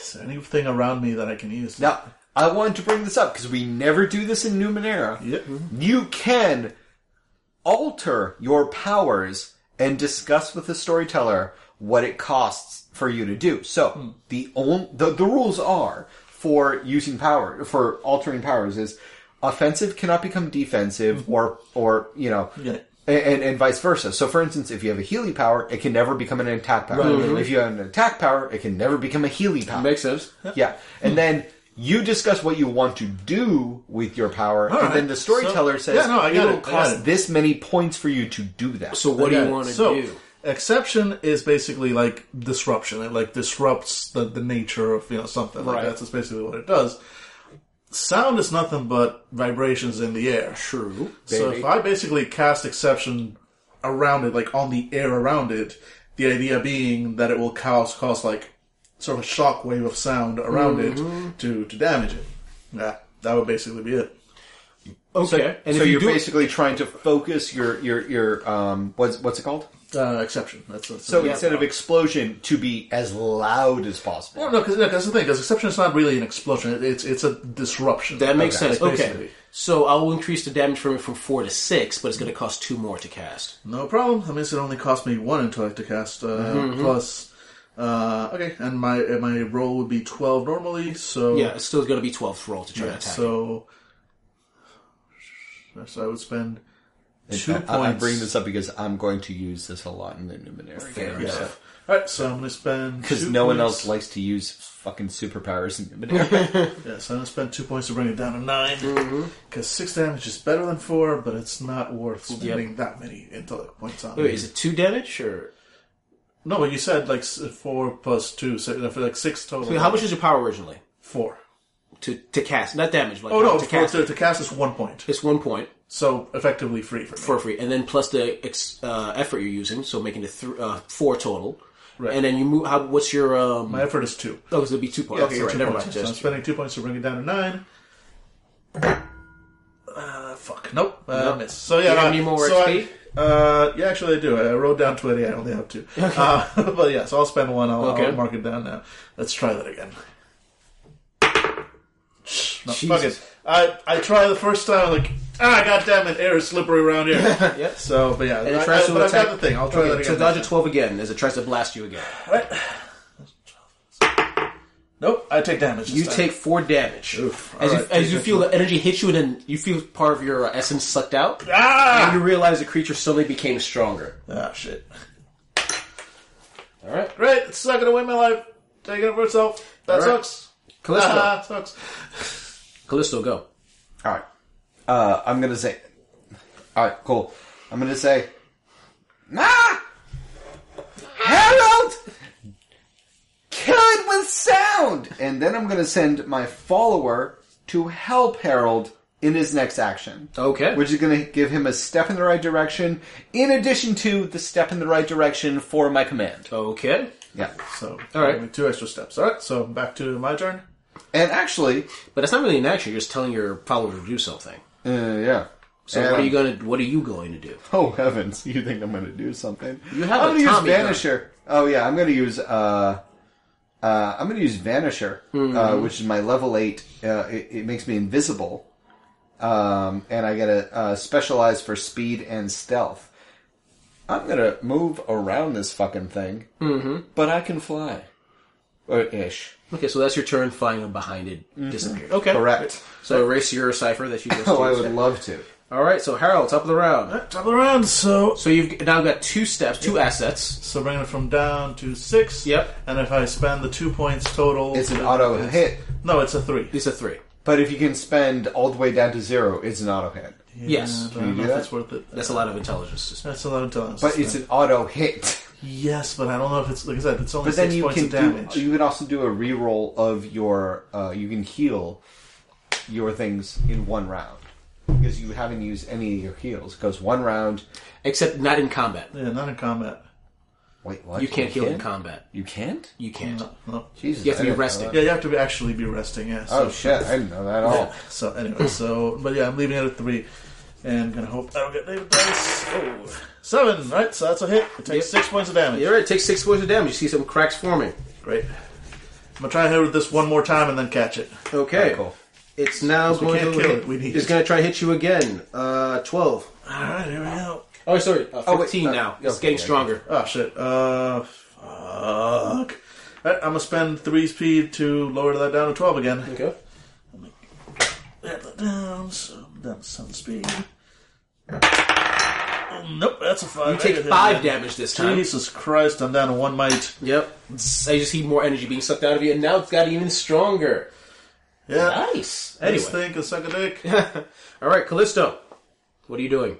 is there anything around me that I can use? Now, I wanted to bring this up because we never do this in Numenera. Yep. mm-hmm. You can alter your powers and discuss with the storyteller what it costs for you to do. So Hmm. the only the, the rules are for using power for altering powers is offensive cannot become defensive or or you know Mm-hmm. Yeah. a- and, and vice versa. So, for instance, if you have a Healy power, it can never become an attack power. If you have an attack power, it can never become a Healy power. Makes sense. Yeah. Hmm. And then you discuss what you want to do with your power, and right. then the storyteller So- says, yeah, no, I got it'll it. I got cost it." this many points for you to do that. So what do Okay, you want to so, do? Exception is basically like disruption. It like disrupts the, the nature of you know something. Like Right. that's just basically what it does. Sound is nothing but vibrations in the air. True. So if I basically cast exception around it, like on the air around it, the idea being that it will cause cause like sort of a shock wave of sound around it to to damage it. Yeah, that would basically be it. Okay. and so if you you're do, basically trying to focus your your your um what's what's it called? Uh, exception. That's, that's So instead of explosion, to be as loud as possible. no, because that's the thing. Because exception is not really an explosion. It, it's it's a disruption. that makes sense. That's Okay. basically- So I'll increase the damage from it from four to six, but it's going to cost two more to cast. No problem. That means it only cost me one intellect to cast. Uh, Mm-hmm. Plus, uh, okay, and my uh, my roll would be twelve normally. So Yeah, it's still going to be twelve roll to try to attack. it. So, so I would spend two I, points. I bring this up because I'm going to use this a lot in the Numenera. game, Yeah. so- All right, so I'm going to spend Because two no one points- else likes to use fucking superpowers in Numenera. Yeah, so I'm going to spend two points to bring it down to nine. Because Mm-hmm. six damage is better than four, but it's not worth spending that many intellect points on. Wait, is it two damage or No, but you said like s- four plus two, so uh, for like six total. Wait, how much is your power originally Four. to to cast? Not damage, but Oh no, to to, cast. to, to cast is one point, It's one point so effectively free for me. for free, and then plus the ex, uh, effort you're using, so making it th- uh, four total. Right. And then you move. How, what's your? Um, My effort is two. oh, it's gonna be two points. okay, so you're right. two Never points. mind. So I'm Just, spending two points to bring it down to nine. Uh, fuck. Nope. Uh, miss. So yeah. You have no, any more so XP? I, uh, yeah, actually I do. I wrote down twenty. I only have two. Uh, but yeah, so I'll spend one. I'll, Okay. I'll mark it down now. Let's try that again. No, fuck Jesus. it. I I try the first time like ah god damn it air is slippery around here. Yep. So but yeah, And it I, tries I, to but I've attack. got the thing. I'll try okay, that again. So dodge a twelve again as it tries to blast you again. Nope. I take damage. this You time. take four damage Oof. as you, Alright, as take you that feel the energy hit you, and then you feel part of your uh, essence sucked out, ah and you realize the creature suddenly became stronger. ah shit. All right, Great, it's not gonna win my life. Take it for itself. That All right. sucks. Callisto, Ah, sucks. Callisto, go. All right. Uh, I'm gonna say. All right, cool. I'm gonna say. Ah! good with sound! And then I'm going to send my follower to help Harold in his next action. Okay. Which is going to give him a step in the right direction, in addition to the step in the right direction for my command. Okay. Yeah. So, All right. give me two extra steps. All right, so back to my turn. And actually, But it's not really an action. You're just telling your follower to do something. uh, yeah. So what are you going to? What are you going to do? Oh heavens! You think I'm going to do something? You have I'm a going to use Tommy gun. Vanisher. Oh yeah, I'm going to use. uh uh, I'm going to use Vanisher, uh, which is my level eight. Uh, it, it makes me invisible, um, and I get a uh, specialized for speed and stealth. I'm going to move around this fucking thing, mm-hmm. but I can fly, or ish. Okay, so that's your turn. Flying up behind it Mm-hmm. disappeared. Okay. Correct. So erase your cipher that you just. Oh, I used. would love to. All right. So Harold, top of the round. Top of the round. So, So you've now got two steps, two assets. so bring it from down to six. Yep. And if I spend the two points total, It's an auto it's- hit, No, it's a three. These are three. but if you can spend all the way down to zero, it's an auto hit. Yes. I don't you know do if that? it's worth it. That's a lot of intelligence. That's a lot of times. But it's an auto hit. yes, but I don't know if it's like I said. It's only But then six you points can of damage. do. You can also do a reroll of your. Uh, you can heal your things in one round because you haven't used any of your heals. It goes one round. Except not in combat. yeah, not in combat. Wait, what? You can't heal in combat. You can't? You can't. No. Jesus, You have to be I didn't know resting. Yeah, you have to be, actually be resting. Yeah. that. So, Oh shit! I didn't know that at all. So anyway, so but yeah, I'm leaving it at three, and gonna hope I don't get David dice. Oh, seven. Right. So that's a hit. It takes six points of damage. You're right. It takes six points of damage. You see some cracks forming. Great. I'm gonna try and hit with this one more time and then catch it. Okay. Cool. It's now we going can't to kill hit. it, we need it's it. going to try to hit you again. Uh, twelve. All right, here we go. Oh, sorry. Uh, Oh, wait, Fifteen uh, now. It's okay, getting okay. stronger. Oh shit. Uh, fuck. All right, I'm gonna spend three speed to lower that down to twelve again. Okay. Let that down. So down to some speed. Oh, nope, that's a five. You take Negative, five man. damage this time. Jesus Christ, I'm down to one might. Yep. I just see more energy being sucked out of you, and now it's got even stronger. Yeah. Nice. Anyway. Anyway. Think a suck a dick. All right, Callisto. What are you doing?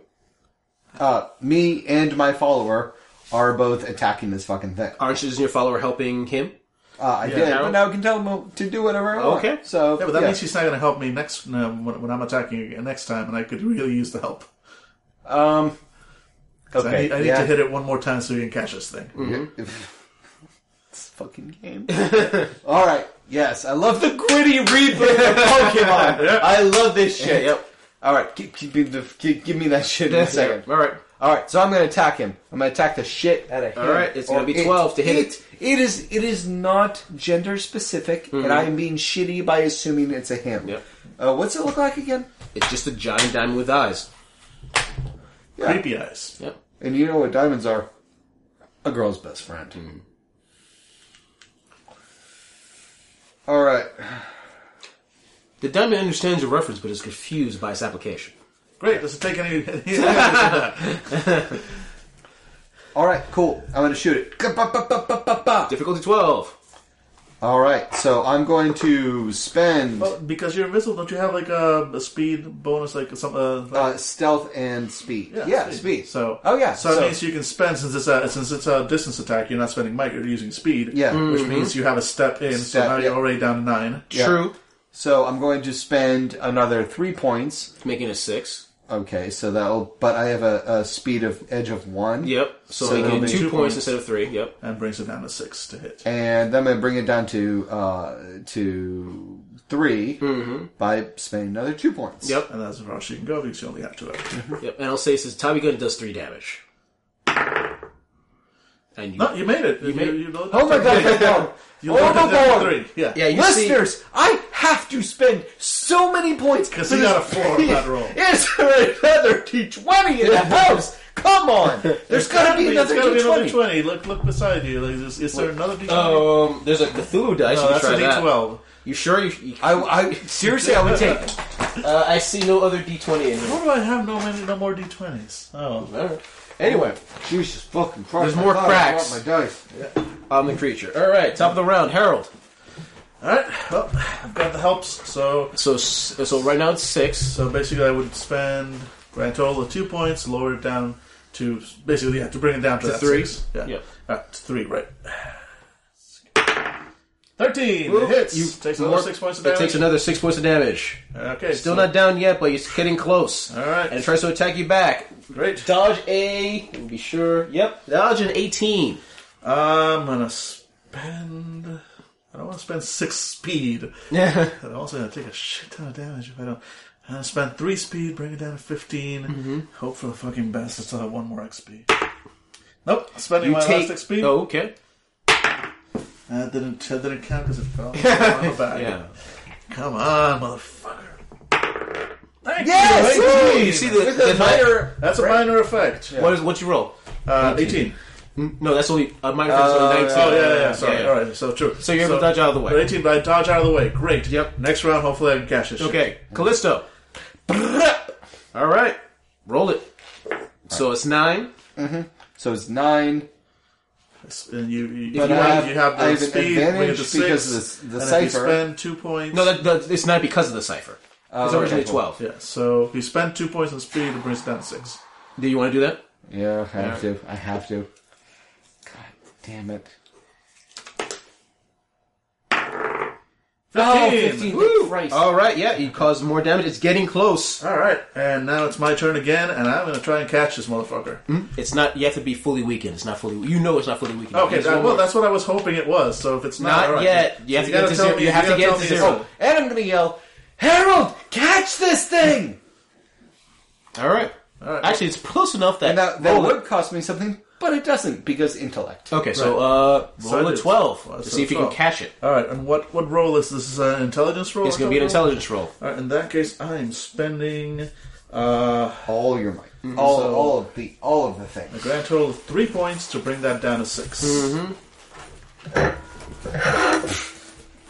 Uh, me and my follower are both attacking this fucking thing. Uh, Aren't you, isn't your follower helping him? I did, now- but now I can tell him to do whatever I want. Okay. So Yeah, but that means she's not going to help me next um, when, when I'm attacking again next time, and I could really use the help. um. 'Cause I Okay. need, I need yeah. Mm-hmm. to hit it one more time so you can catch this thing. This fucking game. All right. Yes, I love the gritty replay of Pokemon. I love this shit. Yep. All right, give, give, me the- give, give me that shit in a second. All right. All right, so I'm going to attack him. I'm going to attack the shit out of him. All right, it's Or gonna be 12 to hit it. It is it is not gender specific, Mm-hmm. and I am being shitty by assuming it's a him. Yep. Uh, what's it look like again? It's just a giant diamond with eyes. Creepy eyes. Yep. And you know what diamonds are? A girl's best friend. All right. The diamond understands your reference, but is confused by its application. Great. Does it take any? yeah, All right, cool. I'm going to shoot it. Ka-pa-pa-pa-pa-pa-pa. Ah, Difficulty 12. All right, so I'm going to spend well, because you're invisible, don't you have like a, a speed bonus, like some? Uh, uh, stealth and speed. Yeah, speed. So oh yeah, so, it means you can spend since it's a since it's a distance attack. You're not spending might. You're using speed. Yeah. Mm-hmm. which means you have a step in. so Step, now you're yeah. already down to nine. yeah. True. So I'm going to spend another three points. Making a 6. Okay, so that'll. But I have a, a speed of edge of one. Yep. So, So making it'll it be two, two points, instead of 3. Yep. And brings it down to six to hit. And then I'm going to bring it down to uh, to 3 by spending another two points. Yep. And that's as far as you can go because you only have two. of Mm-hmm. them. Yep. And I'll say since Tommy Gun does 3 damage. And you. no, you made it. You, made- you know- Oh my god! my god. You lowered it down to Overboard! three. Yeah. yeah, you Listeners, I have to spend so many points Because he got a four on that roll. Is there another D20 in the house? Come on! There's got to be another It's gotta be another D20. twenty. Look, look beside you. Like, is, is there another D20? see. Um, there's a Cthulhu dice. no, you can that's try a that. D12. You sure? You, you, I, I seriously, I would take it. uh, I see no other D20 in here. Why do I have no many, no more D20s? Oh, Alright. Anyway, Jesus fucking Christ! There's more I thought I cracks. dropped My dice. on the creature. All right, top of the round, Harold. all right. Well, I've got the helps. So, So, s- so right now it's six. so basically, I would spend grand total of two points, lower it down to basically yeah to bring it down to, that three? six. Yeah, Yeah. All right, to three, right? Thirteen it hits. takes another more- six points of It damage. takes another six points of damage. Okay, Still so- not down yet, but he's getting close. All right. And it tries to attack you back. Great. Dodge a. we'll Be sure. Yep. Dodge an eighteen. I'm gonna spend. I don't want to spend six speed. Yeah. I'm also gonna take a shit ton of damage if I don't. I'm gonna spend three speed, bring it down to 15 Hope for the fucking best. I still have one more XP. Nope. Spending You my take- last XP. Oh, okay. That didn't. That didn't count because it fell. on the back. Yeah. Come on, motherfucker. Thank Yes! you. Ooh, 18. you see the- That's the a minor- mi- That's a minor effect. What is what'd you roll? Uh, 18. N- No, that's only uh, minor effect is only nineteen. Oh yeah, yeah, yeah. Sorry. Yeah, yeah. All right. So true. So you're able to dodge out of the way. But 18, but I dodge out of the way. Great. Yep. Next round, hopefully I can catch this. shit. Okay, Callisto. All right, roll it. So it's nine. So it's nine. And you, you, But you, I have, have- you have the I have an speed bring it to advantage because six, of the- the and If you cipher. spend two points. No, that, that, it's nine because of the cipher. it's Oh, okay, originally cool. twelve. yeah. So if you spend two points on speed, it brings it down to six. Do you want to do that? Yeah, I have to. I have to. God damn it. Oh, 15. 15. All right, yeah, you cause more damage. It's getting close. All right. And now it's my turn again, and I'm going to try and catch this motherfucker. It's not. You have to be fully weakened. It's not fully. You know, it's not fully weakened. Okay. It's That, one well, more. that's what I was hoping it was. So if it's not, Not all right. yet. You have to gotta get to tell zero. me- You have to gotta get tell to me zero. And I'm gonna yell, Harold, catch this thing! All right. All right. Actually, it's close enough that. And that, that roll would it. cost me something, but it doesn't because Oh. intellect. Okay, so uh, So roll it a is. twelve Well, to so see if you can 12. catch it. All right. And what what roll is this? Is it an intelligence roll? It's or going to be an something? intelligence roll. All right, in that case, I'm spending uh, All your might. All, So- all of the all of the a things. grand total of three points to bring that down to 6 Mm-hmm.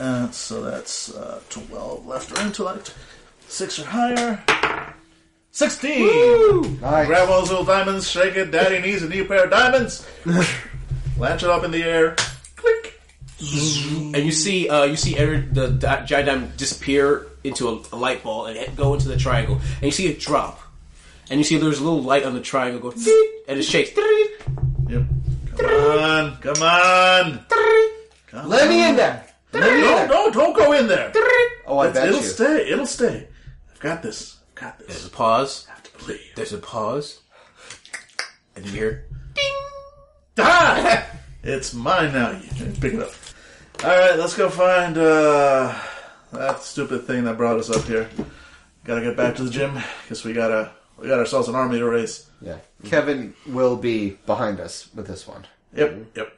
Uh, so that's uh, 12 left or intellect, six or higher. 16! Nice. Grab all those little diamonds, shake it, daddy needs a new pair of diamonds. Launch it up in the air. Click. And you see, uh, you see Edward, the di- giant diamond disappear into a, a light ball and hit- go into the triangle, and you see it drop, and you see there's a little light on the triangle go, and it shakes. Yep. Come on, come on. Let me in there! Let me in No, there! no, don't go in there. Oh, I It's- bet it'll you. stay. It'll stay. I've got this. I've got this. There's a pause. I have to believe. There's a pause, and you hear. Ah! It's mine now. You can pick it up. All right, let's go find uh, that stupid thing that brought us up here. Gotta get back to the gym because we gotta we got ourselves an army to raise. Yeah. Kevin will be behind us with this one. Yep, yep.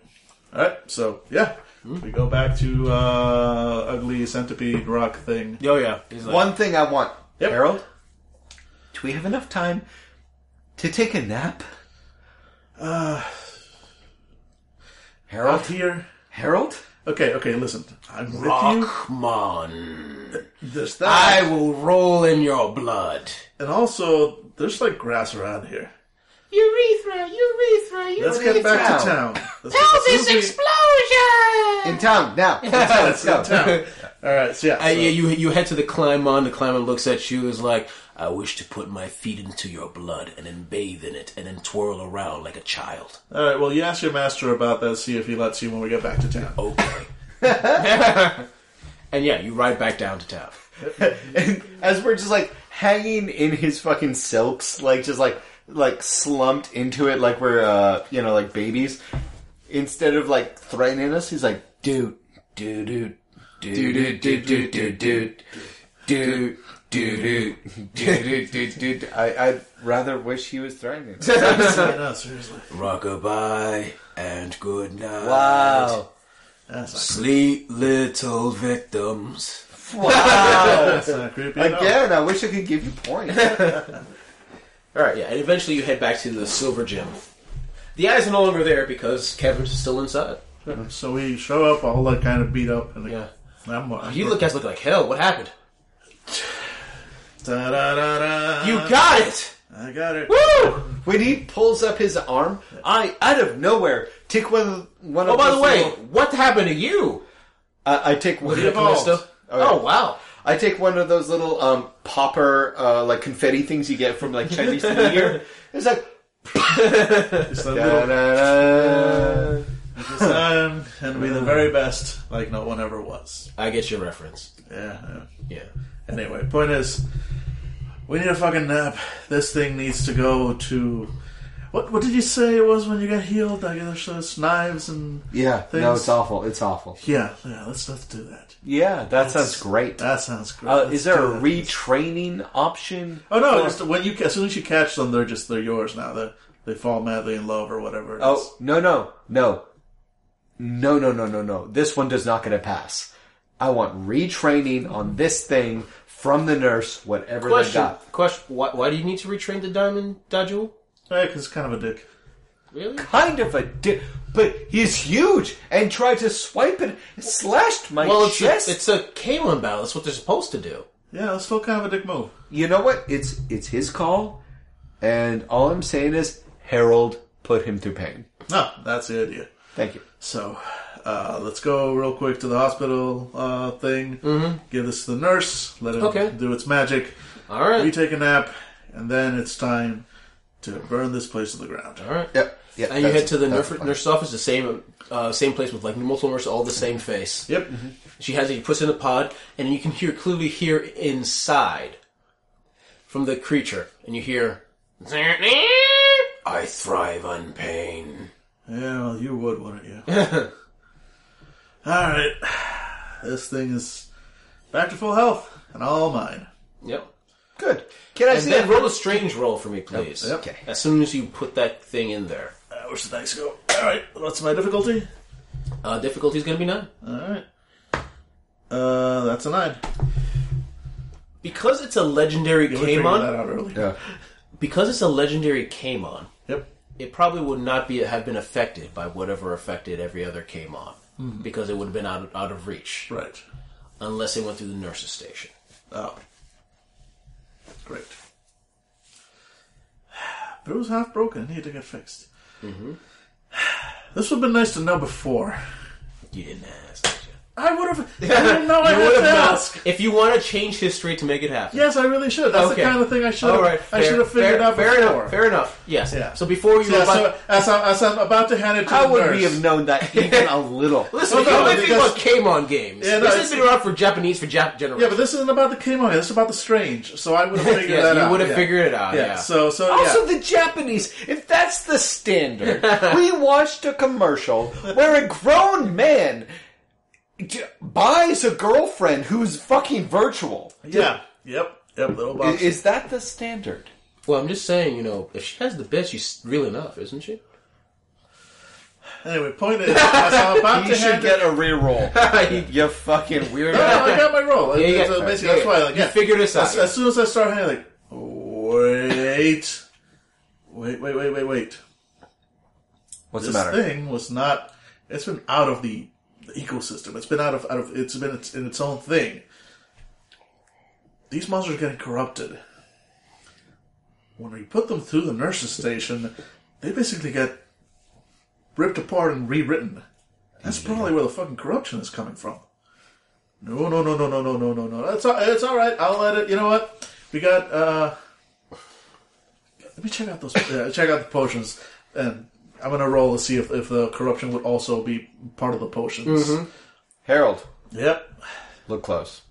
All right, so yeah, we go back to uh, ugly centipede rock thing. Oh yeah, he's like, One thing I want, Yep. Harold. Do we have enough time to take a nap? Uh, Harold. Out here. Harold. Okay, okay. Listen, I'm with you. Rockmon, There's I that, will roll in your blood. and also there's like grass around here. Urethra, urethra, urethra. Let's get back to town. Let's get- Pelvis explosion! In town now. Let's go. All right, so yeah, Uh, so- yeah, you you head to the climb on. The climber looks at you is like, I wish to put my feet into your blood and then bathe in it and then twirl around like a child. All right. Well, you ask your master about that. See if he lets you when we get back to town. Okay. and yeah, you ride back down to town. and as we're just like hanging in his fucking silks, like just like like slumped into it, like we're uh you know like babies. Instead of like threatening us, he's like, dude, dude, dude, dude, dude, dude, dude, dude, dude. Dude, dude, dude, dude, dude. I, I'd rather wish he was threatening. us. I know, seriously. Rock goodbye and good night. Wow. That's Sleep, little victims. not, that's not creepy. at all. Again, I wish I could give you points. All right, yeah, and eventually you head back to the silver gym. The eyes are no longer there because Kevin's still inside. So we show up all like kind of beat up. And like, Yeah. I'm, I'm, You look guys look like hell. What happened? Da-da-da-da. Uh, You got it. I got it. When he pulls up his arm, I out of nowhere take one of one Oh, of by those the way, little- what happened to you? I, I take one. it evolved? Callisto? Oh wow. I take one of those little um, popper uh, like confetti things you get from like Chinese New Year. It's like It's that da, little, da, da. I'm gonna be the very best, like no one ever was. I get your reference. Yeah, yeah. Yeah. Anyway, point is, we need a fucking nap. This thing needs to go to. What What did you say it was when you got healed? I guess it's knives and Yeah, things. no, it's awful. It's awful. Yeah, yeah. Let's let's do that. Yeah, that sounds great. That sounds great. Uh, Let's is there do a that. retraining option? Oh no! Just when you as soon as you catch them, they're just they're yours now. They they fall madly in love or whatever. it is. Oh no no no no no no no no! This one does not get a pass. I want retraining on this thing from the nurse, whatever they Question. got. Question. Why, why do you need to retrain the diamond dodule? Yeah, 'cause it's kind of a dick. Really? Kind of a di- but he's huge and tried to swipe it, slashed my Well, it's chest. a, it's a Kalen battle. That's what they're supposed to do. Yeah, it's still kind of a dick move. you know what? It's it's his call, and all I'm saying is Harold put him through pain. No, that's the idea. Thank you. So, uh, let's go real quick to the hospital uh, thing. Mm-hmm. Give this to the nurse. Let it Okay. do its magic. All right. We take a nap, and then it's time to burn this place to the ground. All right. Yep. yep And you that's- head to the that's nurse, fine. nurse's office, the same uh, same place with like multiple nurses, all the same face. Yep. She has it. She puts it in a pod, and you can hear clearly hear inside from the creature, and you hear. I thrive on pain. Yeah, well, you would, wouldn't you? All right. This thing is back to full health, and all mine. Yep. Good. Can I And see then that? roll a strange roll for me, please. Okay. As soon as you put that thing in there, Uh, where's the dice go? All right. What's my difficulty? uh, difficulty is going to be none. All right. Uh, that's a nine. Because it's a legendary We figured that Kamon, out early. Yeah. because it's a legendary Kamon, Yep. it probably would not be have been affected by whatever affected every other Kamon. Mm-hmm. Because it would have been out of, out of reach Right. unless it went through the nurse's station. Oh. Great. But it was half broken. It needed to get fixed. Mm-hmm. This would have been nice to know before. You didn't ask. did you? I would have. I didn't know I You had would've to known. ask. If you want to change history to make it happen, Yes, I really should. That's Okay. the kind of thing I should. All right, I should have figured fair, out fair before. enough. Fair enough. Yes. Yeah. So before you Yeah, were about- so as I'm, as I'm about to hand it to How the would nurse, we have known that even a little? listen, Well, the no, only thing because- about Kamon games, Yeah, no, this it's- has been around for Japanese for Jap Yeah, generations. but this isn't about the chemo. This is about the strange. So I would have figured Yes, that out. you would have yeah. figured it out. Yeah. Oh, yeah. So so Also, yeah. the Japanese, if that's the standard, we watched a commercial where a grown man j- buys a girlfriend who's fucking virtual. Yeah. Yep. Yep. Little I- box. Is that the standard? Well, I'm just saying, you know, if she has the bit, she's real enough, isn't she? Anyway, point is, as I'm about You to should hand get it. a reroll. you fucking No, weirdo. I got my roll. Yeah, yeah. So basically, Yeah, that's why. Like, you yeah. figured this out. As, as soon as I start handing, like, wait, wait, wait, wait, wait, wait. What's the this matter? thing was not. It's been out of the, the ecosystem. It's been out of out of. It's been its, in its own thing. These monsters are getting corrupted. When we put them through the nurses' station, they basically get ripped apart and rewritten. That's probably where the fucking corruption is coming from. No, no, no, no, no, no, no, no, no. That's all, it's all right. I'll let it. You know what? We got. uh Let me check out those. Uh, check out the potions, and I'm gonna roll to see if, if the corruption would also be part of the potions. Mm-hmm. Harold, Yep. look close.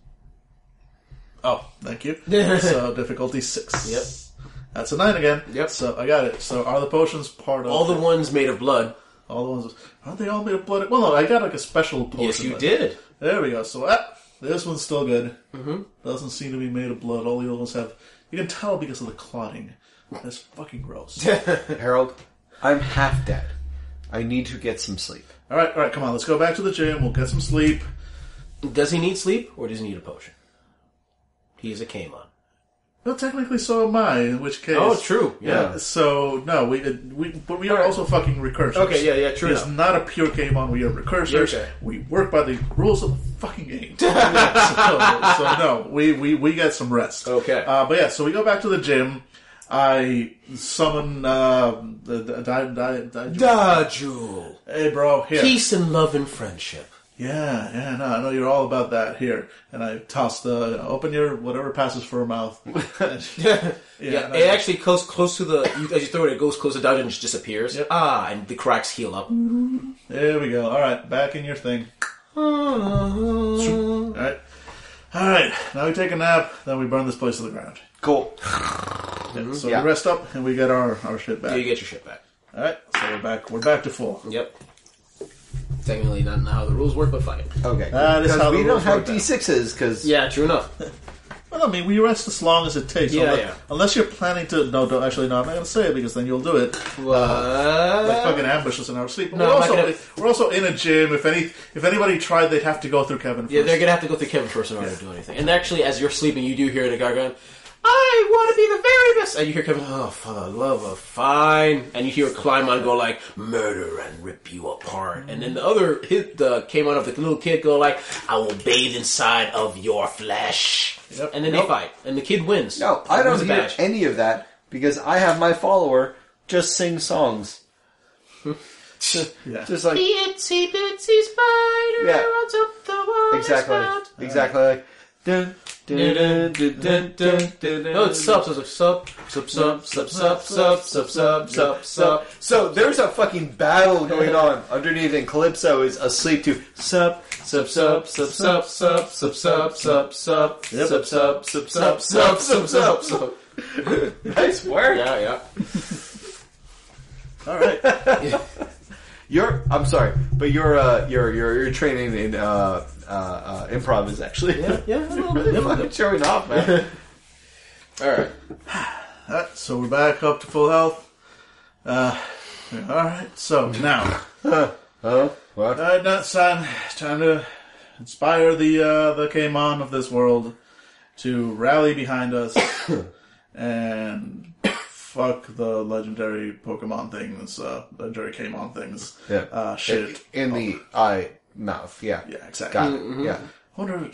Oh, thank you. so difficulty six. Yep. That's a nine again. Yep. So I got it. So are the potions part of All the ones made of blood. all the ones? Aren't they all made of blood? Well, no, I got like a special potion. Yes, you that- did. There we go. So ah, this one's still good. Mm-hmm. Doesn't seem to be made of blood. All the other ones have. You can tell because of the clotting. That's fucking gross. Harold, I'm half dead. I need to get some sleep. all right, all right. Come on, let's go back to the gym. We'll get some sleep. Does he need sleep or does he need a potion? He is a Kamon. Well, technically, so am I. In which case, Oh, true. Yeah. Yeah. So no, we we but we are also fucking recursors. Okay, yeah, yeah, true It's enough. not a pure game on. We are recursors. Okay. We work by the rules of the fucking game. so, so no, we we we get some rest. Okay. Uh, but yeah, so we go back to the gym. I summon uh, the, the, di, di, di, Dajul. Hey, bro, here. Peace and love and friendship. Yeah, yeah, no, I know you're all about that here. And I toss the you know, open your whatever passes for a mouth. yeah, Yeah, no, it actually goes close to the. You, as you throw it, it goes close to the dungeon and just disappears. Ah, and the cracks heal up. Mm. There we go. All right, back in your thing. All right, all right. Now we take a nap, then we burn this place to the ground. Cool. Mm-hmm. Yeah, so Yeah. we rest up and we get our, our shit back. You get your shit back. All right, so we're back. We're back to full. Yep. Technically, not how the rules work, but fuck it. Okay. That is Because how the we don't rules have work now. d6s because Yeah, true enough. Well, I mean, we rest as long as it takes. Yeah, unless, yeah. unless you're planning to. No, don't actually. No, I'm not going to say it because then you'll do it. Like fucking ambush us in our sleep. But Uh, No, we're, I'm not also, gonna- we're also in a gym. If any, if anybody tried, they'd have to go through Kevin. First. Yeah, they're gonna have to go through Kevin first in order to do anything. And actually, as you're sleeping, you do hear the guy going, "I want to be the very best," and you hear Kevin, "Oh, for the love of fine," and you hear Kleiman go like, "Murder and rip you apart," and then the other hit the came out of the little kid go like, "I will bathe inside of your flesh," Yep. and then they fight, and the kid wins. no, I Wins don't the hear badge. any of that because I have my follower just sing songs. Yeah. Just like Itsy bitsy spider Yeah. runs up the water exactly, spout. exactly like. Dun, dun, dun, dun, dun, dun, dun, Oh, No, it's sub, sub, sub, sub, sub, sub, sub, sub, sub, sub, sub, So, sub. so there's a fucking battle going on underneath, and Calypso is asleep to sup, sup, sup, sup, sup, sup, sup, sup, sup, sup, sup, sup, sup, sup, sup, sup, sup, sup. Nice work. Yeah, yeah. All right. Your, I'm sorry, but your, uh, your, your, your training in uh, uh, uh, improv is actually yeah, fucking showing off, man. All right. All right, so we're back up to full health. Uh, all right, so now, Oh, what? all right, now it's time, um, time to inspire the uh, the Kmon of this world to rally behind us and fuck the legendary Pokemon things, uh, legendary Kmon things. Yeah. uh, shit. In the eye, mouth. Oh. Yeah. Mm-hmm. Yeah, exactly. Got it. Yeah. Wonder,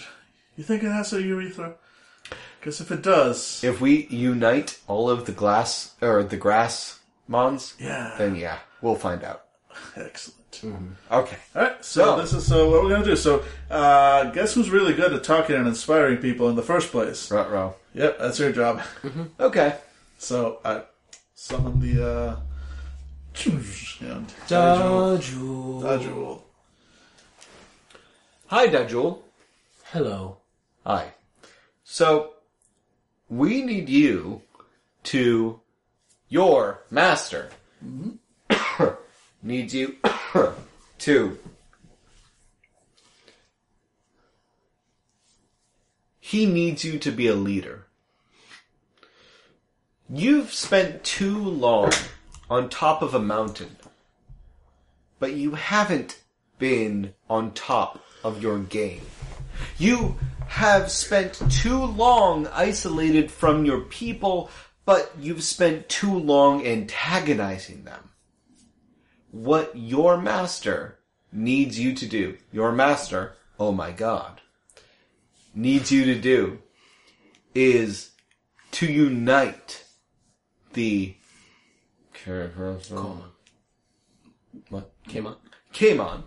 you think it has a urethra? Because if it does, If we unite all of the glass or the grass mons, yeah, then yeah, we'll find out. excellent. Okay. All right, so So- this is so what we're gonna do. So, uh, guess who's really good at talking and inspiring people in the first place? Rut row. Yep, that's your job. Okay. so I summon the uh, and Dajul. Dodgewall. Hi, Dajul. Hello. Hi. So, we need you to your master needs you to he needs you to be a leader. You've spent too long on top of a mountain, but you haven't been on top of your game. You have spent too long isolated from your people, but you've spent too long antagonizing them. What your master needs you to do, your master, oh my god, needs you to do is to unite the What came up? Kamon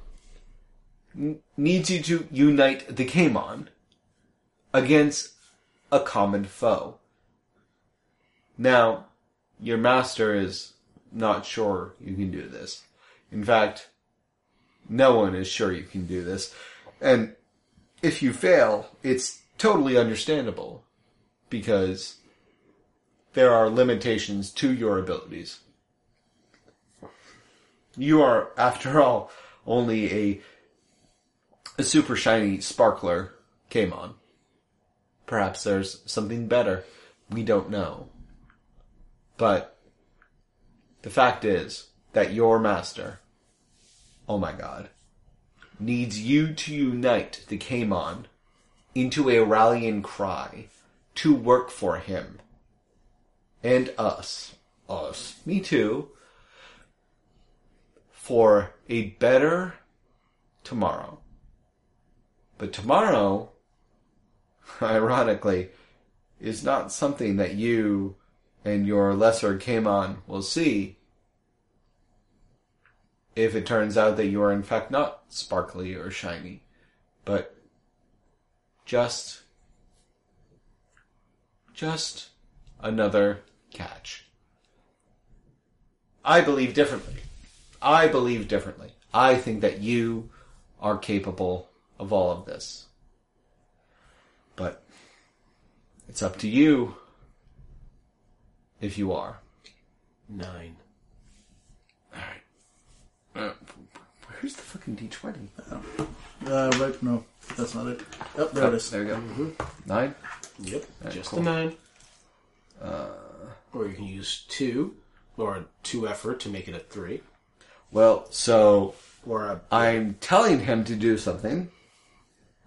n- needs you to unite the Kamon against a common foe. Now, your master is not sure you can do this. In fact, no one is sure you can do this. And if you fail, it's totally understandable because there are limitations to your abilities. You are, after all, only a, a super shiny sparkler came on. Perhaps there's something better. We don't know. But the fact is that your master, oh my god, needs you to unite the Kamon into a rallying cry to work for him. And us. Us. Me too for a better tomorrow. But tomorrow, ironically, is not something that you and your lesser Kamon will see if it turns out that you are in fact not sparkly or shiny. But just just another catch. I believe differently. I believe differently. I think that you are capable of all of this. But it's up to you if you are. Nine. Uh, Where's the fucking D20? Uh, right, no, that's not it. Oh, there it Oh, is. there we go. Nine? Yep. Alright, just cool. a nine. or you can use two, or two effort to make it a three, Well, so or uh, a I'm telling him to do something.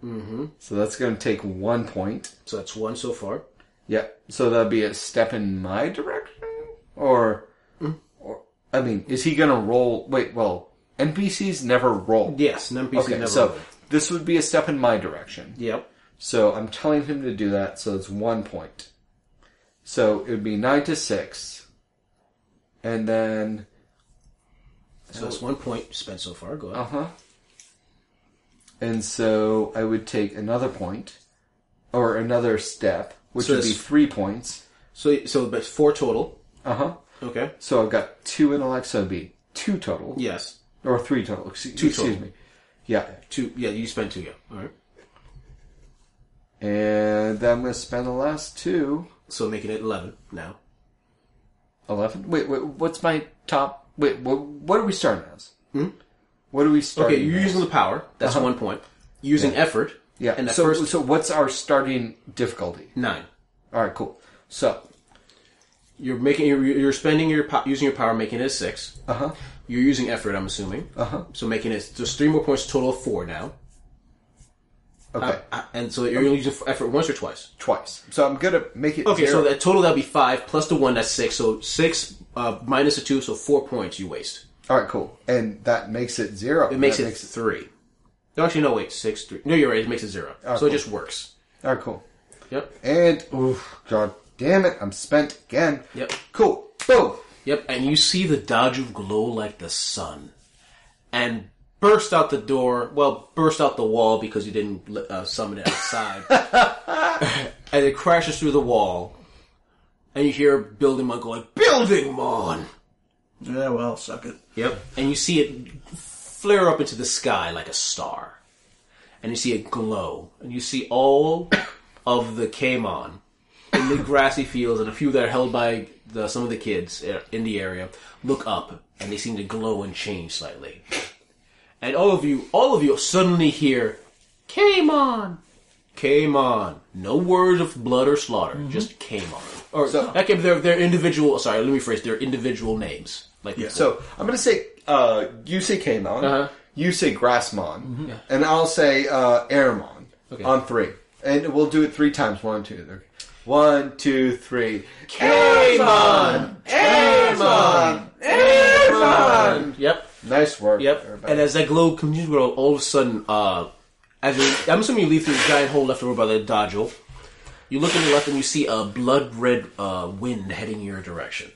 Mm-hmm. So that's going to take one point. so that's one so far. Yep. So that'll be a step in my direction? Or. Mm. or I mean, is he going to roll. Wait, well, NPCs never roll. Yes, an NPC Okay, never. so rolled. this would be a step in my direction. Yep. So I'm telling him to do that, so it's one point. So it would be nine to six. And then So that's one point spent so far. Go ahead. Oh. Uh huh. And so I would take another point, or another step, which So would be that's- three points. So so but four total. Uh huh. Okay. So I've got two intellect, so it'd be two total. Yes. Or three total. Excuse, Two excuse total. me. Yeah. Two. Yeah, you spent two. Yeah. All right. And then I'm going to spend the last two. So making it eleven now. Eleven. Wait, wait, what's my top? Wait, what, what are we starting as? Hmm? What are we starting Okay, you're as? using the power. That's Uh-huh. one point. Using effort. Yeah. And that so, first so what's our starting difficulty? nine. All right, cool. So, You're making. You're, you're spending your po- using your power, making it a six. uh huh. You're using effort. I'm assuming. Uh Uh-huh. huh. So making it just three more points total of four now. Okay. Uh, uh, and so you're only using f- effort once or twice. twice. So I'm gonna make it. Okay, zero. so that total that'll be five plus the one that's six. So six uh, minus the two, so four points you waste. all right, cool, and that makes it zero. It makes That it three. No, actually, no. Wait, six, three. No, you're right. It makes it zero. so Oh, cool. it just works. all right, cool, Yep. and oof, god damn it, I'm spent again. Yep. Cool. Boom. Yep. And you see the Daju glow like the sun, and burst out the door. Well, burst out the wall because you didn't uh, summon it outside, and it crashes through the wall. And you hear Building Mon going, Building Mon! Yeah, well, suck it. Yep. And you see it flare up into the sky like a star. And you see it glow. And you see all of the Kaimon in the grassy fields and a few that are held by the, some of the kids uh, in the area look up and they seem to glow and change slightly. And all of you, all of you suddenly hear, Kaimon! Kaimon. No words of blood or slaughter, just Kaimon. Or, So- that can be their, their individual, sorry, let me phrase, their individual names. Like before. So I'm gonna say, uh, you say Kamon, Uh-huh. Mm-hmm. you say Grassmon, and I'll say uh, Aramon on three, and we'll do it three times. One, two, three. One, two, three. Kamon, Aramon, Aramon. Yep. Nice work. Yep. everybody. And as that glow continues to grow, all of a sudden, uh, as you, I'm assuming you leave through the giant hole left over by the dodgel, you look to the left and you see a blood red uh, wind heading your direction.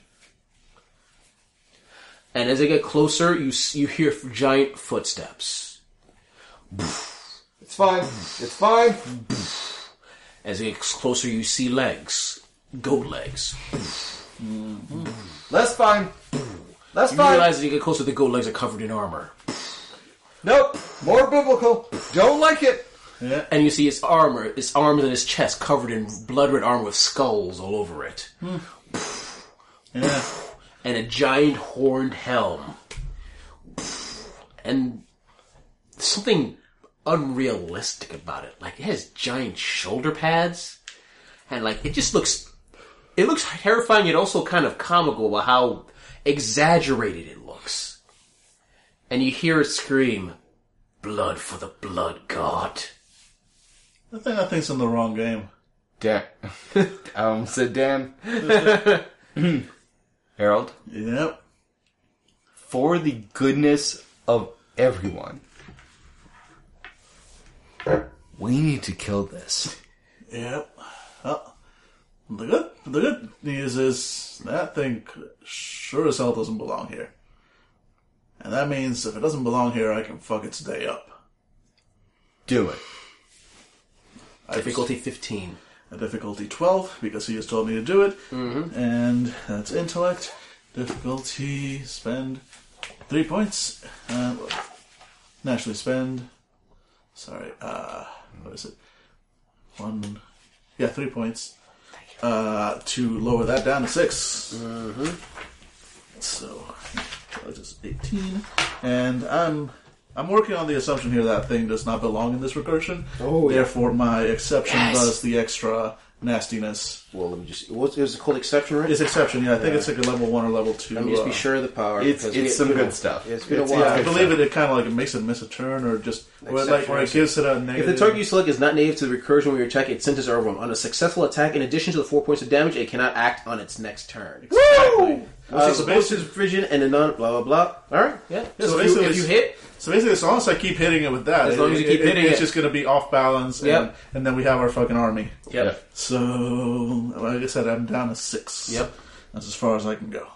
And as they get closer, you s- you hear giant footsteps. It's fine. It's fine. As they get closer, you see legs, goat legs. That's fine. That's You fine. realize as you get closer, the goat legs are covered in armor. nope. More biblical. Don't like it. and you see his armor, his arms and his chest covered in blood red armor with skulls all over it. And a giant horned helm. And something unrealistic about it. Like it has giant shoulder pads. And like it just looks it looks terrifying yet also kind of comical about how exaggerated it looks. And you hear it scream, Blood for the blood god. I think that thing's in the wrong game. Damn. I almost said damn. Harold, Yep. for the goodness of everyone, we need to kill this. Yep. Well, the good the good news is that thing sure as hell doesn't belong here. And that means if it doesn't belong here, I can fuck its day up. Do it. Difficulty 15. A difficulty 12 because he just told me to do it. And that's intellect. Difficulty spend three points. Uh, naturally spend. Sorry. Uh, what is it? One. Yeah, three points. Uh, to lower that down to 6 Mm-hmm. So that is eighteen. And I'm I'm working on the assumption here that thing does not belong in this recursion. Oh, yeah. Therefore, my exception does the extra nastiness. Well, let me just. What's is it called? Exception right? It's exception, yeah. I think it's like a level one or level two. Let me just be uh, sure of the power. It's- because it's we- some we good don't- stuff. It's been a It's- while. Yeah, I Okay, believe it. It kind of like makes it miss a turn, or just or like where it gives it a If negative. the target you select is not native to the recursion where you attack, it centers over him. On a successful attack, in addition to the four points of damage, it cannot act on its next turn. Woo! Uh, so so basically- vision and a non blah blah blah. All right, yeah. Yeah, so so if you, basically if you it's- hit, So basically, as long as I keep hitting it with that, As long as you keep hitting it's it. just going to be off balance, and, Yep. and then we have our fucking army. Yep. So, like I said, I'm down to six. Yep. That's as far as I can go.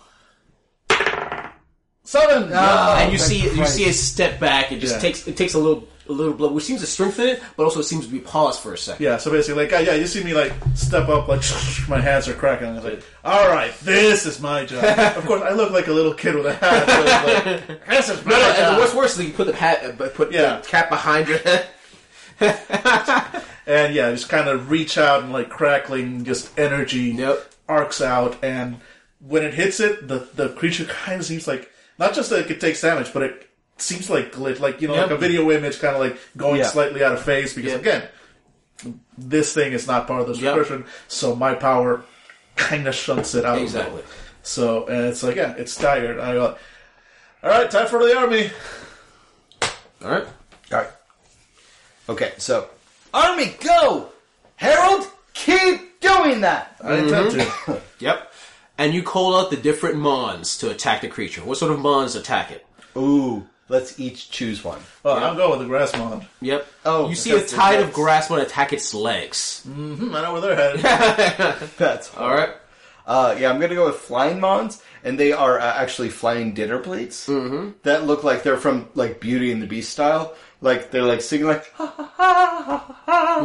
Seven. Uh, Ah. and you see you see it step back. It just Yeah. takes it takes a little a little blow, which seems to strengthen it, but also seems to be paused for a second. yeah. So basically, like, yeah, you see me like step up, like my hands are cracking. I was like, all right, this is my job. of course, I look like a little kid with a hat. so it's like, this is my No, no, job. uh, and what's worse is you put the hat, uh, put Yeah. the cap behind your head. and yeah, just kind of reach out and like crackling, just energy Yep. arcs out, and when it hits it, the the creature kind of seems like not just like it takes damage, but it seems like glitch, like you know, Yep. like a video image, kind of like going Yeah. slightly out of phase because Yep. again, this thing is not part of this Yep. recursion, so my power kind of shunts it out a Exactly. little. So and it's like yeah, it's tired. And I go, all right, time for the army. All right. All right. Okay, so army go, Harold. Keep doing that. I Mm-hmm. intend to. Yep. And you call out the different mons to attack the creature. What sort of mons attack it? Ooh, let's each choose one. Well, I'm going with the grass mod. Yep. Oh, you see a because it tide of does. grass want to attack its legs. Hmm, I know where they're headed. That's All right. Uh, yeah, I'm gonna go with flying mons, and they are uh, actually flying dinner plates that look like they're from like Beauty and the Beast style. Like they're like singing like ha ha ha ha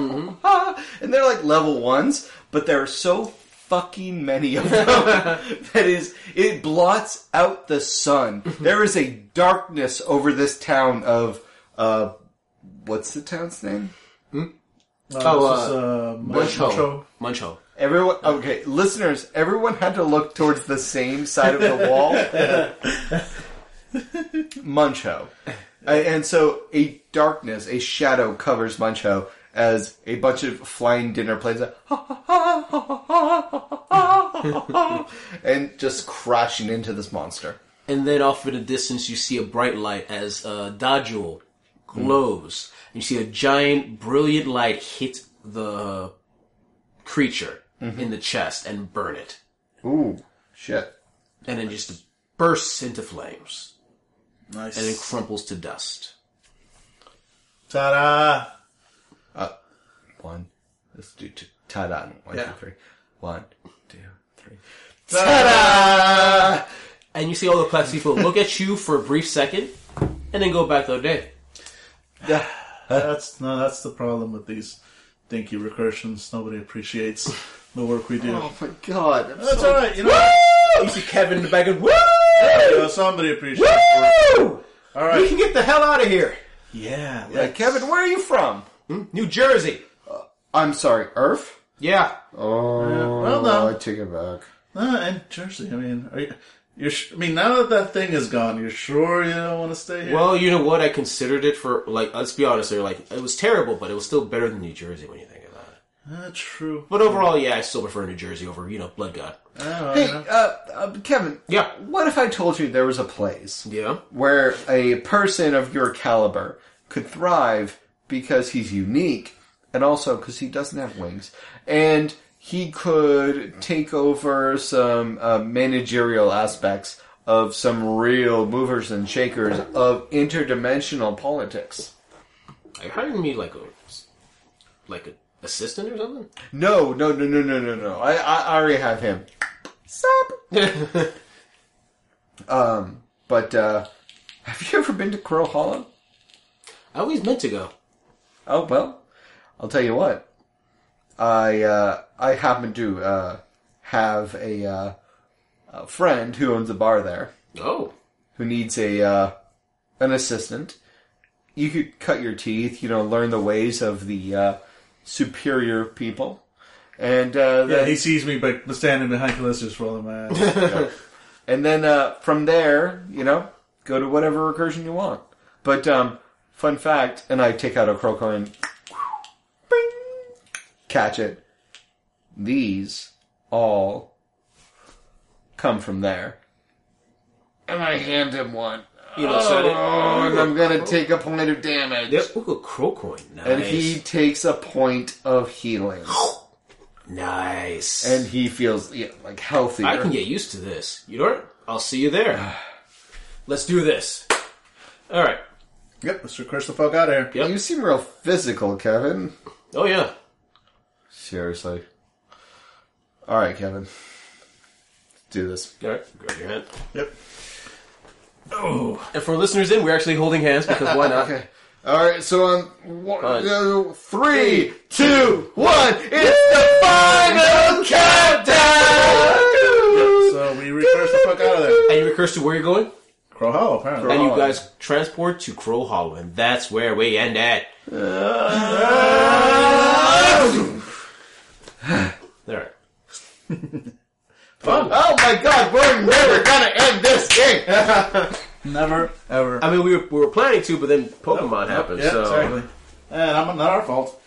ha, ha, and they're like level ones, but there are so fucking many of them that is it blots out the sun. There is a darkness over this town of uh, what's the town's name? Oh, This is, uh, Muncho. Muncho. Everyone, okay, listeners, everyone had to look towards the same side of the wall. Muncho. Uh, And so a darkness, a shadow covers Muncho as a bunch of flying dinner plates and just crashing into this monster. And then off in the distance, you see a bright light as uh, Dodule glows. And you see a giant, brilliant light hit the creature in the chest and burn it. Ooh, shit. And then just bursts into flames Nice. and then crumples to dust. Ta-da! One. Let's do two. Ta-da. One, two, three. One, two, three. And you see all the class people look at you for a brief second and then go back to their day. That's no, that's the problem with these dinky recursions. Nobody appreciates the work we do. Oh my god. I'm that's so- all right, you know. You see Kevin in the back of woo! you know, somebody appreciates. the work. All We right. can get the hell out of here! Yeah. Like, Uh, Kevin, where are you from? New Jersey! I'm sorry, Earth? Yeah. Oh, well, no. I take it back. Uh, and Jersey. I mean, are you? You're sh- I mean, now that that thing is gone, you're sure you don't want to stay here? Well, you know what? I considered it for like. Let's be honest. They're like it was terrible, but it was still better than New Jersey when you think about it. Uh, true. But overall, yeah, I still prefer New Jersey over you know Blood God. Hey, uh, uh, Kevin. Yeah. What if I told you there was a place Yeah. where a person of your caliber could thrive because he's unique and also because he doesn't have wings, and he could take over some uh, managerial aspects of some real movers and shakers of interdimensional politics. Like hiring me like a like a assistant or something. No, no, no, no, no, no, no. I, I I already have him. Sup? um, but uh, have you ever been to Crow Hollow? I always meant to go. Oh well, I'll tell you what. I uh, I happen to uh, have a, uh, a friend who owns a bar there Oh. who needs a uh, an assistant. You could cut your teeth, you know, learn the ways of the uh, superior people, and uh, Yeah, then, he sees me by standing behind Callisto's rolling my eyes. and then uh, from there, you know, go to whatever recursion you want. But um, fun fact, and I take out a crow coin, bing, catch it. These all come from there. And I hand him one. You know, so Oh, that- and I'm gonna take a point of damage. Yep, look at Crow Coin. Nice. And he takes a point of healing. nice. And he feels yeah, like healthier. I can get used to this. You know what? I'll see you there. Let's do this. All right. yep, let's recurse the fuck out of here. You seem real physical, Kevin. Oh yeah. Seriously. Alright, Kevin. Do this. All right. Grab your hand. Yep. Oh, And for listeners in, we're actually holding hands because why not? Okay. Alright, so on one, Fine. uh, three, two, one, it's the final countdown! So we recurse the fuck out of there. And you recurse to where you're going, Crow Hollow, apparently. and you guys transport to Crow Hollow, and that's where we end at. All right. Oh my god, we're never gonna end this game! Never, ever. I mean, we were, we were planning to, but then Pokemon happened. Yeah, so, exactly. And I'm not our fault.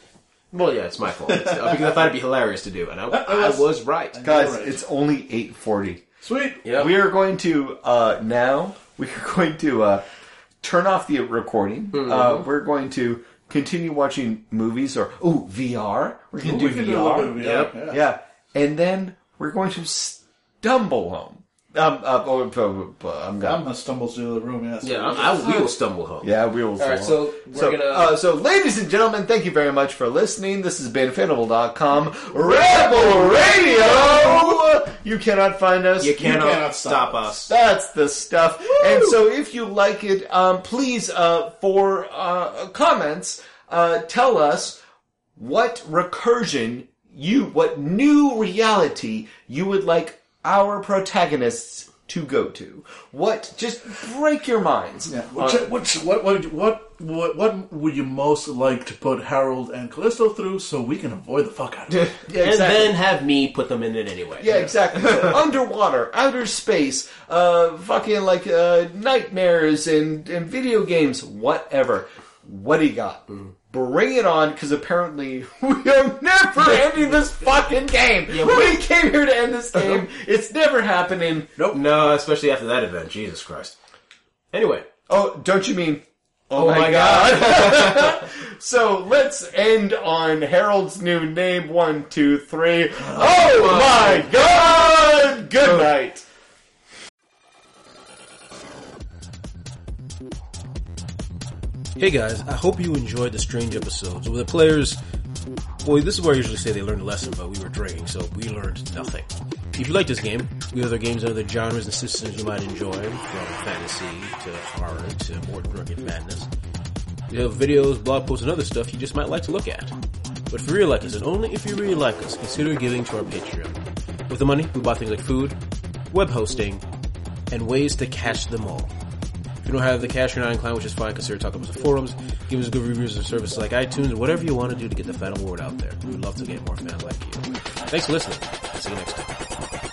well, yeah, it's my fault It's- uh, because I thought it'd be hilarious to do, and I, I was- was right. Guys, Alright. it's only 840. Sweet. Yeah. We are going to uh, now. We are going to uh, turn off the recording. Mm-hmm. Uh, we're going to continue watching movies or oh VR. We're going to We do can do a VR. little bit of VR. Yeah. Yeah, and then we're going to stumble home. Um, uh, oh, oh, oh, I'm I'm gone. gonna stumble through the room, yes. Yeah, I, I will stumble home. Yeah, we will. All right, stumble. so we're So, gonna. uh, so, ladies and gentlemen, thank you very much for listening. This has been Fanable.com Rebel Radio. You cannot find us. you cannot, cannot stop, stop us. That's the stuff. And so if you like it, um, please, uh, for uh, comments, uh, tell us what recursion you, what new reality you would like our protagonists to go to. What, just break your minds. Uh, Yeah. What, what, what, what, what, what, what would you most like to put Harold and Callisto through so we can avoid the fuck out of it? Yeah, And exactly. then have me put them in it anyway. yeah, exactly. So underwater, outer space, uh, fucking like uh, nightmares and, and video games, whatever. What do you got? Bring it on, because apparently we are never ending this fucking game. we Uh-huh. came here to end this game. It's never happening. Nope. No, especially after that event. Jesus Christ. Anyway, Oh, don't you mean? Oh, my so let's end on Harold's new name. One, two, three. Oh my god! Good night. Hey guys, I hope you enjoyed the strange episodes where the players. Well, this is where I usually say they learned a lesson, but we were drinking, so we learned nothing. If you like this game, we have other games and other genres and systems you might enjoy, from fantasy to horror to more drunken madness. We have videos, blog posts, and other stuff you just might like to look at. But if you really like us, and only if you really like us, consider giving to our Patreon. With the money, we buy things like food, web hosting, and ways to catch them all. If you don't have the cash, you're not inclined, which is fine. Consider talking about the forums. Give us good reviews of services like iTunes or whatever you want to do to get the fan word out there. We'd love to get more fans like you. Thanks for listening. See you next time.